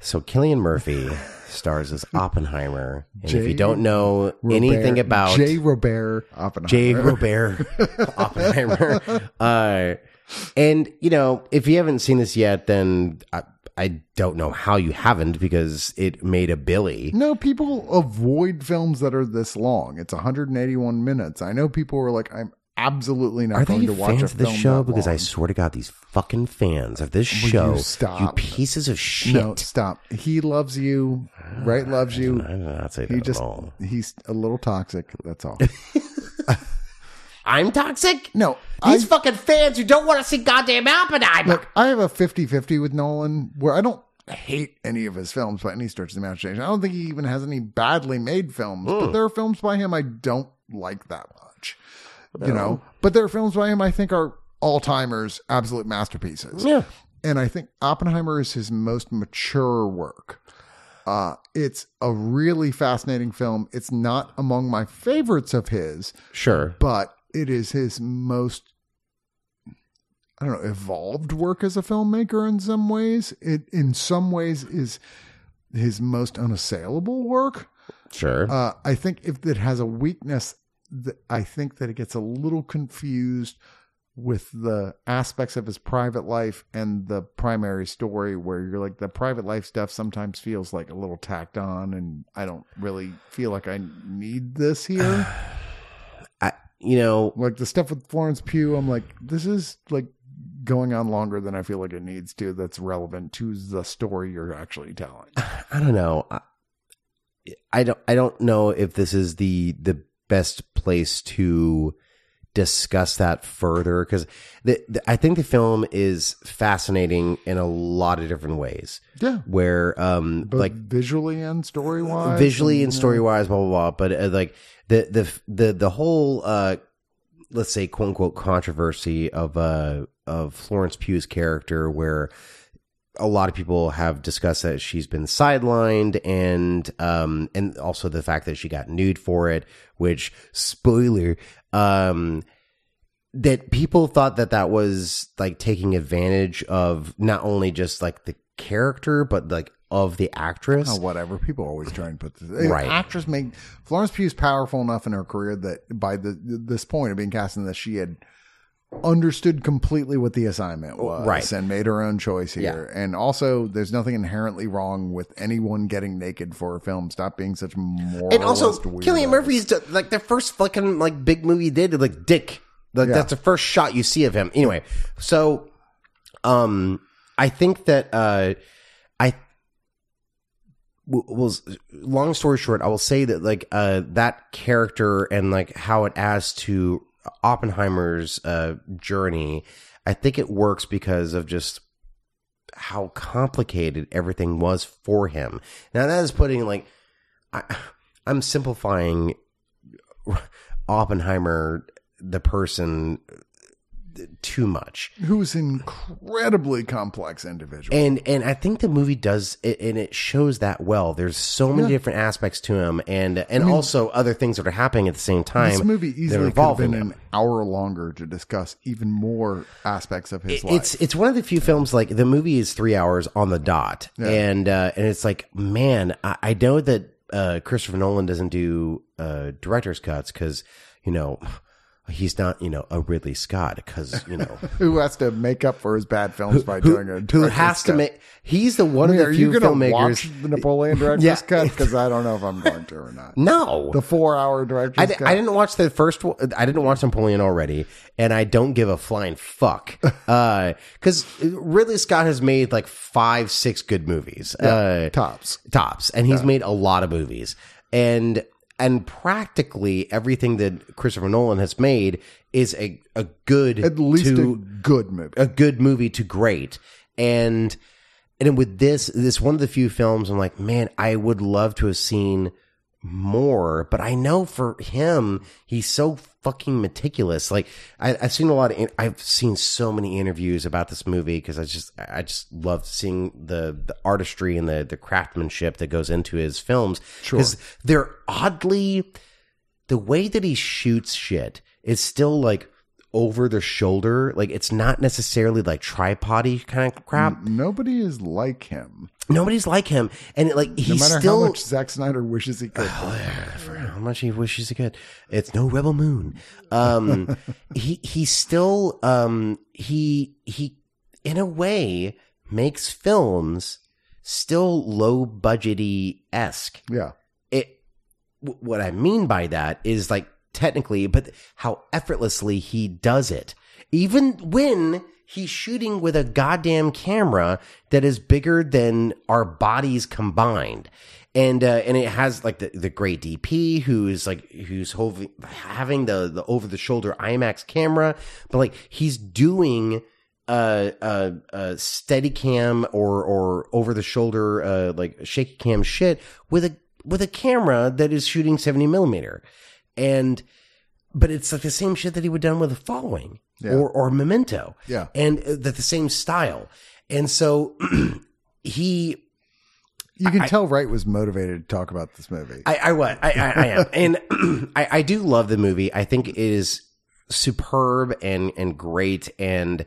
[SPEAKER 2] So Killian Murphy stars as Oppenheimer, and if
[SPEAKER 1] J.
[SPEAKER 2] you don't know anything
[SPEAKER 1] Robert-
[SPEAKER 2] about
[SPEAKER 1] J. Robert Oppenheimer.
[SPEAKER 2] J. Robert Oppenheimer. Uh, and you know, if you haven't seen this yet, then I, I don't know how you haven't because it made a Billy.
[SPEAKER 1] No, people avoid films that are this long. It's 181 minutes. I know people were like, I'm absolutely not
[SPEAKER 2] Are
[SPEAKER 1] going
[SPEAKER 2] they
[SPEAKER 1] to watch
[SPEAKER 2] fans
[SPEAKER 1] a
[SPEAKER 2] of this
[SPEAKER 1] film
[SPEAKER 2] show?
[SPEAKER 1] that
[SPEAKER 2] Because I
[SPEAKER 1] long.
[SPEAKER 2] swear to God, these fucking fans of this
[SPEAKER 1] Will
[SPEAKER 2] show,
[SPEAKER 1] you stop?
[SPEAKER 2] pieces of shit.
[SPEAKER 1] No, stop. He loves you. Right loves
[SPEAKER 2] I
[SPEAKER 1] you.
[SPEAKER 2] don't know how to say that
[SPEAKER 1] He
[SPEAKER 2] at
[SPEAKER 1] just
[SPEAKER 2] all.
[SPEAKER 1] he's a little toxic. That's all.
[SPEAKER 2] I'm toxic.
[SPEAKER 1] No,
[SPEAKER 2] these
[SPEAKER 1] I-
[SPEAKER 2] fucking fans who don't want to see goddamn Oppenheimer.
[SPEAKER 1] Look, I have a 50-50 with Nolan where I don't hate any of his films by any stretch of the imagination. I don't think he even has any badly made films, but there are films by him I don't like that much. You know, but there are films by him I think are all timers, absolute masterpieces.
[SPEAKER 2] Yeah.
[SPEAKER 1] And I think Oppenheimer is his most mature work. Uh, it's a really fascinating film. It's not among my favorites of his,
[SPEAKER 2] Sure.
[SPEAKER 1] but it is his most I don't know evolved work as a filmmaker in some ways. It in some ways is his most unassailable work.
[SPEAKER 2] Sure.
[SPEAKER 1] Uh, I think if it has a weakness, th- I think that it gets a little confused with the aspects of his private life and the primary story where you're like the private life stuff sometimes feels like a little tacked on and I don't really feel like I need this here.
[SPEAKER 2] You know,
[SPEAKER 1] like the stuff with Florence Pugh, I'm like, this is like going on longer than I feel like it needs to. That's relevant to the story you're actually telling.
[SPEAKER 2] I don't know. I, I don't. I don't know if this is the the best place to discuss that further because the, the, I think the film is fascinating in a lot of different ways.
[SPEAKER 1] Yeah,
[SPEAKER 2] Where, um,
[SPEAKER 1] both
[SPEAKER 2] like
[SPEAKER 1] visually and uh, story wise,
[SPEAKER 2] visually and story wise, blah blah blah. But uh, like the the the the whole uh, let's say quote unquote controversy of uh of Florence Pugh's character, where a lot of people have discussed that she's been sidelined and um and also the fact that she got nude for it, which spoiler um that people thought that that was like taking advantage of not only just like the character but like of the actress
[SPEAKER 1] Oh, whatever. People always try and put this.
[SPEAKER 2] Right.
[SPEAKER 1] Actress make Florence Pugh is powerful enough in her career that by the this point of being cast in this, she had understood completely what the assignment was
[SPEAKER 2] Oh, Right.
[SPEAKER 1] and made her own choice here. And also, there's nothing inherently wrong with anyone getting naked for a film. Stop being such moral.
[SPEAKER 2] and also Killian Murphy's d- like the first fucking like big movie he did like Dick. Like
[SPEAKER 1] Yeah.
[SPEAKER 2] that's the first shot you see of him. Anyway, so um I think that uh I w- was long story short, I will say that like uh that character and like how it adds to Oppenheimer's uh journey, I think it works because of just how complicated everything was for him. Now that is putting like I, I'm simplifying Oppenheimer, the person, too much.
[SPEAKER 1] who's incredibly complex individual.
[SPEAKER 2] And and I think the movie does, it, and it shows that well. There's so many different aspects to him, and and also other things that are happening at the same time.
[SPEAKER 1] this movie
[SPEAKER 2] that are
[SPEAKER 1] easily could have
[SPEAKER 2] involving
[SPEAKER 1] been
[SPEAKER 2] him.
[SPEAKER 1] an hour longer to discuss even more aspects of his life.
[SPEAKER 2] it's it's one of the few films like the movie is three hours on the dot, and uh, and it's like man, I, I know that uh, Christopher Nolan doesn't do uh, director's cuts because you know he's not you know a Ridley Scott because you know
[SPEAKER 1] who has to make up for his bad films by doing a
[SPEAKER 2] who has to make he's the one of the
[SPEAKER 1] Are
[SPEAKER 2] few
[SPEAKER 1] you going to watch
[SPEAKER 2] filmmakers.
[SPEAKER 1] the Napoleon director's
[SPEAKER 2] Yeah.
[SPEAKER 1] cut? Because I don't know if I'm going to or not.
[SPEAKER 2] No,
[SPEAKER 1] The four-hour director's
[SPEAKER 2] I, di-
[SPEAKER 1] cut.
[SPEAKER 2] I didn't watch the first one. I didn't watch Napoleon already, and I don't give a flying fuck. Because Ridley Scott has made like five, six good movies. uh,
[SPEAKER 1] tops.
[SPEAKER 2] Tops. And he's made a lot of movies. And and practically everything that Christopher Nolan has made is a, a good
[SPEAKER 1] At least
[SPEAKER 2] to-
[SPEAKER 1] a good movie.
[SPEAKER 2] a good movie to great. And and with this, this one of the few films I'm like, man, I would love to have seen more, but I know for him, he's so fucking meticulous. Like I, I've seen a lot of, in- I've seen so many interviews about this movie because I just, I just love seeing the the artistry and the the craftsmanship that goes into his films because they're oddly the way that he shoots shit is still like over the shoulder. Like it's not necessarily like tripody kind of crap.
[SPEAKER 1] Nobody is like him.
[SPEAKER 2] Nobody's like him, and like
[SPEAKER 1] No
[SPEAKER 2] he's
[SPEAKER 1] matter
[SPEAKER 2] still Oh,
[SPEAKER 1] how much Zack Snyder wishes he could.
[SPEAKER 2] for how much he wishes he could. It's no Rebel Moon. Um, he he still um he he in a way makes films still low budgety esque
[SPEAKER 1] yeah.
[SPEAKER 2] it w- what i mean by that is like technically but how effortlessly he does it even when he's shooting with a goddamn camera that is bigger than our bodies combined and uh, and it has like the, the great DP who's like who's hov- having the the over the shoulder IMAX camera, but like he's doing a uh, uh, steady cam or or over the shoulder uh, like shaky cam shit with a with a camera that is shooting 70 millimeter and but it's like the same shit that he would done with the following or or memento
[SPEAKER 1] Yeah.
[SPEAKER 2] and uh, the, the same style and so he
[SPEAKER 1] You can tell Wright was motivated to talk about this movie.
[SPEAKER 2] I, I was. I, I, I am. And I, I do love the movie. I think it is superb and, and uh, great. And,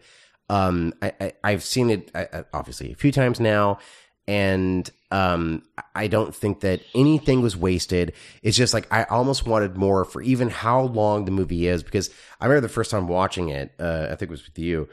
[SPEAKER 2] um, I, I, I've seen it I, I- obviously a few times now. and um, I don't think that anything was wasted. It's just like I almost wanted more for even how long the movie is because I remember the first time watching it. Uh, I think it was with you,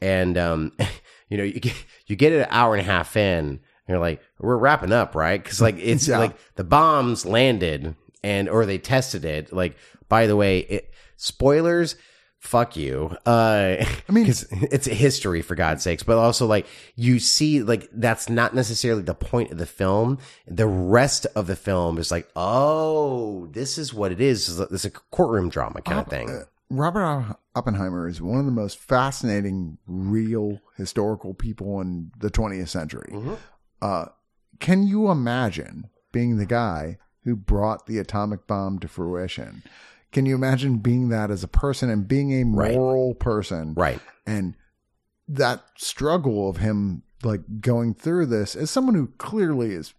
[SPEAKER 2] and um, you know you get, you get it an hour and a half in, and you're like we're wrapping up, right? Because like it's like the bombs landed and or they tested it. Like by the way, it, spoilers. Fuck you. Uh, I mean, because it's history for God's sakes, but also like you see, like that's not necessarily the point of the film. The rest of the film is like, oh, this is what it is. It's a- It's a courtroom drama
[SPEAKER 1] Uh-huh.
[SPEAKER 2] kind of thing.
[SPEAKER 1] Robert O- Oppenheimer is one of the most fascinating real historical people in the 20th century. Uh, can you imagine being the guy who brought the atomic bomb to fruition? Can you imagine being that as a person and being a
[SPEAKER 2] Right.
[SPEAKER 1] moral person?
[SPEAKER 2] Right.
[SPEAKER 1] And that struggle of him like going through this as someone who clearly is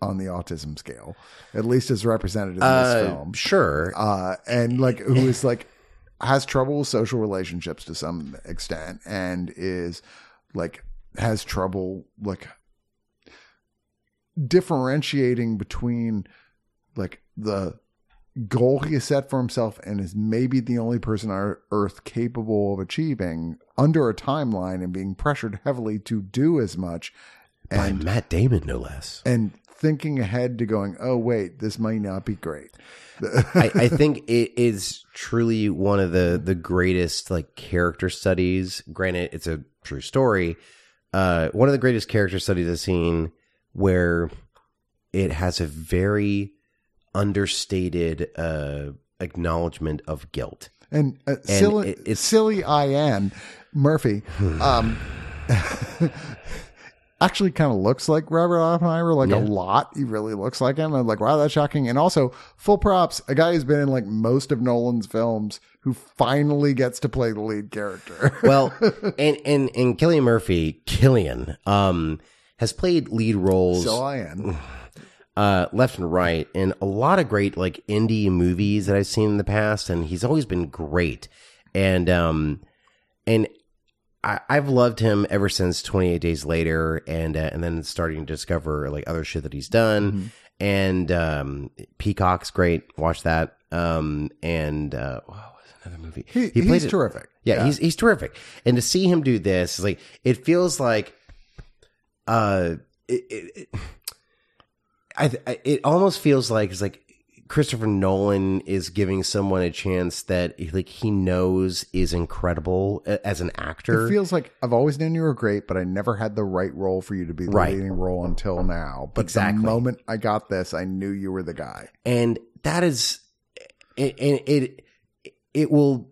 [SPEAKER 1] on the autism scale, at least as represented in this
[SPEAKER 2] Uh,
[SPEAKER 1] film
[SPEAKER 2] sure.
[SPEAKER 1] uh, and like who is like has trouble with social relationships to some extent and is like has trouble like differentiating between like the goal he has set for himself and is maybe the only person on earth capable of achieving under a timeline and being pressured heavily to do as much
[SPEAKER 2] By
[SPEAKER 1] and
[SPEAKER 2] Matt Damon, no less.
[SPEAKER 1] and thinking ahead to going oh wait this might not be great
[SPEAKER 2] I, I think it is truly one of the the greatest like character studies. Granted, it's a true story. Uh, one of the greatest character studies I've seen where it has a very understated uh, acknowledgement of guilt.
[SPEAKER 1] and, uh, silly,
[SPEAKER 2] it- it's-
[SPEAKER 1] silly I am Murphy. Um, actually, kind of looks like Robert Oppenheimer, like a
[SPEAKER 2] Yeah.
[SPEAKER 1] lot. He really looks like him. I'm like, wow, that's shocking. And also, full props, a guy who's been in like most of Nolan's films, who finally gets to play the lead character.
[SPEAKER 2] Well, and and and Killian Murphy, Killian, um, has played lead roles.
[SPEAKER 1] so I am.
[SPEAKER 2] uh, left and right in a lot of great like indie movies that I've seen in the past, and he's always been great. And um, and I, I've loved him ever since Twenty Eight Days Later, and uh, and then starting to discover like other shit that he's done.
[SPEAKER 1] Mm-hmm.
[SPEAKER 2] And um, Peacock's great. Watch that. Um, and uh, what was another movie?
[SPEAKER 1] He,
[SPEAKER 2] played
[SPEAKER 1] he's
[SPEAKER 2] it-
[SPEAKER 1] terrific.
[SPEAKER 2] yeah, he's he's terrific. And to see him do this, is like it feels like, uh, it, it, it- I, I it almost feels like it's like Christopher Nolan is giving someone a chance that like he knows is incredible a- as an actor.
[SPEAKER 1] It feels like I've always known you were great, but I never had the right role for you to be the
[SPEAKER 2] Right.
[SPEAKER 1] leading role until now. But
[SPEAKER 2] Exactly.
[SPEAKER 1] the moment I got this, I knew you were the guy.
[SPEAKER 2] and that is it it it, it will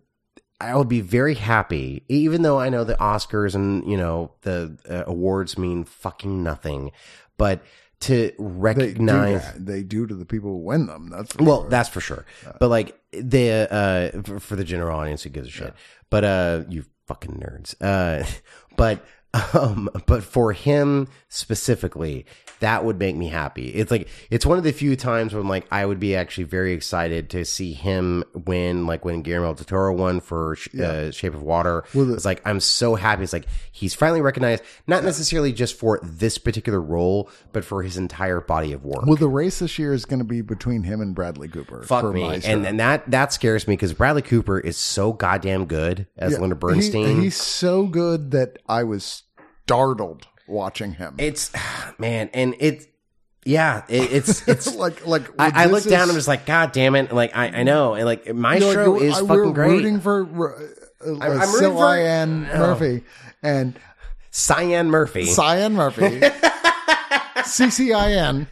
[SPEAKER 2] I will be very happy, even though I know the Oscars and you know the uh, awards mean fucking nothing, but to
[SPEAKER 1] they do
[SPEAKER 2] recognize
[SPEAKER 1] that. They do to the people who win them. That's for
[SPEAKER 2] well,
[SPEAKER 1] sure.
[SPEAKER 2] that's for sure. But like the uh for, for the general audience who gives a shit. But uh you fucking nerds. Uh but um but for him specifically, that would make me happy. It's like it's one of the few times when like I would be actually very excited to see him win like when Guillermo del Toro won for Sh- uh, Shape of Water. it's like I'm so happy. It's like he's finally recognized not necessarily just for this particular role, but for his entire body of work.
[SPEAKER 1] well, the race this year is going to be between him and Bradley Cooper.
[SPEAKER 2] Fuck
[SPEAKER 1] for
[SPEAKER 2] me,
[SPEAKER 1] Maestro.
[SPEAKER 2] and and that that scares me because Bradley Cooper is so goddamn good as
[SPEAKER 1] Yeah,
[SPEAKER 2] Leonard
[SPEAKER 1] he-
[SPEAKER 2] Bernstein.
[SPEAKER 1] he's so good that I was startled watching him.
[SPEAKER 2] it's man, and it, yeah, it, it's it's
[SPEAKER 1] like like
[SPEAKER 2] I, I
[SPEAKER 1] this
[SPEAKER 2] look down and
[SPEAKER 1] is-
[SPEAKER 2] was like, God damn it! And like I, I know, and like
[SPEAKER 1] you're
[SPEAKER 2] Maestro
[SPEAKER 1] you're-
[SPEAKER 2] is
[SPEAKER 1] I-
[SPEAKER 2] fucking
[SPEAKER 1] we're
[SPEAKER 2] great.
[SPEAKER 1] Rooting for uh, uh,
[SPEAKER 2] I'm rooting
[SPEAKER 1] Sil
[SPEAKER 2] for- Oh.
[SPEAKER 1] Ian Murphy and
[SPEAKER 2] Cyan Murphy.
[SPEAKER 1] Cyan Murphy, CCIN.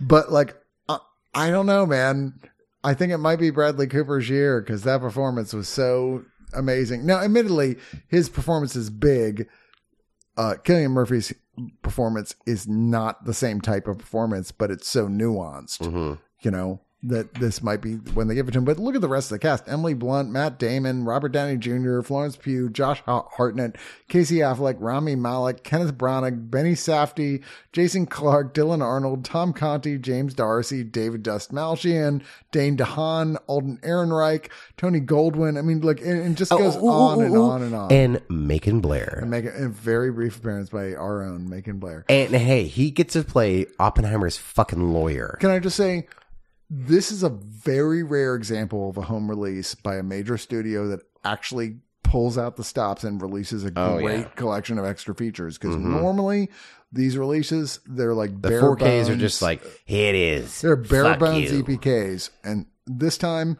[SPEAKER 1] but like, I, I don't know, man. I think it might be Bradley Cooper's year because that performance was so amazing. Now, admittedly, his performance is big. Uh, Killian Murphy's
[SPEAKER 2] Mm-hmm.
[SPEAKER 1] performance is not the same type of performance, but it's so nuanced. You know, that this might be when they give it to him. But look at the rest of the cast: Emily Blunt, Matt Damon, Robert Downey Jr., Florence Pugh, Josh Ha- Hartnett, Casey Affleck, Rami Malek, Kenneth Branagh, Benny Safdie, Jason Clark, Dylan Arnold, Tom Conti, James Darcy, David Dust Malchian, Dane DeHaan, Alden Ehrenreich, Tony Goldwyn. I mean, like it, it just goes
[SPEAKER 2] Oh, ooh,
[SPEAKER 1] on
[SPEAKER 2] ooh,
[SPEAKER 1] and
[SPEAKER 2] ooh,
[SPEAKER 1] on and on.
[SPEAKER 2] And Macon Blair.
[SPEAKER 1] Make a, a very brief appearance by our own Macon Blair.
[SPEAKER 2] And hey, he gets to play Oppenheimer's fucking lawyer.
[SPEAKER 1] Can I just say, this is a very rare example of a home release by a major studio that actually pulls out the stops and releases a
[SPEAKER 2] Oh,
[SPEAKER 1] great
[SPEAKER 2] yeah. Mm-hmm.
[SPEAKER 1] collection of extra features. Because normally these releases, they're like
[SPEAKER 2] The
[SPEAKER 1] bare
[SPEAKER 2] 4Ks are
[SPEAKER 1] bones-
[SPEAKER 2] just like, here it is.
[SPEAKER 1] they're E bare
[SPEAKER 2] Fuck
[SPEAKER 1] bones
[SPEAKER 2] you."
[SPEAKER 1] EPKs, and this time.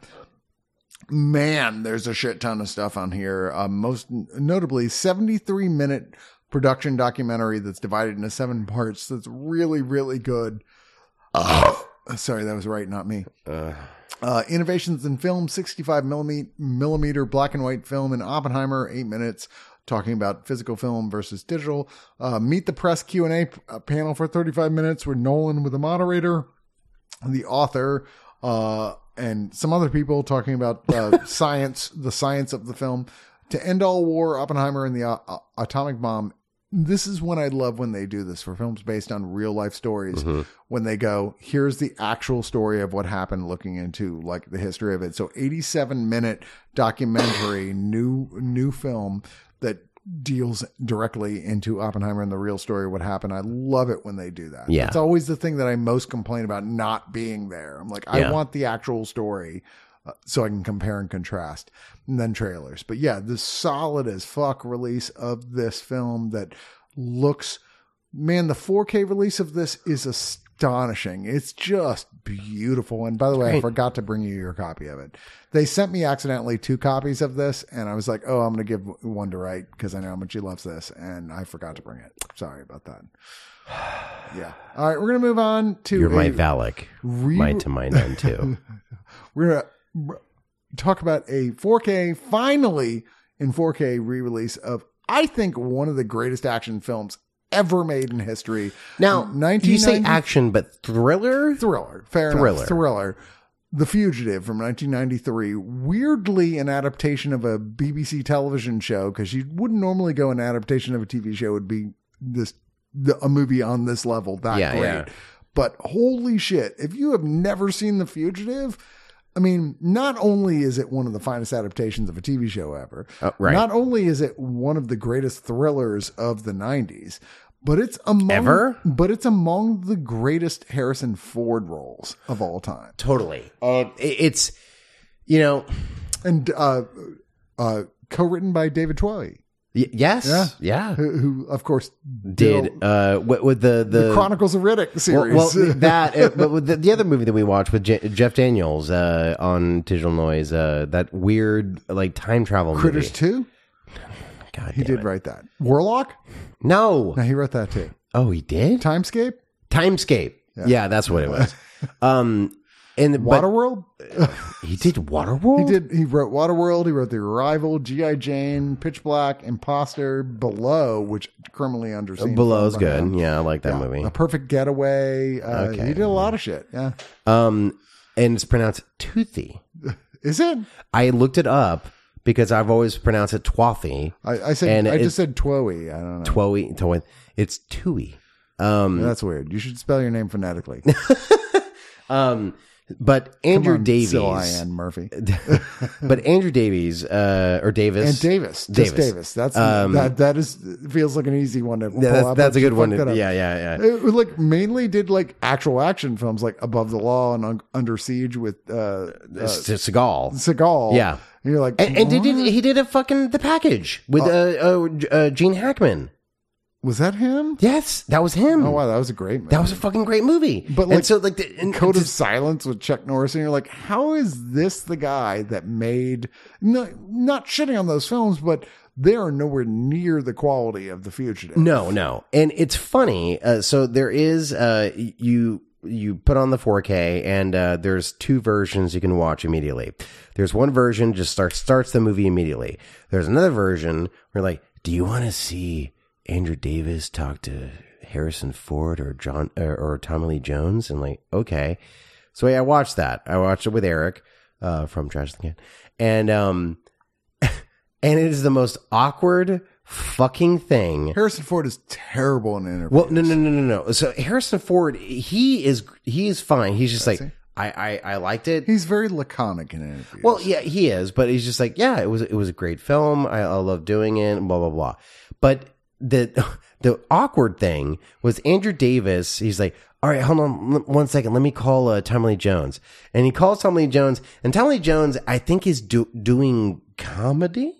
[SPEAKER 1] Man, there's a shit ton of stuff on here. Uh, most n- notably, 73 minute production documentary that's divided into seven parts. That's really, really good. Oh, Sorry, that was right, not me.
[SPEAKER 2] Uh,
[SPEAKER 1] Uh, innovations in film 65 millimeter, millimeter black and white film and oppenheimer eight minutes talking about physical film versus digital uh, meet the press q&a p- uh, panel for 35 minutes with nolan with the moderator the author uh, and some other people talking about uh, science the science of the film to end all war oppenheimer and the uh, uh, atomic bomb this is when I love when they do this for films based on real life stories. When they go, here's the actual story of what happened, looking into like the history of it. So, 87 minute documentary, new new film that deals directly into Oppenheimer and the real story of what happened. I love it when they do that.
[SPEAKER 2] Yeah.
[SPEAKER 1] it's always the thing that I most complain about not being there. I'm like, I
[SPEAKER 2] Yeah.
[SPEAKER 1] want the actual story uh, so I can compare and contrast, and then trailers. But yeah, the solid as fuck release of this film that looks, man, the 4K release of this is astonishing. It's just beautiful. And by the way, I forgot to bring you your copy of it. They sent me accidentally two copies of this, and I was like, oh, I'm going to give one to Wright because I know how much he loves this, and I forgot to bring it. Sorry about that. Yeah. All right, we're going to move on to
[SPEAKER 2] you're my
[SPEAKER 1] a
[SPEAKER 2] Valak.
[SPEAKER 1] re-
[SPEAKER 2] Mine to mine on too.
[SPEAKER 1] we're gonna r- talk about a 4K finally in 4K re-release of I think one of the greatest action films ever made in history.
[SPEAKER 2] Now, you say
[SPEAKER 1] 1990
[SPEAKER 2] action, but thriller?
[SPEAKER 1] thriller, fair
[SPEAKER 2] Thriller.
[SPEAKER 1] enough, thriller. The Fugitive from 1993, weirdly an adaptation of a BBC television show because you wouldn't normally go an adaptation of a TV show would be this the, a movie on this level that
[SPEAKER 2] Yeah,
[SPEAKER 1] great.
[SPEAKER 2] yeah.
[SPEAKER 1] But holy shit, if you have never seen The Fugitive, I mean, not only is it one of the finest adaptations of a TV show ever,
[SPEAKER 2] Uh, right.
[SPEAKER 1] not only is it one of the greatest thrillers of the 90s, but it's among
[SPEAKER 2] Ever?
[SPEAKER 1] but it's among the greatest Harrison Ford roles of all time.
[SPEAKER 2] Totally. Uh, i- it's, you know,
[SPEAKER 1] And uh uh co-written by David Twilley,
[SPEAKER 2] y- yes. Yeah.
[SPEAKER 1] who, who of course
[SPEAKER 2] Did, uh, what with the, the,
[SPEAKER 1] the Chronicles of Riddick
[SPEAKER 2] well,
[SPEAKER 1] series.
[SPEAKER 2] well, that, uh, but with the, the other movie that we watched with Je- Jeff Daniels, uh, on Digital Noise, uh, that weird, like, time travel
[SPEAKER 1] Critters
[SPEAKER 2] movie.
[SPEAKER 1] 2,
[SPEAKER 2] God
[SPEAKER 1] he
[SPEAKER 2] damn
[SPEAKER 1] did
[SPEAKER 2] it.
[SPEAKER 1] write that. Warlock?
[SPEAKER 2] No.
[SPEAKER 1] No, he wrote that too.
[SPEAKER 2] Oh, he did?
[SPEAKER 1] Timescape?
[SPEAKER 2] Timescape. Yeah, that's what it was. um, and but oh.
[SPEAKER 1] Waterworld?
[SPEAKER 2] he did Waterworld.
[SPEAKER 1] He did. He wrote Waterworld. He wrote The Arrival, G.I. Jane, Pitch Black, Imposter, Below, which criminally underseen.
[SPEAKER 2] Below's
[SPEAKER 1] film by
[SPEAKER 2] good.
[SPEAKER 1] now.
[SPEAKER 2] Yeah, I like that movie.
[SPEAKER 1] A Perfect Getaway. Uh,
[SPEAKER 2] Okay.
[SPEAKER 1] He did a lot of shit. Yeah.
[SPEAKER 2] Um, and it's pronounced Toothy.
[SPEAKER 1] Is it?
[SPEAKER 2] I looked it up because I've always pronounced it Twathy,
[SPEAKER 1] I, I said.
[SPEAKER 2] And
[SPEAKER 1] I
[SPEAKER 2] it's-
[SPEAKER 1] just said Twoey. I don't know.
[SPEAKER 2] Twoey, Twoey. It's Tui. Um,
[SPEAKER 1] That's weird. You should spell your name phonetically.
[SPEAKER 2] um, but Andrew Davies.
[SPEAKER 1] Still, I am Murphy.
[SPEAKER 2] but Andrew Davies, uh, or Davis.
[SPEAKER 1] And Davis. Just
[SPEAKER 2] Davis.
[SPEAKER 1] Davis. That's
[SPEAKER 2] Um,
[SPEAKER 1] that. That is feels like an easy one to pull
[SPEAKER 2] Yeah, that's,
[SPEAKER 1] up.
[SPEAKER 2] that's
[SPEAKER 1] but
[SPEAKER 2] a good
[SPEAKER 1] you
[SPEAKER 2] one.
[SPEAKER 1] fucked
[SPEAKER 2] to-
[SPEAKER 1] it up.
[SPEAKER 2] Yeah, yeah, yeah.
[SPEAKER 1] It, like mainly did like actual action films like Above the Law and Un- Under Siege with uh, uh,
[SPEAKER 2] It's it's Seagal.
[SPEAKER 1] Seagal.
[SPEAKER 2] Yeah.
[SPEAKER 1] And you're like,
[SPEAKER 2] And, and did,
[SPEAKER 1] "What?
[SPEAKER 2] he- he did a fucking the package with uh,
[SPEAKER 1] Oh.
[SPEAKER 2] uh, uh, Gene Hackman.
[SPEAKER 1] was that him?
[SPEAKER 2] Yes, that was him.
[SPEAKER 1] Oh wow, that was a great movie.
[SPEAKER 2] That was a fucking great movie.
[SPEAKER 1] But,
[SPEAKER 2] and
[SPEAKER 1] like,
[SPEAKER 2] so like the and,
[SPEAKER 1] Code
[SPEAKER 2] and
[SPEAKER 1] of Silence with Chuck Norris, and you're like, how is this the guy that made no, not shitting on those films, but they are nowhere near the quality of The Fugitive.
[SPEAKER 2] No, no, and it's funny. Uh, so there is uh, y- you you put on the 4K, and uh, there's two versions you can watch immediately. There's one version just starts starts the movie immediately. There's another version where like, do you want to see Andrew Davis talk to Harrison Ford or John or, or Tommy Lee Jones? And like, okay. So yeah, I watched that. I watched it with Eric uh, from Trash the Can, and um, and it is the most awkward fucking thing.
[SPEAKER 1] Harrison Ford is terrible in interviews.
[SPEAKER 2] Well, no, no, no, no, no. So Harrison Ford, he is he is fine. He's just like
[SPEAKER 1] he?
[SPEAKER 2] I, I I liked it.
[SPEAKER 1] He's very laconic in interviews.
[SPEAKER 2] Well, yeah, he is, but he's just like, yeah, it was it was a great film. I, I love doing it. and Blah blah blah. But the the awkward thing was Andrew Davis. He's like, all right, hold on l- one second. Let me call uh, Tommy Lee Jones, and he calls Tommy Lee Jones, and Tommy Lee Jones, I think, is do- doing comedy.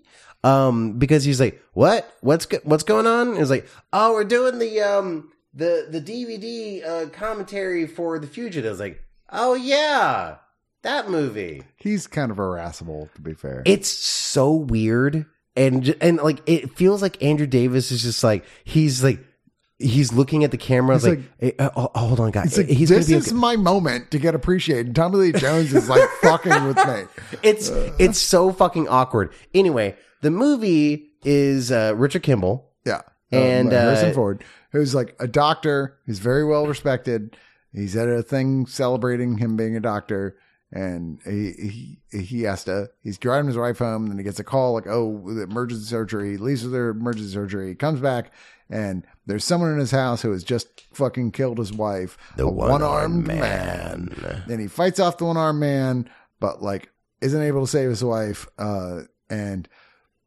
[SPEAKER 2] Um, because he's like, what, what's, go- what's going on? And he's like, oh, we're doing the, um, the, the DVD, uh, commentary for The Fugitive. I was like, oh yeah, that movie.
[SPEAKER 1] he's kind of harassable, to be fair.
[SPEAKER 2] It's so weird, and and like it feels like Andrew Davis is just like he's like he's looking at the camera.
[SPEAKER 1] He's
[SPEAKER 2] like, "Hey, uh, oh, oh, hold on,
[SPEAKER 1] It's
[SPEAKER 2] guys.
[SPEAKER 1] like,
[SPEAKER 2] he's gonna
[SPEAKER 1] this
[SPEAKER 2] be
[SPEAKER 1] is
[SPEAKER 2] okay."
[SPEAKER 1] my moment to get appreciated. Tommy Lee Jones is like fucking with me.
[SPEAKER 2] it's
[SPEAKER 1] Uh.
[SPEAKER 2] it's so fucking awkward. Anyway, the movie is uh, Richard Kimball.
[SPEAKER 1] Yeah.
[SPEAKER 2] And,
[SPEAKER 1] Um, Harrison
[SPEAKER 2] uh,
[SPEAKER 1] Ford, who's like a doctor, who's very well respected. He's at a thing celebrating him being a doctor. And he, he he has to he's driving his wife home, then he gets a call like, oh, the emergency surgery. He leaves with her emergency surgery. He comes back, and there's someone in his house who has just fucking killed his wife.
[SPEAKER 2] The
[SPEAKER 1] a
[SPEAKER 2] one-armed man.
[SPEAKER 1] And he fights off the one armed man, but like isn't able to save his wife. Uh, and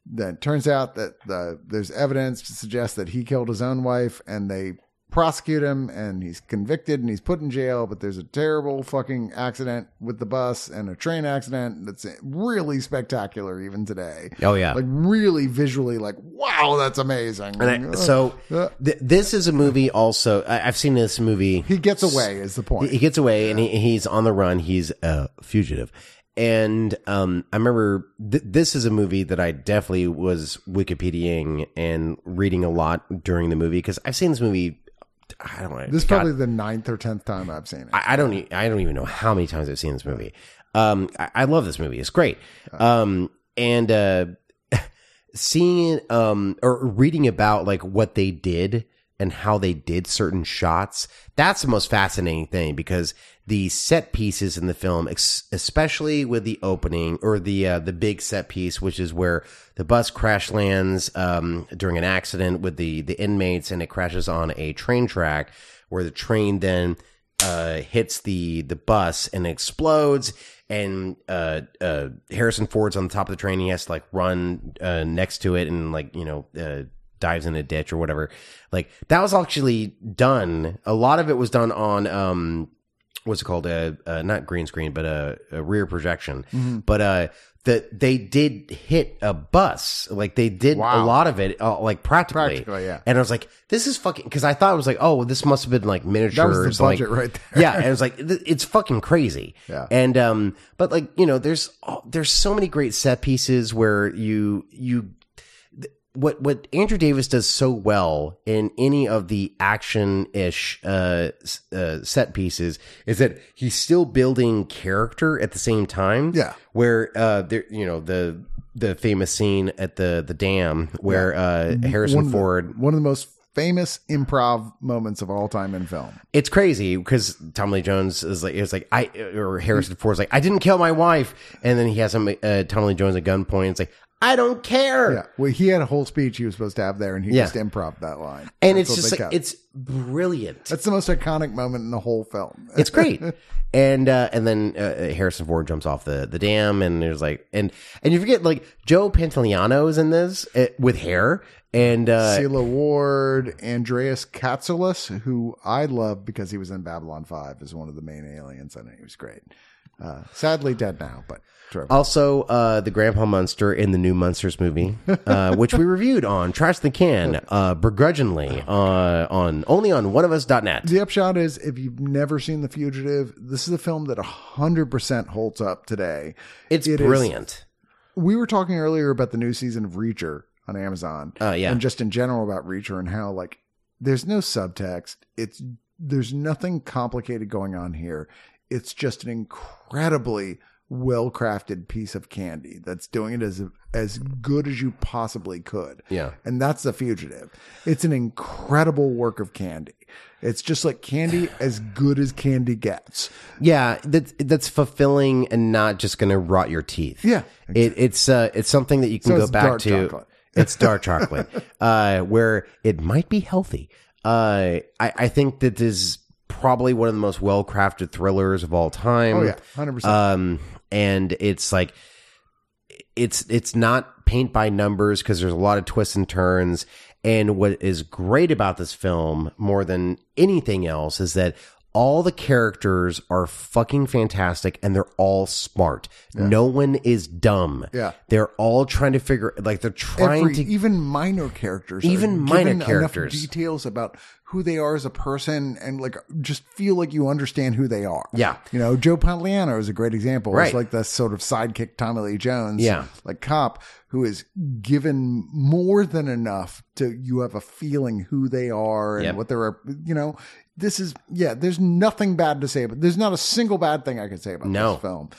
[SPEAKER 1] then it turns out that the, there's evidence to suggest that he killed his own wife and they prosecute him and he's convicted and he's put in jail but there's a terrible fucking accident with the bus and a train accident that's really spectacular even today
[SPEAKER 2] Oh yeah,
[SPEAKER 1] like really visually like wow that's amazing
[SPEAKER 2] and I, so
[SPEAKER 1] Uh,
[SPEAKER 2] th- this is a movie. Also, I, I've seen this movie.
[SPEAKER 1] he gets away is the point
[SPEAKER 2] He gets away and he, he's on the run. He's a fugitive. And um, I remember th- this is a movie that I definitely was Wikipediaing and reading a lot during the movie because I've seen this movie. I don't know.
[SPEAKER 1] this is
[SPEAKER 2] God,
[SPEAKER 1] probably the ninth or tenth time i've seen it
[SPEAKER 2] I, I don't. e- I don't even know how many times I've seen this movie. Um, I, I love this movie. It's great. Um, and uh, seeing it, um, or reading about like what they did and how they did certain shots. That's the most fascinating thing because the set pieces in the film, ex- especially with the opening or the uh, the big set piece, which is where the bus crash lands um, during an accident with the the inmates, and it crashes on a train track where the train then uh, hits the the bus and explodes. And uh, uh, Harrison Ford's on the top of the train. He has to like run uh, next to it and like you know uh, dives in a ditch or whatever. Like that was actually done. A lot of it was done on um, what's it called? Uh, uh, not green screen, but a, a rear projection. But uh, that they did hit a bus. Like they did a
[SPEAKER 1] Wow.
[SPEAKER 2] lot of it, uh, like practically.
[SPEAKER 1] Practically, yeah.
[SPEAKER 2] And I was like, this is fucking because I thought it was like, oh, well, this must have been like miniature
[SPEAKER 1] that was
[SPEAKER 2] or
[SPEAKER 1] the
[SPEAKER 2] something.
[SPEAKER 1] budget right there
[SPEAKER 2] yeah, and it was like th- it's fucking crazy.
[SPEAKER 1] Yeah.
[SPEAKER 2] And um, but like you know, there's oh, there's so many great set pieces where you you th- what what Andrew Davis does so well in any of the action ish uh, s- uh set pieces is that he's still building character at the same time.
[SPEAKER 1] Yeah.
[SPEAKER 2] Where uh there you know the the famous scene at the the dam where uh Harrison
[SPEAKER 1] one of the-
[SPEAKER 2] Ford
[SPEAKER 1] one of the most famous improv moments of all time in film.
[SPEAKER 2] it's crazy because Tom Lee Jones is like, it's like I or Harrison
[SPEAKER 1] Mm-hmm.
[SPEAKER 2] Ford's like, I didn't kill my wife, and then he has him uh, Tom Lee Jones at gunpoint. It's like I don't care,
[SPEAKER 1] Yeah. Well, he had a whole speech he was supposed to have there, and he
[SPEAKER 2] Yeah.
[SPEAKER 1] just improv that line.
[SPEAKER 2] and
[SPEAKER 1] That's
[SPEAKER 2] it's
[SPEAKER 1] what
[SPEAKER 2] just
[SPEAKER 1] they
[SPEAKER 2] like
[SPEAKER 1] kept.
[SPEAKER 2] it's brilliant.
[SPEAKER 1] that's the most iconic moment in the whole film.
[SPEAKER 2] it's great. And uh, and then uh, Harrison Ford jumps off the, the dam, and there's like and and you forget like Joe Pantoliano is in this uh, with hair, and uh,
[SPEAKER 1] Celia Ward, Andreas Katsoulis, who I love because he was in Babylon Five, is one of the main aliens, and he was great. Uh, sadly, dead now, but true.
[SPEAKER 2] also uh, the Grandpa Munster in the new Munsters movie, uh, which we reviewed on Trash the Can uh, begrudgingly uh, on only on oneofus.net.
[SPEAKER 1] The upshot is if you've never seen The Fugitive, this is a film that 100% holds up today.
[SPEAKER 2] It's
[SPEAKER 1] It is-
[SPEAKER 2] brilliant.
[SPEAKER 1] we were talking earlier about the new season of Reacher on Amazon.
[SPEAKER 2] Oh, yeah.
[SPEAKER 1] And just in general about Reacher and how like there's no subtext. It's there's nothing complicated going on here. It's just an incredibly well crafted piece of candy that's doing it as as good as you possibly could.
[SPEAKER 2] Yeah.
[SPEAKER 1] And that's the fugitive. It's an incredible work of candy. It's just like candy as good as candy gets.
[SPEAKER 2] Yeah, that's that's fulfilling and not just going to rot your teeth.
[SPEAKER 1] Yeah.
[SPEAKER 2] it, it's uh, it's something that you can
[SPEAKER 1] So
[SPEAKER 2] go
[SPEAKER 1] it's
[SPEAKER 2] back
[SPEAKER 1] dark
[SPEAKER 2] to.
[SPEAKER 1] chocolate.
[SPEAKER 2] It's dark chocolate, uh, where it might be healthy. Uh, I, I think that this is probably one of the most well crafted thrillers of all time.
[SPEAKER 1] Oh yeah, hundred percent.
[SPEAKER 2] Um, and it's like it's it's not paint by numbers because there's a lot of twists and turns. And what is great about this film more than anything else is that all the characters are fucking fantastic and they're all smart. No one is dumb.
[SPEAKER 1] Yeah.
[SPEAKER 2] They're all trying to figure like they're trying
[SPEAKER 1] Every, e-,
[SPEAKER 2] to
[SPEAKER 1] even minor characters, are
[SPEAKER 2] Even minor
[SPEAKER 1] given enough
[SPEAKER 2] characters.
[SPEAKER 1] details about who they are as a person, and like just feel like you understand who they are.
[SPEAKER 2] Yeah.
[SPEAKER 1] you know, Joe Pantoliano is a great example.
[SPEAKER 2] Right.
[SPEAKER 1] It's like the sort of sidekick Tommy Lee Jones,
[SPEAKER 2] Yeah.
[SPEAKER 1] like cop who is given more than enough to you have a feeling who they are and
[SPEAKER 2] Yep.
[SPEAKER 1] what they're. You know, this is yeah. There's nothing bad to say, but there's not a single bad thing I could say about
[SPEAKER 2] No.
[SPEAKER 1] this film.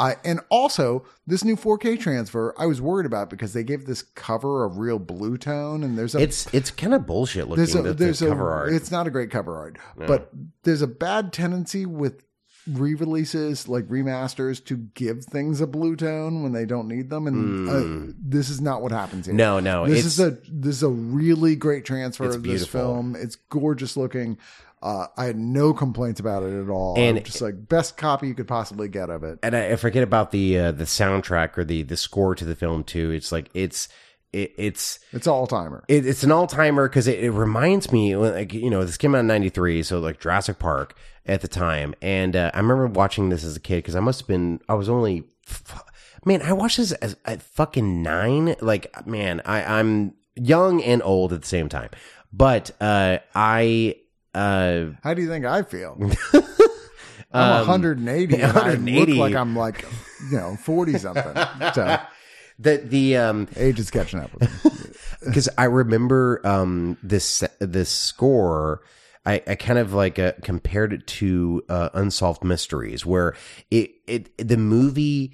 [SPEAKER 1] I and also this new 4K transfer I was worried about because they gave this cover a real blue tone and there's a
[SPEAKER 2] it's it's kind of bullshit looking
[SPEAKER 1] there's a
[SPEAKER 2] the, the
[SPEAKER 1] there's a
[SPEAKER 2] cover art.
[SPEAKER 1] it's not a great cover art but there's a bad tendency with re-releases like remasters to give things a blue tone when they don't need them and uh, this is not what happens here.
[SPEAKER 2] Hmm. No, no,
[SPEAKER 1] This
[SPEAKER 2] it's-
[SPEAKER 1] is a this is a really great transfer
[SPEAKER 2] It's
[SPEAKER 1] of
[SPEAKER 2] beautiful.
[SPEAKER 1] this film. It's gorgeous looking. Uh, I had no complaints about it at all.
[SPEAKER 2] And-
[SPEAKER 1] I'm just like best copy you could possibly get of it.
[SPEAKER 2] and I, I forget about the uh, the soundtrack or the the score to the film too. It's like it's it, it's
[SPEAKER 1] It's all timer.
[SPEAKER 2] it, it's an all timer because it, it reminds me like you know this came out in '93, so like Jurassic Park at the time, and uh, I remember watching this as a kid because I must have been I was only f- man I watched this as, at fucking nine. Like man, I I'm young and old at the same time, but uh, I. Uh,
[SPEAKER 1] How do you think I feel?
[SPEAKER 2] Um,
[SPEAKER 1] I'm 180. and I
[SPEAKER 2] 180.
[SPEAKER 1] look like I'm like, you know, 40 something. So
[SPEAKER 2] the the um
[SPEAKER 1] age is catching up with me.
[SPEAKER 2] because I remember um, this this score. I, I kind of like uh, compared it to uh, Unsolved Mysteries, where it it the movie.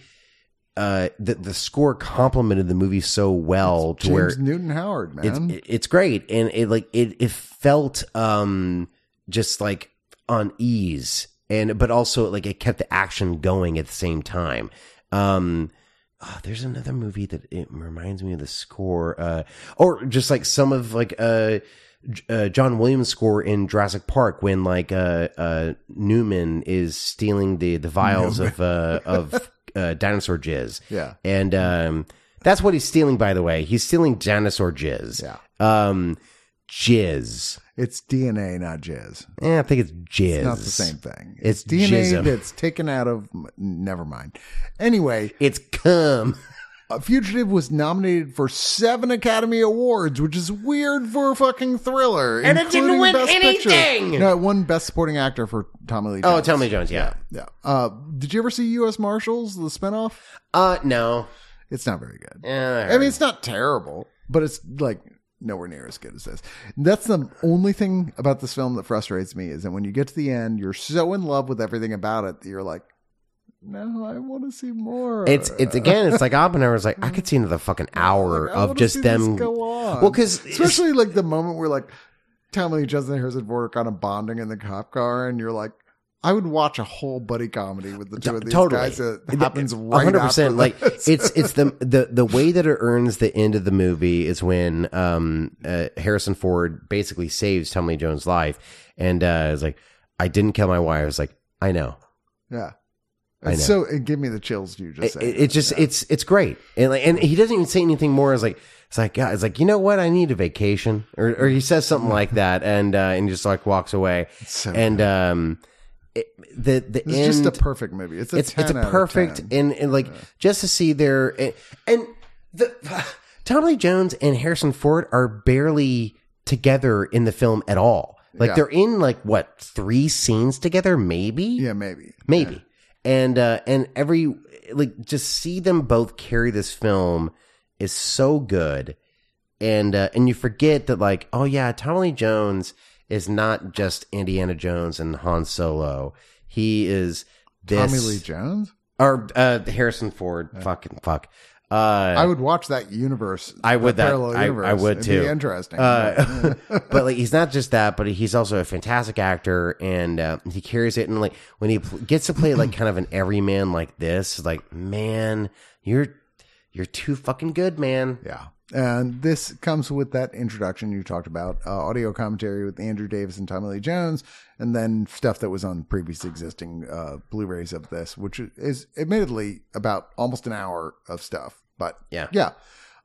[SPEAKER 2] Uh, the the score complemented the movie so well to where
[SPEAKER 1] James Newton Howard,
[SPEAKER 2] it's
[SPEAKER 1] man.
[SPEAKER 2] it's great and it like it it felt um just like on ease and but also like it kept the action going at the same time um ah, there's another movie that it reminds me of the score uh or just like some of like uh J- uh, John Williams score in Jurassic Park when like uh, uh, Newman is stealing the the vials of uh, of uh, dinosaur jizz.
[SPEAKER 1] Yeah.
[SPEAKER 2] and um, that's what he's stealing. By the way, he's stealing dinosaur jizz.
[SPEAKER 1] Yeah.
[SPEAKER 2] um, jizz.
[SPEAKER 1] It's DNA, not jizz.
[SPEAKER 2] Eh, I think it's jizz.
[SPEAKER 1] It's not the same thing.
[SPEAKER 2] It's
[SPEAKER 1] DNA
[SPEAKER 2] jism.
[SPEAKER 1] that's taken out of. Never mind. Anyway,
[SPEAKER 2] It's cum.
[SPEAKER 1] A Fugitive was nominated for seven Academy Awards, which is weird for a fucking thriller.
[SPEAKER 2] And it didn't
[SPEAKER 1] including
[SPEAKER 2] win
[SPEAKER 1] Best Picture.
[SPEAKER 2] anything!
[SPEAKER 1] No, it won Best Supporting Actor for Tommy Lee.
[SPEAKER 2] Oh,
[SPEAKER 1] Jones.
[SPEAKER 2] Tommy Lee Jones. Yeah.
[SPEAKER 1] Yeah. Uh, did you ever see U.S. Marshals, the spinoff?
[SPEAKER 2] Uh, no.
[SPEAKER 1] It's not very good.
[SPEAKER 2] Eh,
[SPEAKER 1] I mean, it's not terrible, but it's like nowhere near as good as this. That's the only thing about this film that frustrates me is that when you get to the end, you're so in love with everything about it that you're like, no, I want to see more.
[SPEAKER 2] It's it's again. It's like Oppenheimer was like I could see another fucking hour
[SPEAKER 1] Like, Uh. I
[SPEAKER 2] of
[SPEAKER 1] wanna see
[SPEAKER 2] just
[SPEAKER 1] this
[SPEAKER 2] them.
[SPEAKER 1] go on.
[SPEAKER 2] Well, because
[SPEAKER 1] especially like the moment where like Tommy Lee Jones and Harrison Ford are kind of bonding in the cop car, and you're like. I would watch a whole buddy comedy with the two of these guys. That happens right
[SPEAKER 2] hundred
[SPEAKER 1] 100%,
[SPEAKER 2] percent. Like it's it's the the the way that it earns the end of the movie is when um uh, Harrison Ford basically saves Tommy Lee Jones' life, and uh, it's like I didn't kill my wife. I was like I know.
[SPEAKER 1] yeah.
[SPEAKER 2] I
[SPEAKER 1] It's
[SPEAKER 2] know.
[SPEAKER 1] so it give me the chills you just
[SPEAKER 2] It,
[SPEAKER 1] said.
[SPEAKER 2] it, it just it's it's great, and like and he doesn't even say anything more. It's like it's like yeah, it's like you know what I need a vacation, or or he says something like that, and uh, and just like walks away,
[SPEAKER 1] so
[SPEAKER 2] and um. It, the the
[SPEAKER 1] It's
[SPEAKER 2] end
[SPEAKER 1] just a perfect movie. It's a
[SPEAKER 2] it's it's
[SPEAKER 1] 10
[SPEAKER 2] a
[SPEAKER 1] out of 10.
[SPEAKER 2] perfect and, and like just to see their and, and the Tommy Lee Jones and Harrison Ford are barely together in the film at all. Like
[SPEAKER 1] Yeah.
[SPEAKER 2] they're in like what three scenes together, maybe,
[SPEAKER 1] yeah, maybe.
[SPEAKER 2] maybe, and uh, and every like just see them both carry this film is so good, and uh, and you forget that like oh yeah, Tommy Lee Jones is not just Indiana Jones and Han Solo. He is this
[SPEAKER 1] Tommy Lee Jones.
[SPEAKER 2] or uh, Harrison Ford. Fucking fuck. Uh,
[SPEAKER 1] I would watch that universe.
[SPEAKER 2] I would that,
[SPEAKER 1] parallel
[SPEAKER 2] I,
[SPEAKER 1] universe.
[SPEAKER 2] I would
[SPEAKER 1] It'd
[SPEAKER 2] too.
[SPEAKER 1] Be interesting.
[SPEAKER 2] Uh, but like he's not just that, but he's also a fantastic actor, and uh, he carries it. And like when he pl- gets to play like kind of an everyman like this, like man, you're you're too fucking good, man.
[SPEAKER 1] Yeah. And this comes with that introduction you talked about, uh, audio commentary with Andrew Davis and Tommy Lee Jones, and then stuff that was on previous existing uh, Blu-rays of this, which is admittedly about almost an hour of stuff. But
[SPEAKER 2] Yeah.
[SPEAKER 1] yeah,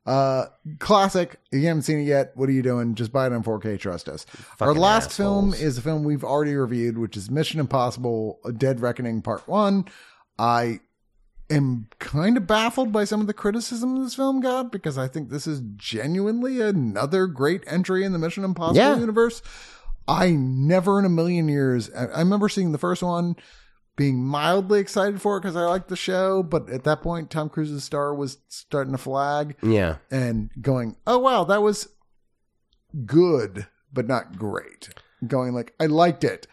[SPEAKER 1] uh, classic. If you haven't seen it yet, what are you doing? Just buy it on 4K. Trust us. Our
[SPEAKER 2] Fucking
[SPEAKER 1] last film
[SPEAKER 2] assholes.
[SPEAKER 1] is a film we've already reviewed, which is Mission Impossible: Dead Reckoning Part One. I am kind of baffled by some of the criticism this film got because I think this is genuinely another great entry in the Mission Impossible
[SPEAKER 2] Yeah.
[SPEAKER 1] universe. I never in a million years, I I remember seeing the first one being mildly excited for it because I liked the show, but at that point, Tom Cruise's star was starting to flag
[SPEAKER 2] Yeah,
[SPEAKER 1] and going, "Oh wow, that was good, but not great." Going like, "I liked it,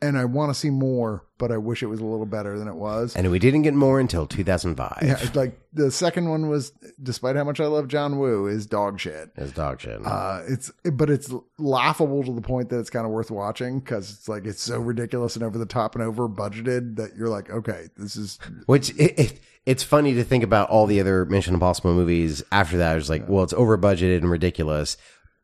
[SPEAKER 1] and I want to see more, but I wish it was a little better than it was."
[SPEAKER 2] and we didn't get more until 2005.
[SPEAKER 1] yeah, it's like the second one was, despite how much I love John Woo, is dog shit.
[SPEAKER 2] It's dog shit.
[SPEAKER 1] Uh, it's but it's laughable to the point that it's kind of worth watching because it's like it's so ridiculous and over the top and over budgeted that you're like, okay, this is
[SPEAKER 2] Which it, it, it's funny to think about all the other Mission Impossible movies after that. It was like, well, it's over budgeted and ridiculous,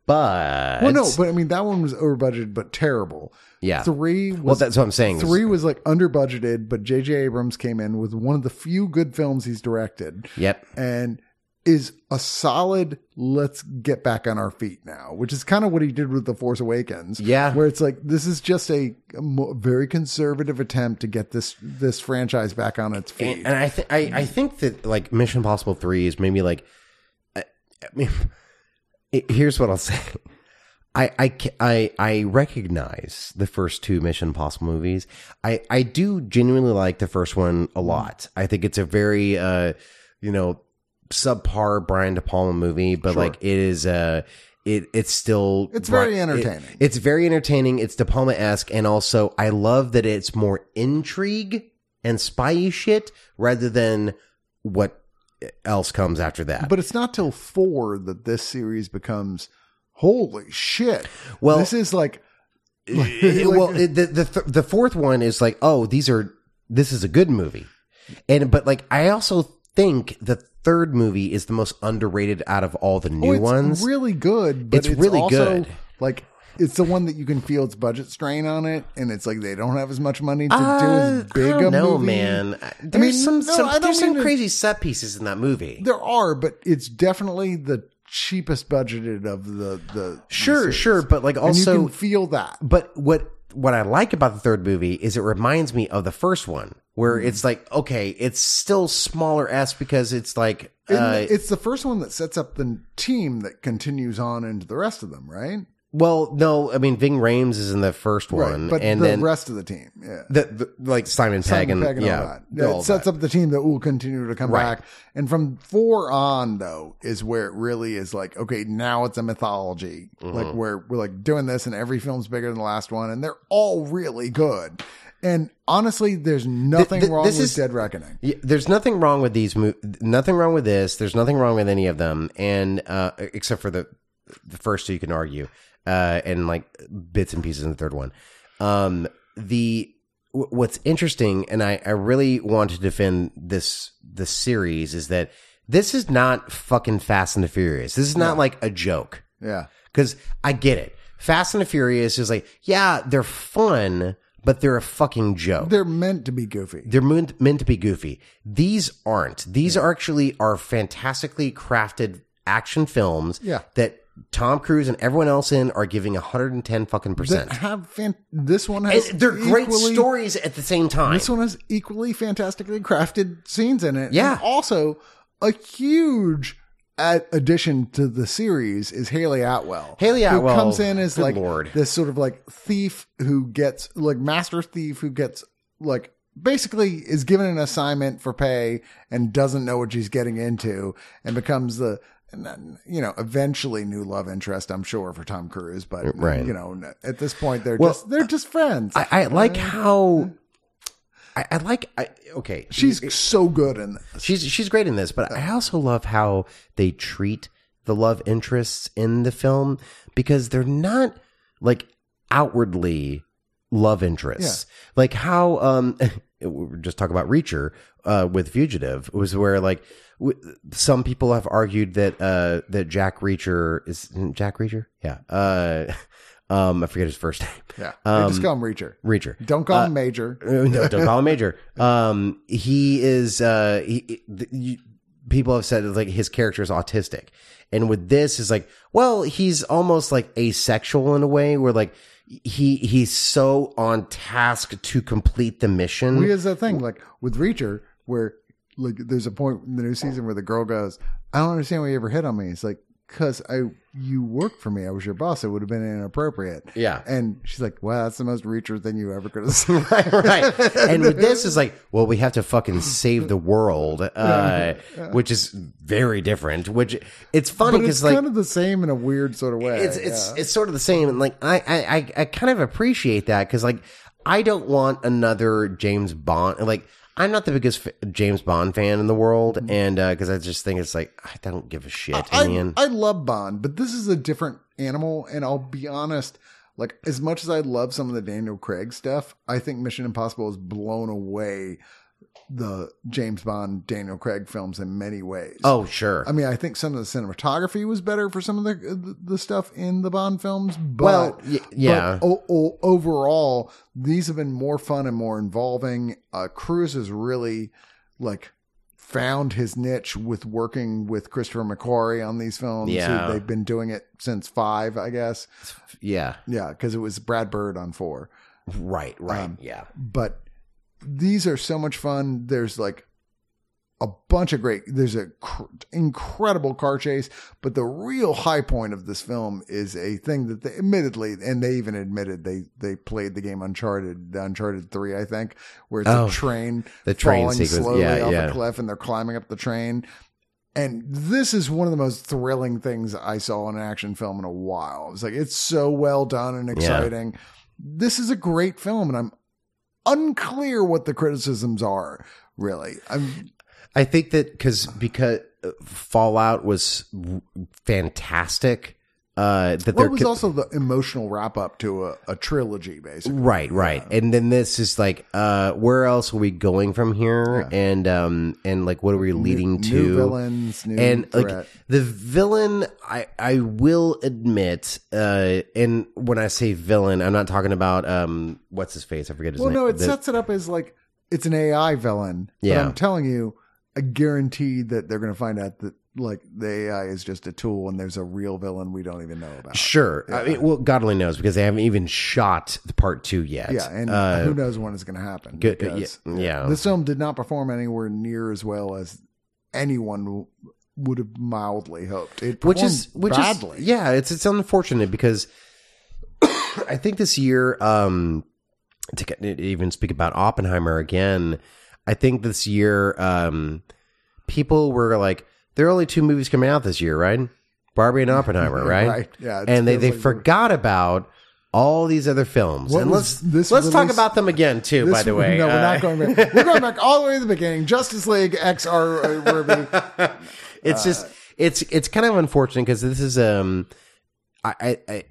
[SPEAKER 2] but
[SPEAKER 1] well, no, but I mean that one was over budgeted but terrible.
[SPEAKER 2] yeah.
[SPEAKER 1] Three was
[SPEAKER 2] well, that's what I'm saying. is-
[SPEAKER 1] Three was like under budgeted, but J.J. Abrams came in with one of the few good films he's directed,
[SPEAKER 2] Yep.
[SPEAKER 1] and is a solid. Let's get back on our feet now, which is kind of what he did with The Force Awakens.
[SPEAKER 2] Yeah.
[SPEAKER 1] where it's like this is just a mo- very conservative attempt to get this this franchise back on its feet.
[SPEAKER 2] and, and I, th- I
[SPEAKER 1] Mm-hmm.
[SPEAKER 2] I think that like Mission Impossible Three is maybe like, I, I mean, it- here's what I'll say. I, I, ca- I, I recognize the first two Mission Impossible movies. I, I do genuinely like the first one
[SPEAKER 1] Mm-hmm.
[SPEAKER 2] a lot. I think it's a very, uh, you know, subpar Brian De Palma movie, but like it is, uh, it, it's still,
[SPEAKER 1] It's very
[SPEAKER 2] Bri- it-
[SPEAKER 1] entertaining.
[SPEAKER 2] it's very entertaining. It's De Palma esque. And also, I love that it's more intrigue and spy shit rather than what else comes after that.
[SPEAKER 1] But it's not till four that this series becomes holy shit.
[SPEAKER 2] Well-
[SPEAKER 1] this is like,
[SPEAKER 2] It- well, it, the the th- the fourth one is like, oh, these are this is a good movie, and but like I also think the third movie is the most underrated out of all the new
[SPEAKER 1] Oh, it's
[SPEAKER 2] ones.
[SPEAKER 1] Really good. But
[SPEAKER 2] It's really
[SPEAKER 1] also,
[SPEAKER 2] good.
[SPEAKER 1] Like it's the one that you can feel its budget strain on it, and it's like they don't have as much money to do
[SPEAKER 2] Uh,
[SPEAKER 1] as big
[SPEAKER 2] I don't
[SPEAKER 1] a
[SPEAKER 2] know,
[SPEAKER 1] movie.
[SPEAKER 2] man. There's
[SPEAKER 1] mean,
[SPEAKER 2] some,
[SPEAKER 1] no,
[SPEAKER 2] some
[SPEAKER 1] I don't
[SPEAKER 2] there's some
[SPEAKER 1] mean to-
[SPEAKER 2] crazy set pieces in that movie.
[SPEAKER 1] There are, but it's definitely the cheapest budgeted of the the
[SPEAKER 2] sure,
[SPEAKER 1] the series.
[SPEAKER 2] sure, but like
[SPEAKER 1] and you
[SPEAKER 2] also
[SPEAKER 1] can feel that.
[SPEAKER 2] but what what I like about the third movie is it reminds me of the first one, where
[SPEAKER 1] Mm-hmm.
[SPEAKER 2] it's like, okay, it's still smaller s because it's like,
[SPEAKER 1] And
[SPEAKER 2] uh,
[SPEAKER 1] it's the first one that sets up the team that continues on into the rest of them, right?
[SPEAKER 2] well, no, I mean, Ving Rhames is in the first one,
[SPEAKER 1] right. But
[SPEAKER 2] and
[SPEAKER 1] the
[SPEAKER 2] then
[SPEAKER 1] rest of the team, yeah.
[SPEAKER 2] the, the like Simon, Pegg and,
[SPEAKER 1] Pegg and
[SPEAKER 2] yeah,
[SPEAKER 1] all that. Yeah,
[SPEAKER 2] all
[SPEAKER 1] it sets
[SPEAKER 2] that.
[SPEAKER 1] up the team that will continue to come
[SPEAKER 2] Right.
[SPEAKER 1] back. And from four on, though, is where it really is like, okay, now it's a mythology.
[SPEAKER 2] Mm-hmm.
[SPEAKER 1] Like where we're like doing this, and every film's bigger than the last one, and they're all really good. And honestly, there's nothing
[SPEAKER 2] th-
[SPEAKER 1] wrong
[SPEAKER 2] this
[SPEAKER 1] with
[SPEAKER 2] is-
[SPEAKER 1] Dead Reckoning.
[SPEAKER 2] Yeah, there's nothing wrong with these mo- nothing wrong with this there's nothing wrong with any of them and uh except for the the first two you can argue uh and like bits and pieces in the third one um the w- what's interesting and i i really want to defend this this series is that this is not fucking fast and the furious this is not like a joke
[SPEAKER 1] Yeah.
[SPEAKER 2] because I get it. Fast and the Furious is like, yeah, they're fun, but they're a fucking joke. They're,
[SPEAKER 1] They're meant to be goofy.
[SPEAKER 2] meant, meant to be goofy. These aren't. These are actually are fantastically crafted action films
[SPEAKER 1] Yeah.
[SPEAKER 2] that Tom Cruise and everyone else in are giving 110 fucking
[SPEAKER 1] They
[SPEAKER 2] percent.
[SPEAKER 1] have fan- this one
[SPEAKER 2] And
[SPEAKER 1] has
[SPEAKER 2] they're great
[SPEAKER 1] equally-
[SPEAKER 2] stories at the same time.
[SPEAKER 1] This one has equally fantastically crafted scenes in it.
[SPEAKER 2] Yeah.
[SPEAKER 1] And also, a huge ad- addition to the series is Haley Atwell.
[SPEAKER 2] Haley Atwell,
[SPEAKER 1] who comes in as
[SPEAKER 2] good
[SPEAKER 1] like
[SPEAKER 2] lord.
[SPEAKER 1] this sort of like thief who gets like master thief who gets like basically is given an assignment for pay and doesn't know what she's getting into and becomes the you know eventually new love interest i'm sure for tom cruise but
[SPEAKER 2] Right.
[SPEAKER 1] you know at this point they're
[SPEAKER 2] Well, Uh,
[SPEAKER 1] just they're just friends
[SPEAKER 2] I, I like how I, I like. I, okay,
[SPEAKER 1] She's so good in this.
[SPEAKER 2] she's she's great in this, but I also love how they treat the love interests in the film because they're not like outwardly love interests. Like how um we were just talk about Reacher uh with Fugitive was where like w- some people have argued that uh that Jack Reacher is isn't Jack Reacher? Yeah. Uh um I forget his first name.
[SPEAKER 1] Yeah.
[SPEAKER 2] Um,
[SPEAKER 1] just call him Reacher.
[SPEAKER 2] Reacher.
[SPEAKER 1] Don't call him Major.
[SPEAKER 2] Uh, no, don't call him major. Um, he is. Uh, he, he- th- you, people have said that, like his character is autistic, and with this is like, well, he's almost like asexual in a way where like he he's so on task to complete the mission.
[SPEAKER 1] Well, here's the thing, like with Reacher, where like there's a point in the new season where the girl goes, "I don't understand why you ever hit on me." He's like, "Cause I, you worked for me. I was your boss. It would have been inappropriate."
[SPEAKER 2] Yeah.
[SPEAKER 1] And she's like, "Wow, that's the most Reacher thing you ever could have seen."
[SPEAKER 2] right, right. And with this is like, well, we have to fucking save the world, uh, which is very different. Which it's funny
[SPEAKER 1] But it's
[SPEAKER 2] because like
[SPEAKER 1] kind of the same in a weird sort of way.
[SPEAKER 2] it's it's it's sort of the same and like i i i, I kind of appreciate that because like i don't want another james bond like i'm not the biggest f- james bond fan in the world and uh because i just think it's like i don't give a shit in the
[SPEAKER 1] Mm-hmm. I,
[SPEAKER 2] end
[SPEAKER 1] I love Bond, but this is a different animal. And I'll be honest, like as much as I love some of the Daniel Craig stuff, I think Mission Impossible has blown away the James Bond Daniel Craig films in many ways.
[SPEAKER 2] oh sure
[SPEAKER 1] I mean, I think some of the cinematography was better for some of the the, the stuff in the Bond films, but
[SPEAKER 2] Well, y- yeah.
[SPEAKER 1] But o- o- overall, these have been more fun and more involving. Uh, Cruise has really like found his niche with working with Christopher McQuarrie on these films. who
[SPEAKER 2] Yeah.
[SPEAKER 1] they've been doing it since five, I guess.
[SPEAKER 2] yeah
[SPEAKER 1] Yeah, because it was Brad Bird on four
[SPEAKER 2] right right
[SPEAKER 1] um,
[SPEAKER 2] yeah
[SPEAKER 1] but these are so much fun. There's like a bunch of great. There's a cr- incredible car chase, but the real high point of this film is a thing that they admittedly, and they even admitted they they played the game Uncharted, the Uncharted Three, I think, where it's
[SPEAKER 2] Oh,
[SPEAKER 1] a train,
[SPEAKER 2] the train
[SPEAKER 1] falling
[SPEAKER 2] sequence.
[SPEAKER 1] slowly
[SPEAKER 2] Yeah,
[SPEAKER 1] off
[SPEAKER 2] yeah.
[SPEAKER 1] a cliff, and they're climbing up the train. And this is one of the most thrilling things I saw in an action film in a while. It's like it's so well done and exciting. This is a great film, and I'm unclear what the criticisms are. Really, I'm
[SPEAKER 2] I think that because because uh, Fallout was w- fantastic. Uh, that
[SPEAKER 1] well,
[SPEAKER 2] there
[SPEAKER 1] it was
[SPEAKER 2] could-
[SPEAKER 1] also the emotional wrap up to a, a trilogy, basically.
[SPEAKER 2] Right, right. And then this is like, uh, where else are we going from here? And um, and like, what are we leading to?
[SPEAKER 1] New villains, new
[SPEAKER 2] and
[SPEAKER 1] threat.
[SPEAKER 2] like the villain, I I will admit, uh, and when I say villain, I'm not talking about um, what's his face? I forget his
[SPEAKER 1] well,
[SPEAKER 2] name.
[SPEAKER 1] no, it
[SPEAKER 2] The-
[SPEAKER 1] sets it up as like it's an AI villain.
[SPEAKER 2] Yeah.
[SPEAKER 1] but I'm telling you, I guarantee that they're going to find out that like the AI is just a tool, and there's a real villain we don't even know about.
[SPEAKER 2] Sure. I mean, well, God only knows because they haven't even shot the part two yet.
[SPEAKER 1] Yeah, and
[SPEAKER 2] uh,
[SPEAKER 1] who knows when it's going to happen?
[SPEAKER 2] good-
[SPEAKER 1] because
[SPEAKER 2] yeah, Oh. yeah.
[SPEAKER 1] this film did not perform anywhere near as well as anyone w- would have mildly hoped. It
[SPEAKER 2] which is
[SPEAKER 1] performed
[SPEAKER 2] which
[SPEAKER 1] badly.
[SPEAKER 2] is yeah it's it's unfortunate because i think this year um to get- even speak about oppenheimer again i think this year um people were like there are only two movies coming out this year right barbie and oppenheimer right,
[SPEAKER 1] Right, yeah, it
[SPEAKER 2] and they
[SPEAKER 1] feels
[SPEAKER 2] they
[SPEAKER 1] like-
[SPEAKER 2] forgot about all these other films
[SPEAKER 1] What
[SPEAKER 2] and let's
[SPEAKER 1] was this
[SPEAKER 2] let's talk
[SPEAKER 1] release-
[SPEAKER 2] about them again too by
[SPEAKER 1] This-
[SPEAKER 2] the way
[SPEAKER 1] no, we're
[SPEAKER 2] Uh,
[SPEAKER 1] not going back. We're going back all the way to the beginning. Justice League XR uh, Ruby.
[SPEAKER 2] it's just it's it's kind of unfortunate because this is um I, I I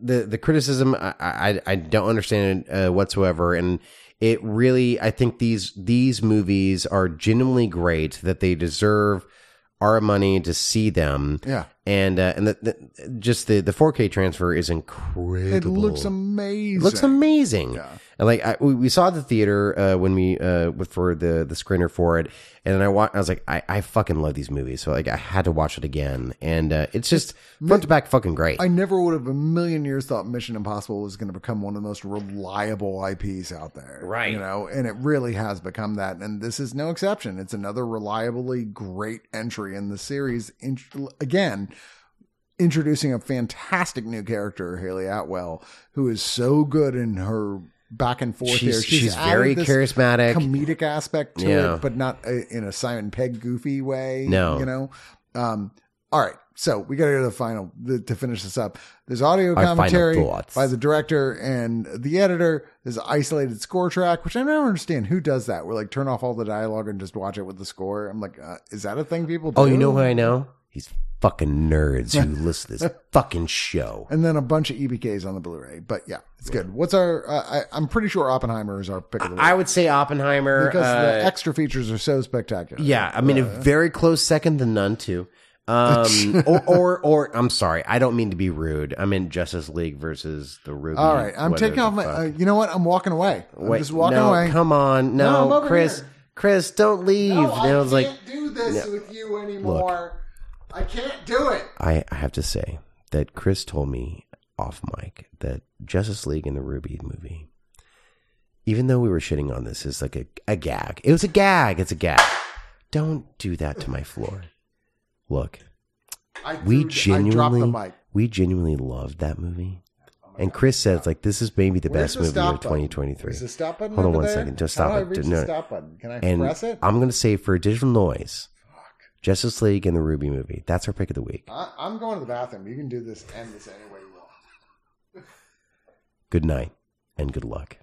[SPEAKER 2] the the criticism I I, I don't understand it uh, whatsoever and it really I think these these movies are genuinely great that they deserve our money to see them
[SPEAKER 1] Yeah.
[SPEAKER 2] and uh, and the, the, just the the 4K transfer is incredible
[SPEAKER 1] It looks amazing.
[SPEAKER 2] it looks amazing.
[SPEAKER 1] Yeah.
[SPEAKER 2] And like I, we, we saw the theater uh, when we uh, with- for the the screener for it, and then I wa- I was like, I, I fucking love these movies, so like I had to watch it again, and uh, it's just front to back fucking great.
[SPEAKER 1] I never would have a million years thought Mission Impossible was going to become one of the most reliable IPs out there.
[SPEAKER 2] Right.
[SPEAKER 1] You know, and it really has become that. And this is no exception. It's another reliably great entry in the series. In- again, introducing a fantastic new character, Haley Atwell, who is so good in her back and forth here.
[SPEAKER 2] she's she's
[SPEAKER 1] added
[SPEAKER 2] very
[SPEAKER 1] this
[SPEAKER 2] charismatic.
[SPEAKER 1] comedic aspect to
[SPEAKER 2] Yeah.
[SPEAKER 1] it, but not uh in a Simon Pegg goofy way.
[SPEAKER 2] No.
[SPEAKER 1] you know. Um, All right. So we got to go to the final the, to finish this up. There's audio
[SPEAKER 2] final
[SPEAKER 1] commentary
[SPEAKER 2] thoughts.
[SPEAKER 1] by the director and the editor. There's an isolated score track, which I never understand who does that. We're like, turn off all the dialogue and just watch it with the score. I'm like, uh, is that a thing people do?
[SPEAKER 2] Oh, you know who I know? These fucking nerds who listen to this fucking show.
[SPEAKER 1] And then a bunch of EBKs on the Blu-ray. But yeah, it's good. What's our? Uh, I, I'm pretty sure Oppenheimer is our pick of the week
[SPEAKER 2] I would say Oppenheimer.
[SPEAKER 1] because
[SPEAKER 2] uh,
[SPEAKER 1] the extra features are so spectacular.
[SPEAKER 2] Yeah, I mean, a very close second to none too. Um, or, or, or, I'm sorry, I don't mean to be rude. I'm in Justice League versus the Ruby.
[SPEAKER 1] All right, I'm
[SPEAKER 2] Mm-hmm. whatever
[SPEAKER 1] taking off
[SPEAKER 2] the
[SPEAKER 1] my.
[SPEAKER 2] fuck.
[SPEAKER 1] Uh, you know what? I'm walking away. I'm
[SPEAKER 2] Wait,
[SPEAKER 1] just walking
[SPEAKER 2] no,
[SPEAKER 1] away.
[SPEAKER 2] Come on,
[SPEAKER 1] No,
[SPEAKER 2] no,
[SPEAKER 1] I'm over
[SPEAKER 2] Chris,
[SPEAKER 1] here.
[SPEAKER 2] Chris, don't leave.
[SPEAKER 1] No,
[SPEAKER 2] And I was like,
[SPEAKER 1] do this
[SPEAKER 2] No.
[SPEAKER 1] with you anymore. I can't do it.
[SPEAKER 2] I, I have to say that Chris told me off mic that Justice League and the Ruby movie, even though we were shitting on this, is like a, a gag. It was a gag. It's a gag. Don't do that to my floor. Look,
[SPEAKER 1] I
[SPEAKER 2] we
[SPEAKER 1] threw- I dropped the
[SPEAKER 2] genuinely
[SPEAKER 1] mic.
[SPEAKER 2] we genuinely loved that movie. And Chris says like this is maybe the
[SPEAKER 1] Where's
[SPEAKER 2] best movie
[SPEAKER 1] stop
[SPEAKER 2] of
[SPEAKER 1] button?
[SPEAKER 2] 2023.
[SPEAKER 1] Is the stop button
[SPEAKER 2] Hold on
[SPEAKER 1] over
[SPEAKER 2] one
[SPEAKER 1] there?
[SPEAKER 2] second, just
[SPEAKER 1] How
[SPEAKER 2] stop
[SPEAKER 1] do I
[SPEAKER 2] it.
[SPEAKER 1] reach
[SPEAKER 2] No.
[SPEAKER 1] the stop button. Can I
[SPEAKER 2] and
[SPEAKER 1] press it?
[SPEAKER 2] I'm gonna say for digital noise, Justice League and the Ruby movie. That's our pick of the week.
[SPEAKER 1] I, I'm going to the bathroom. You can do this and this any way you want.
[SPEAKER 2] Good night and good luck.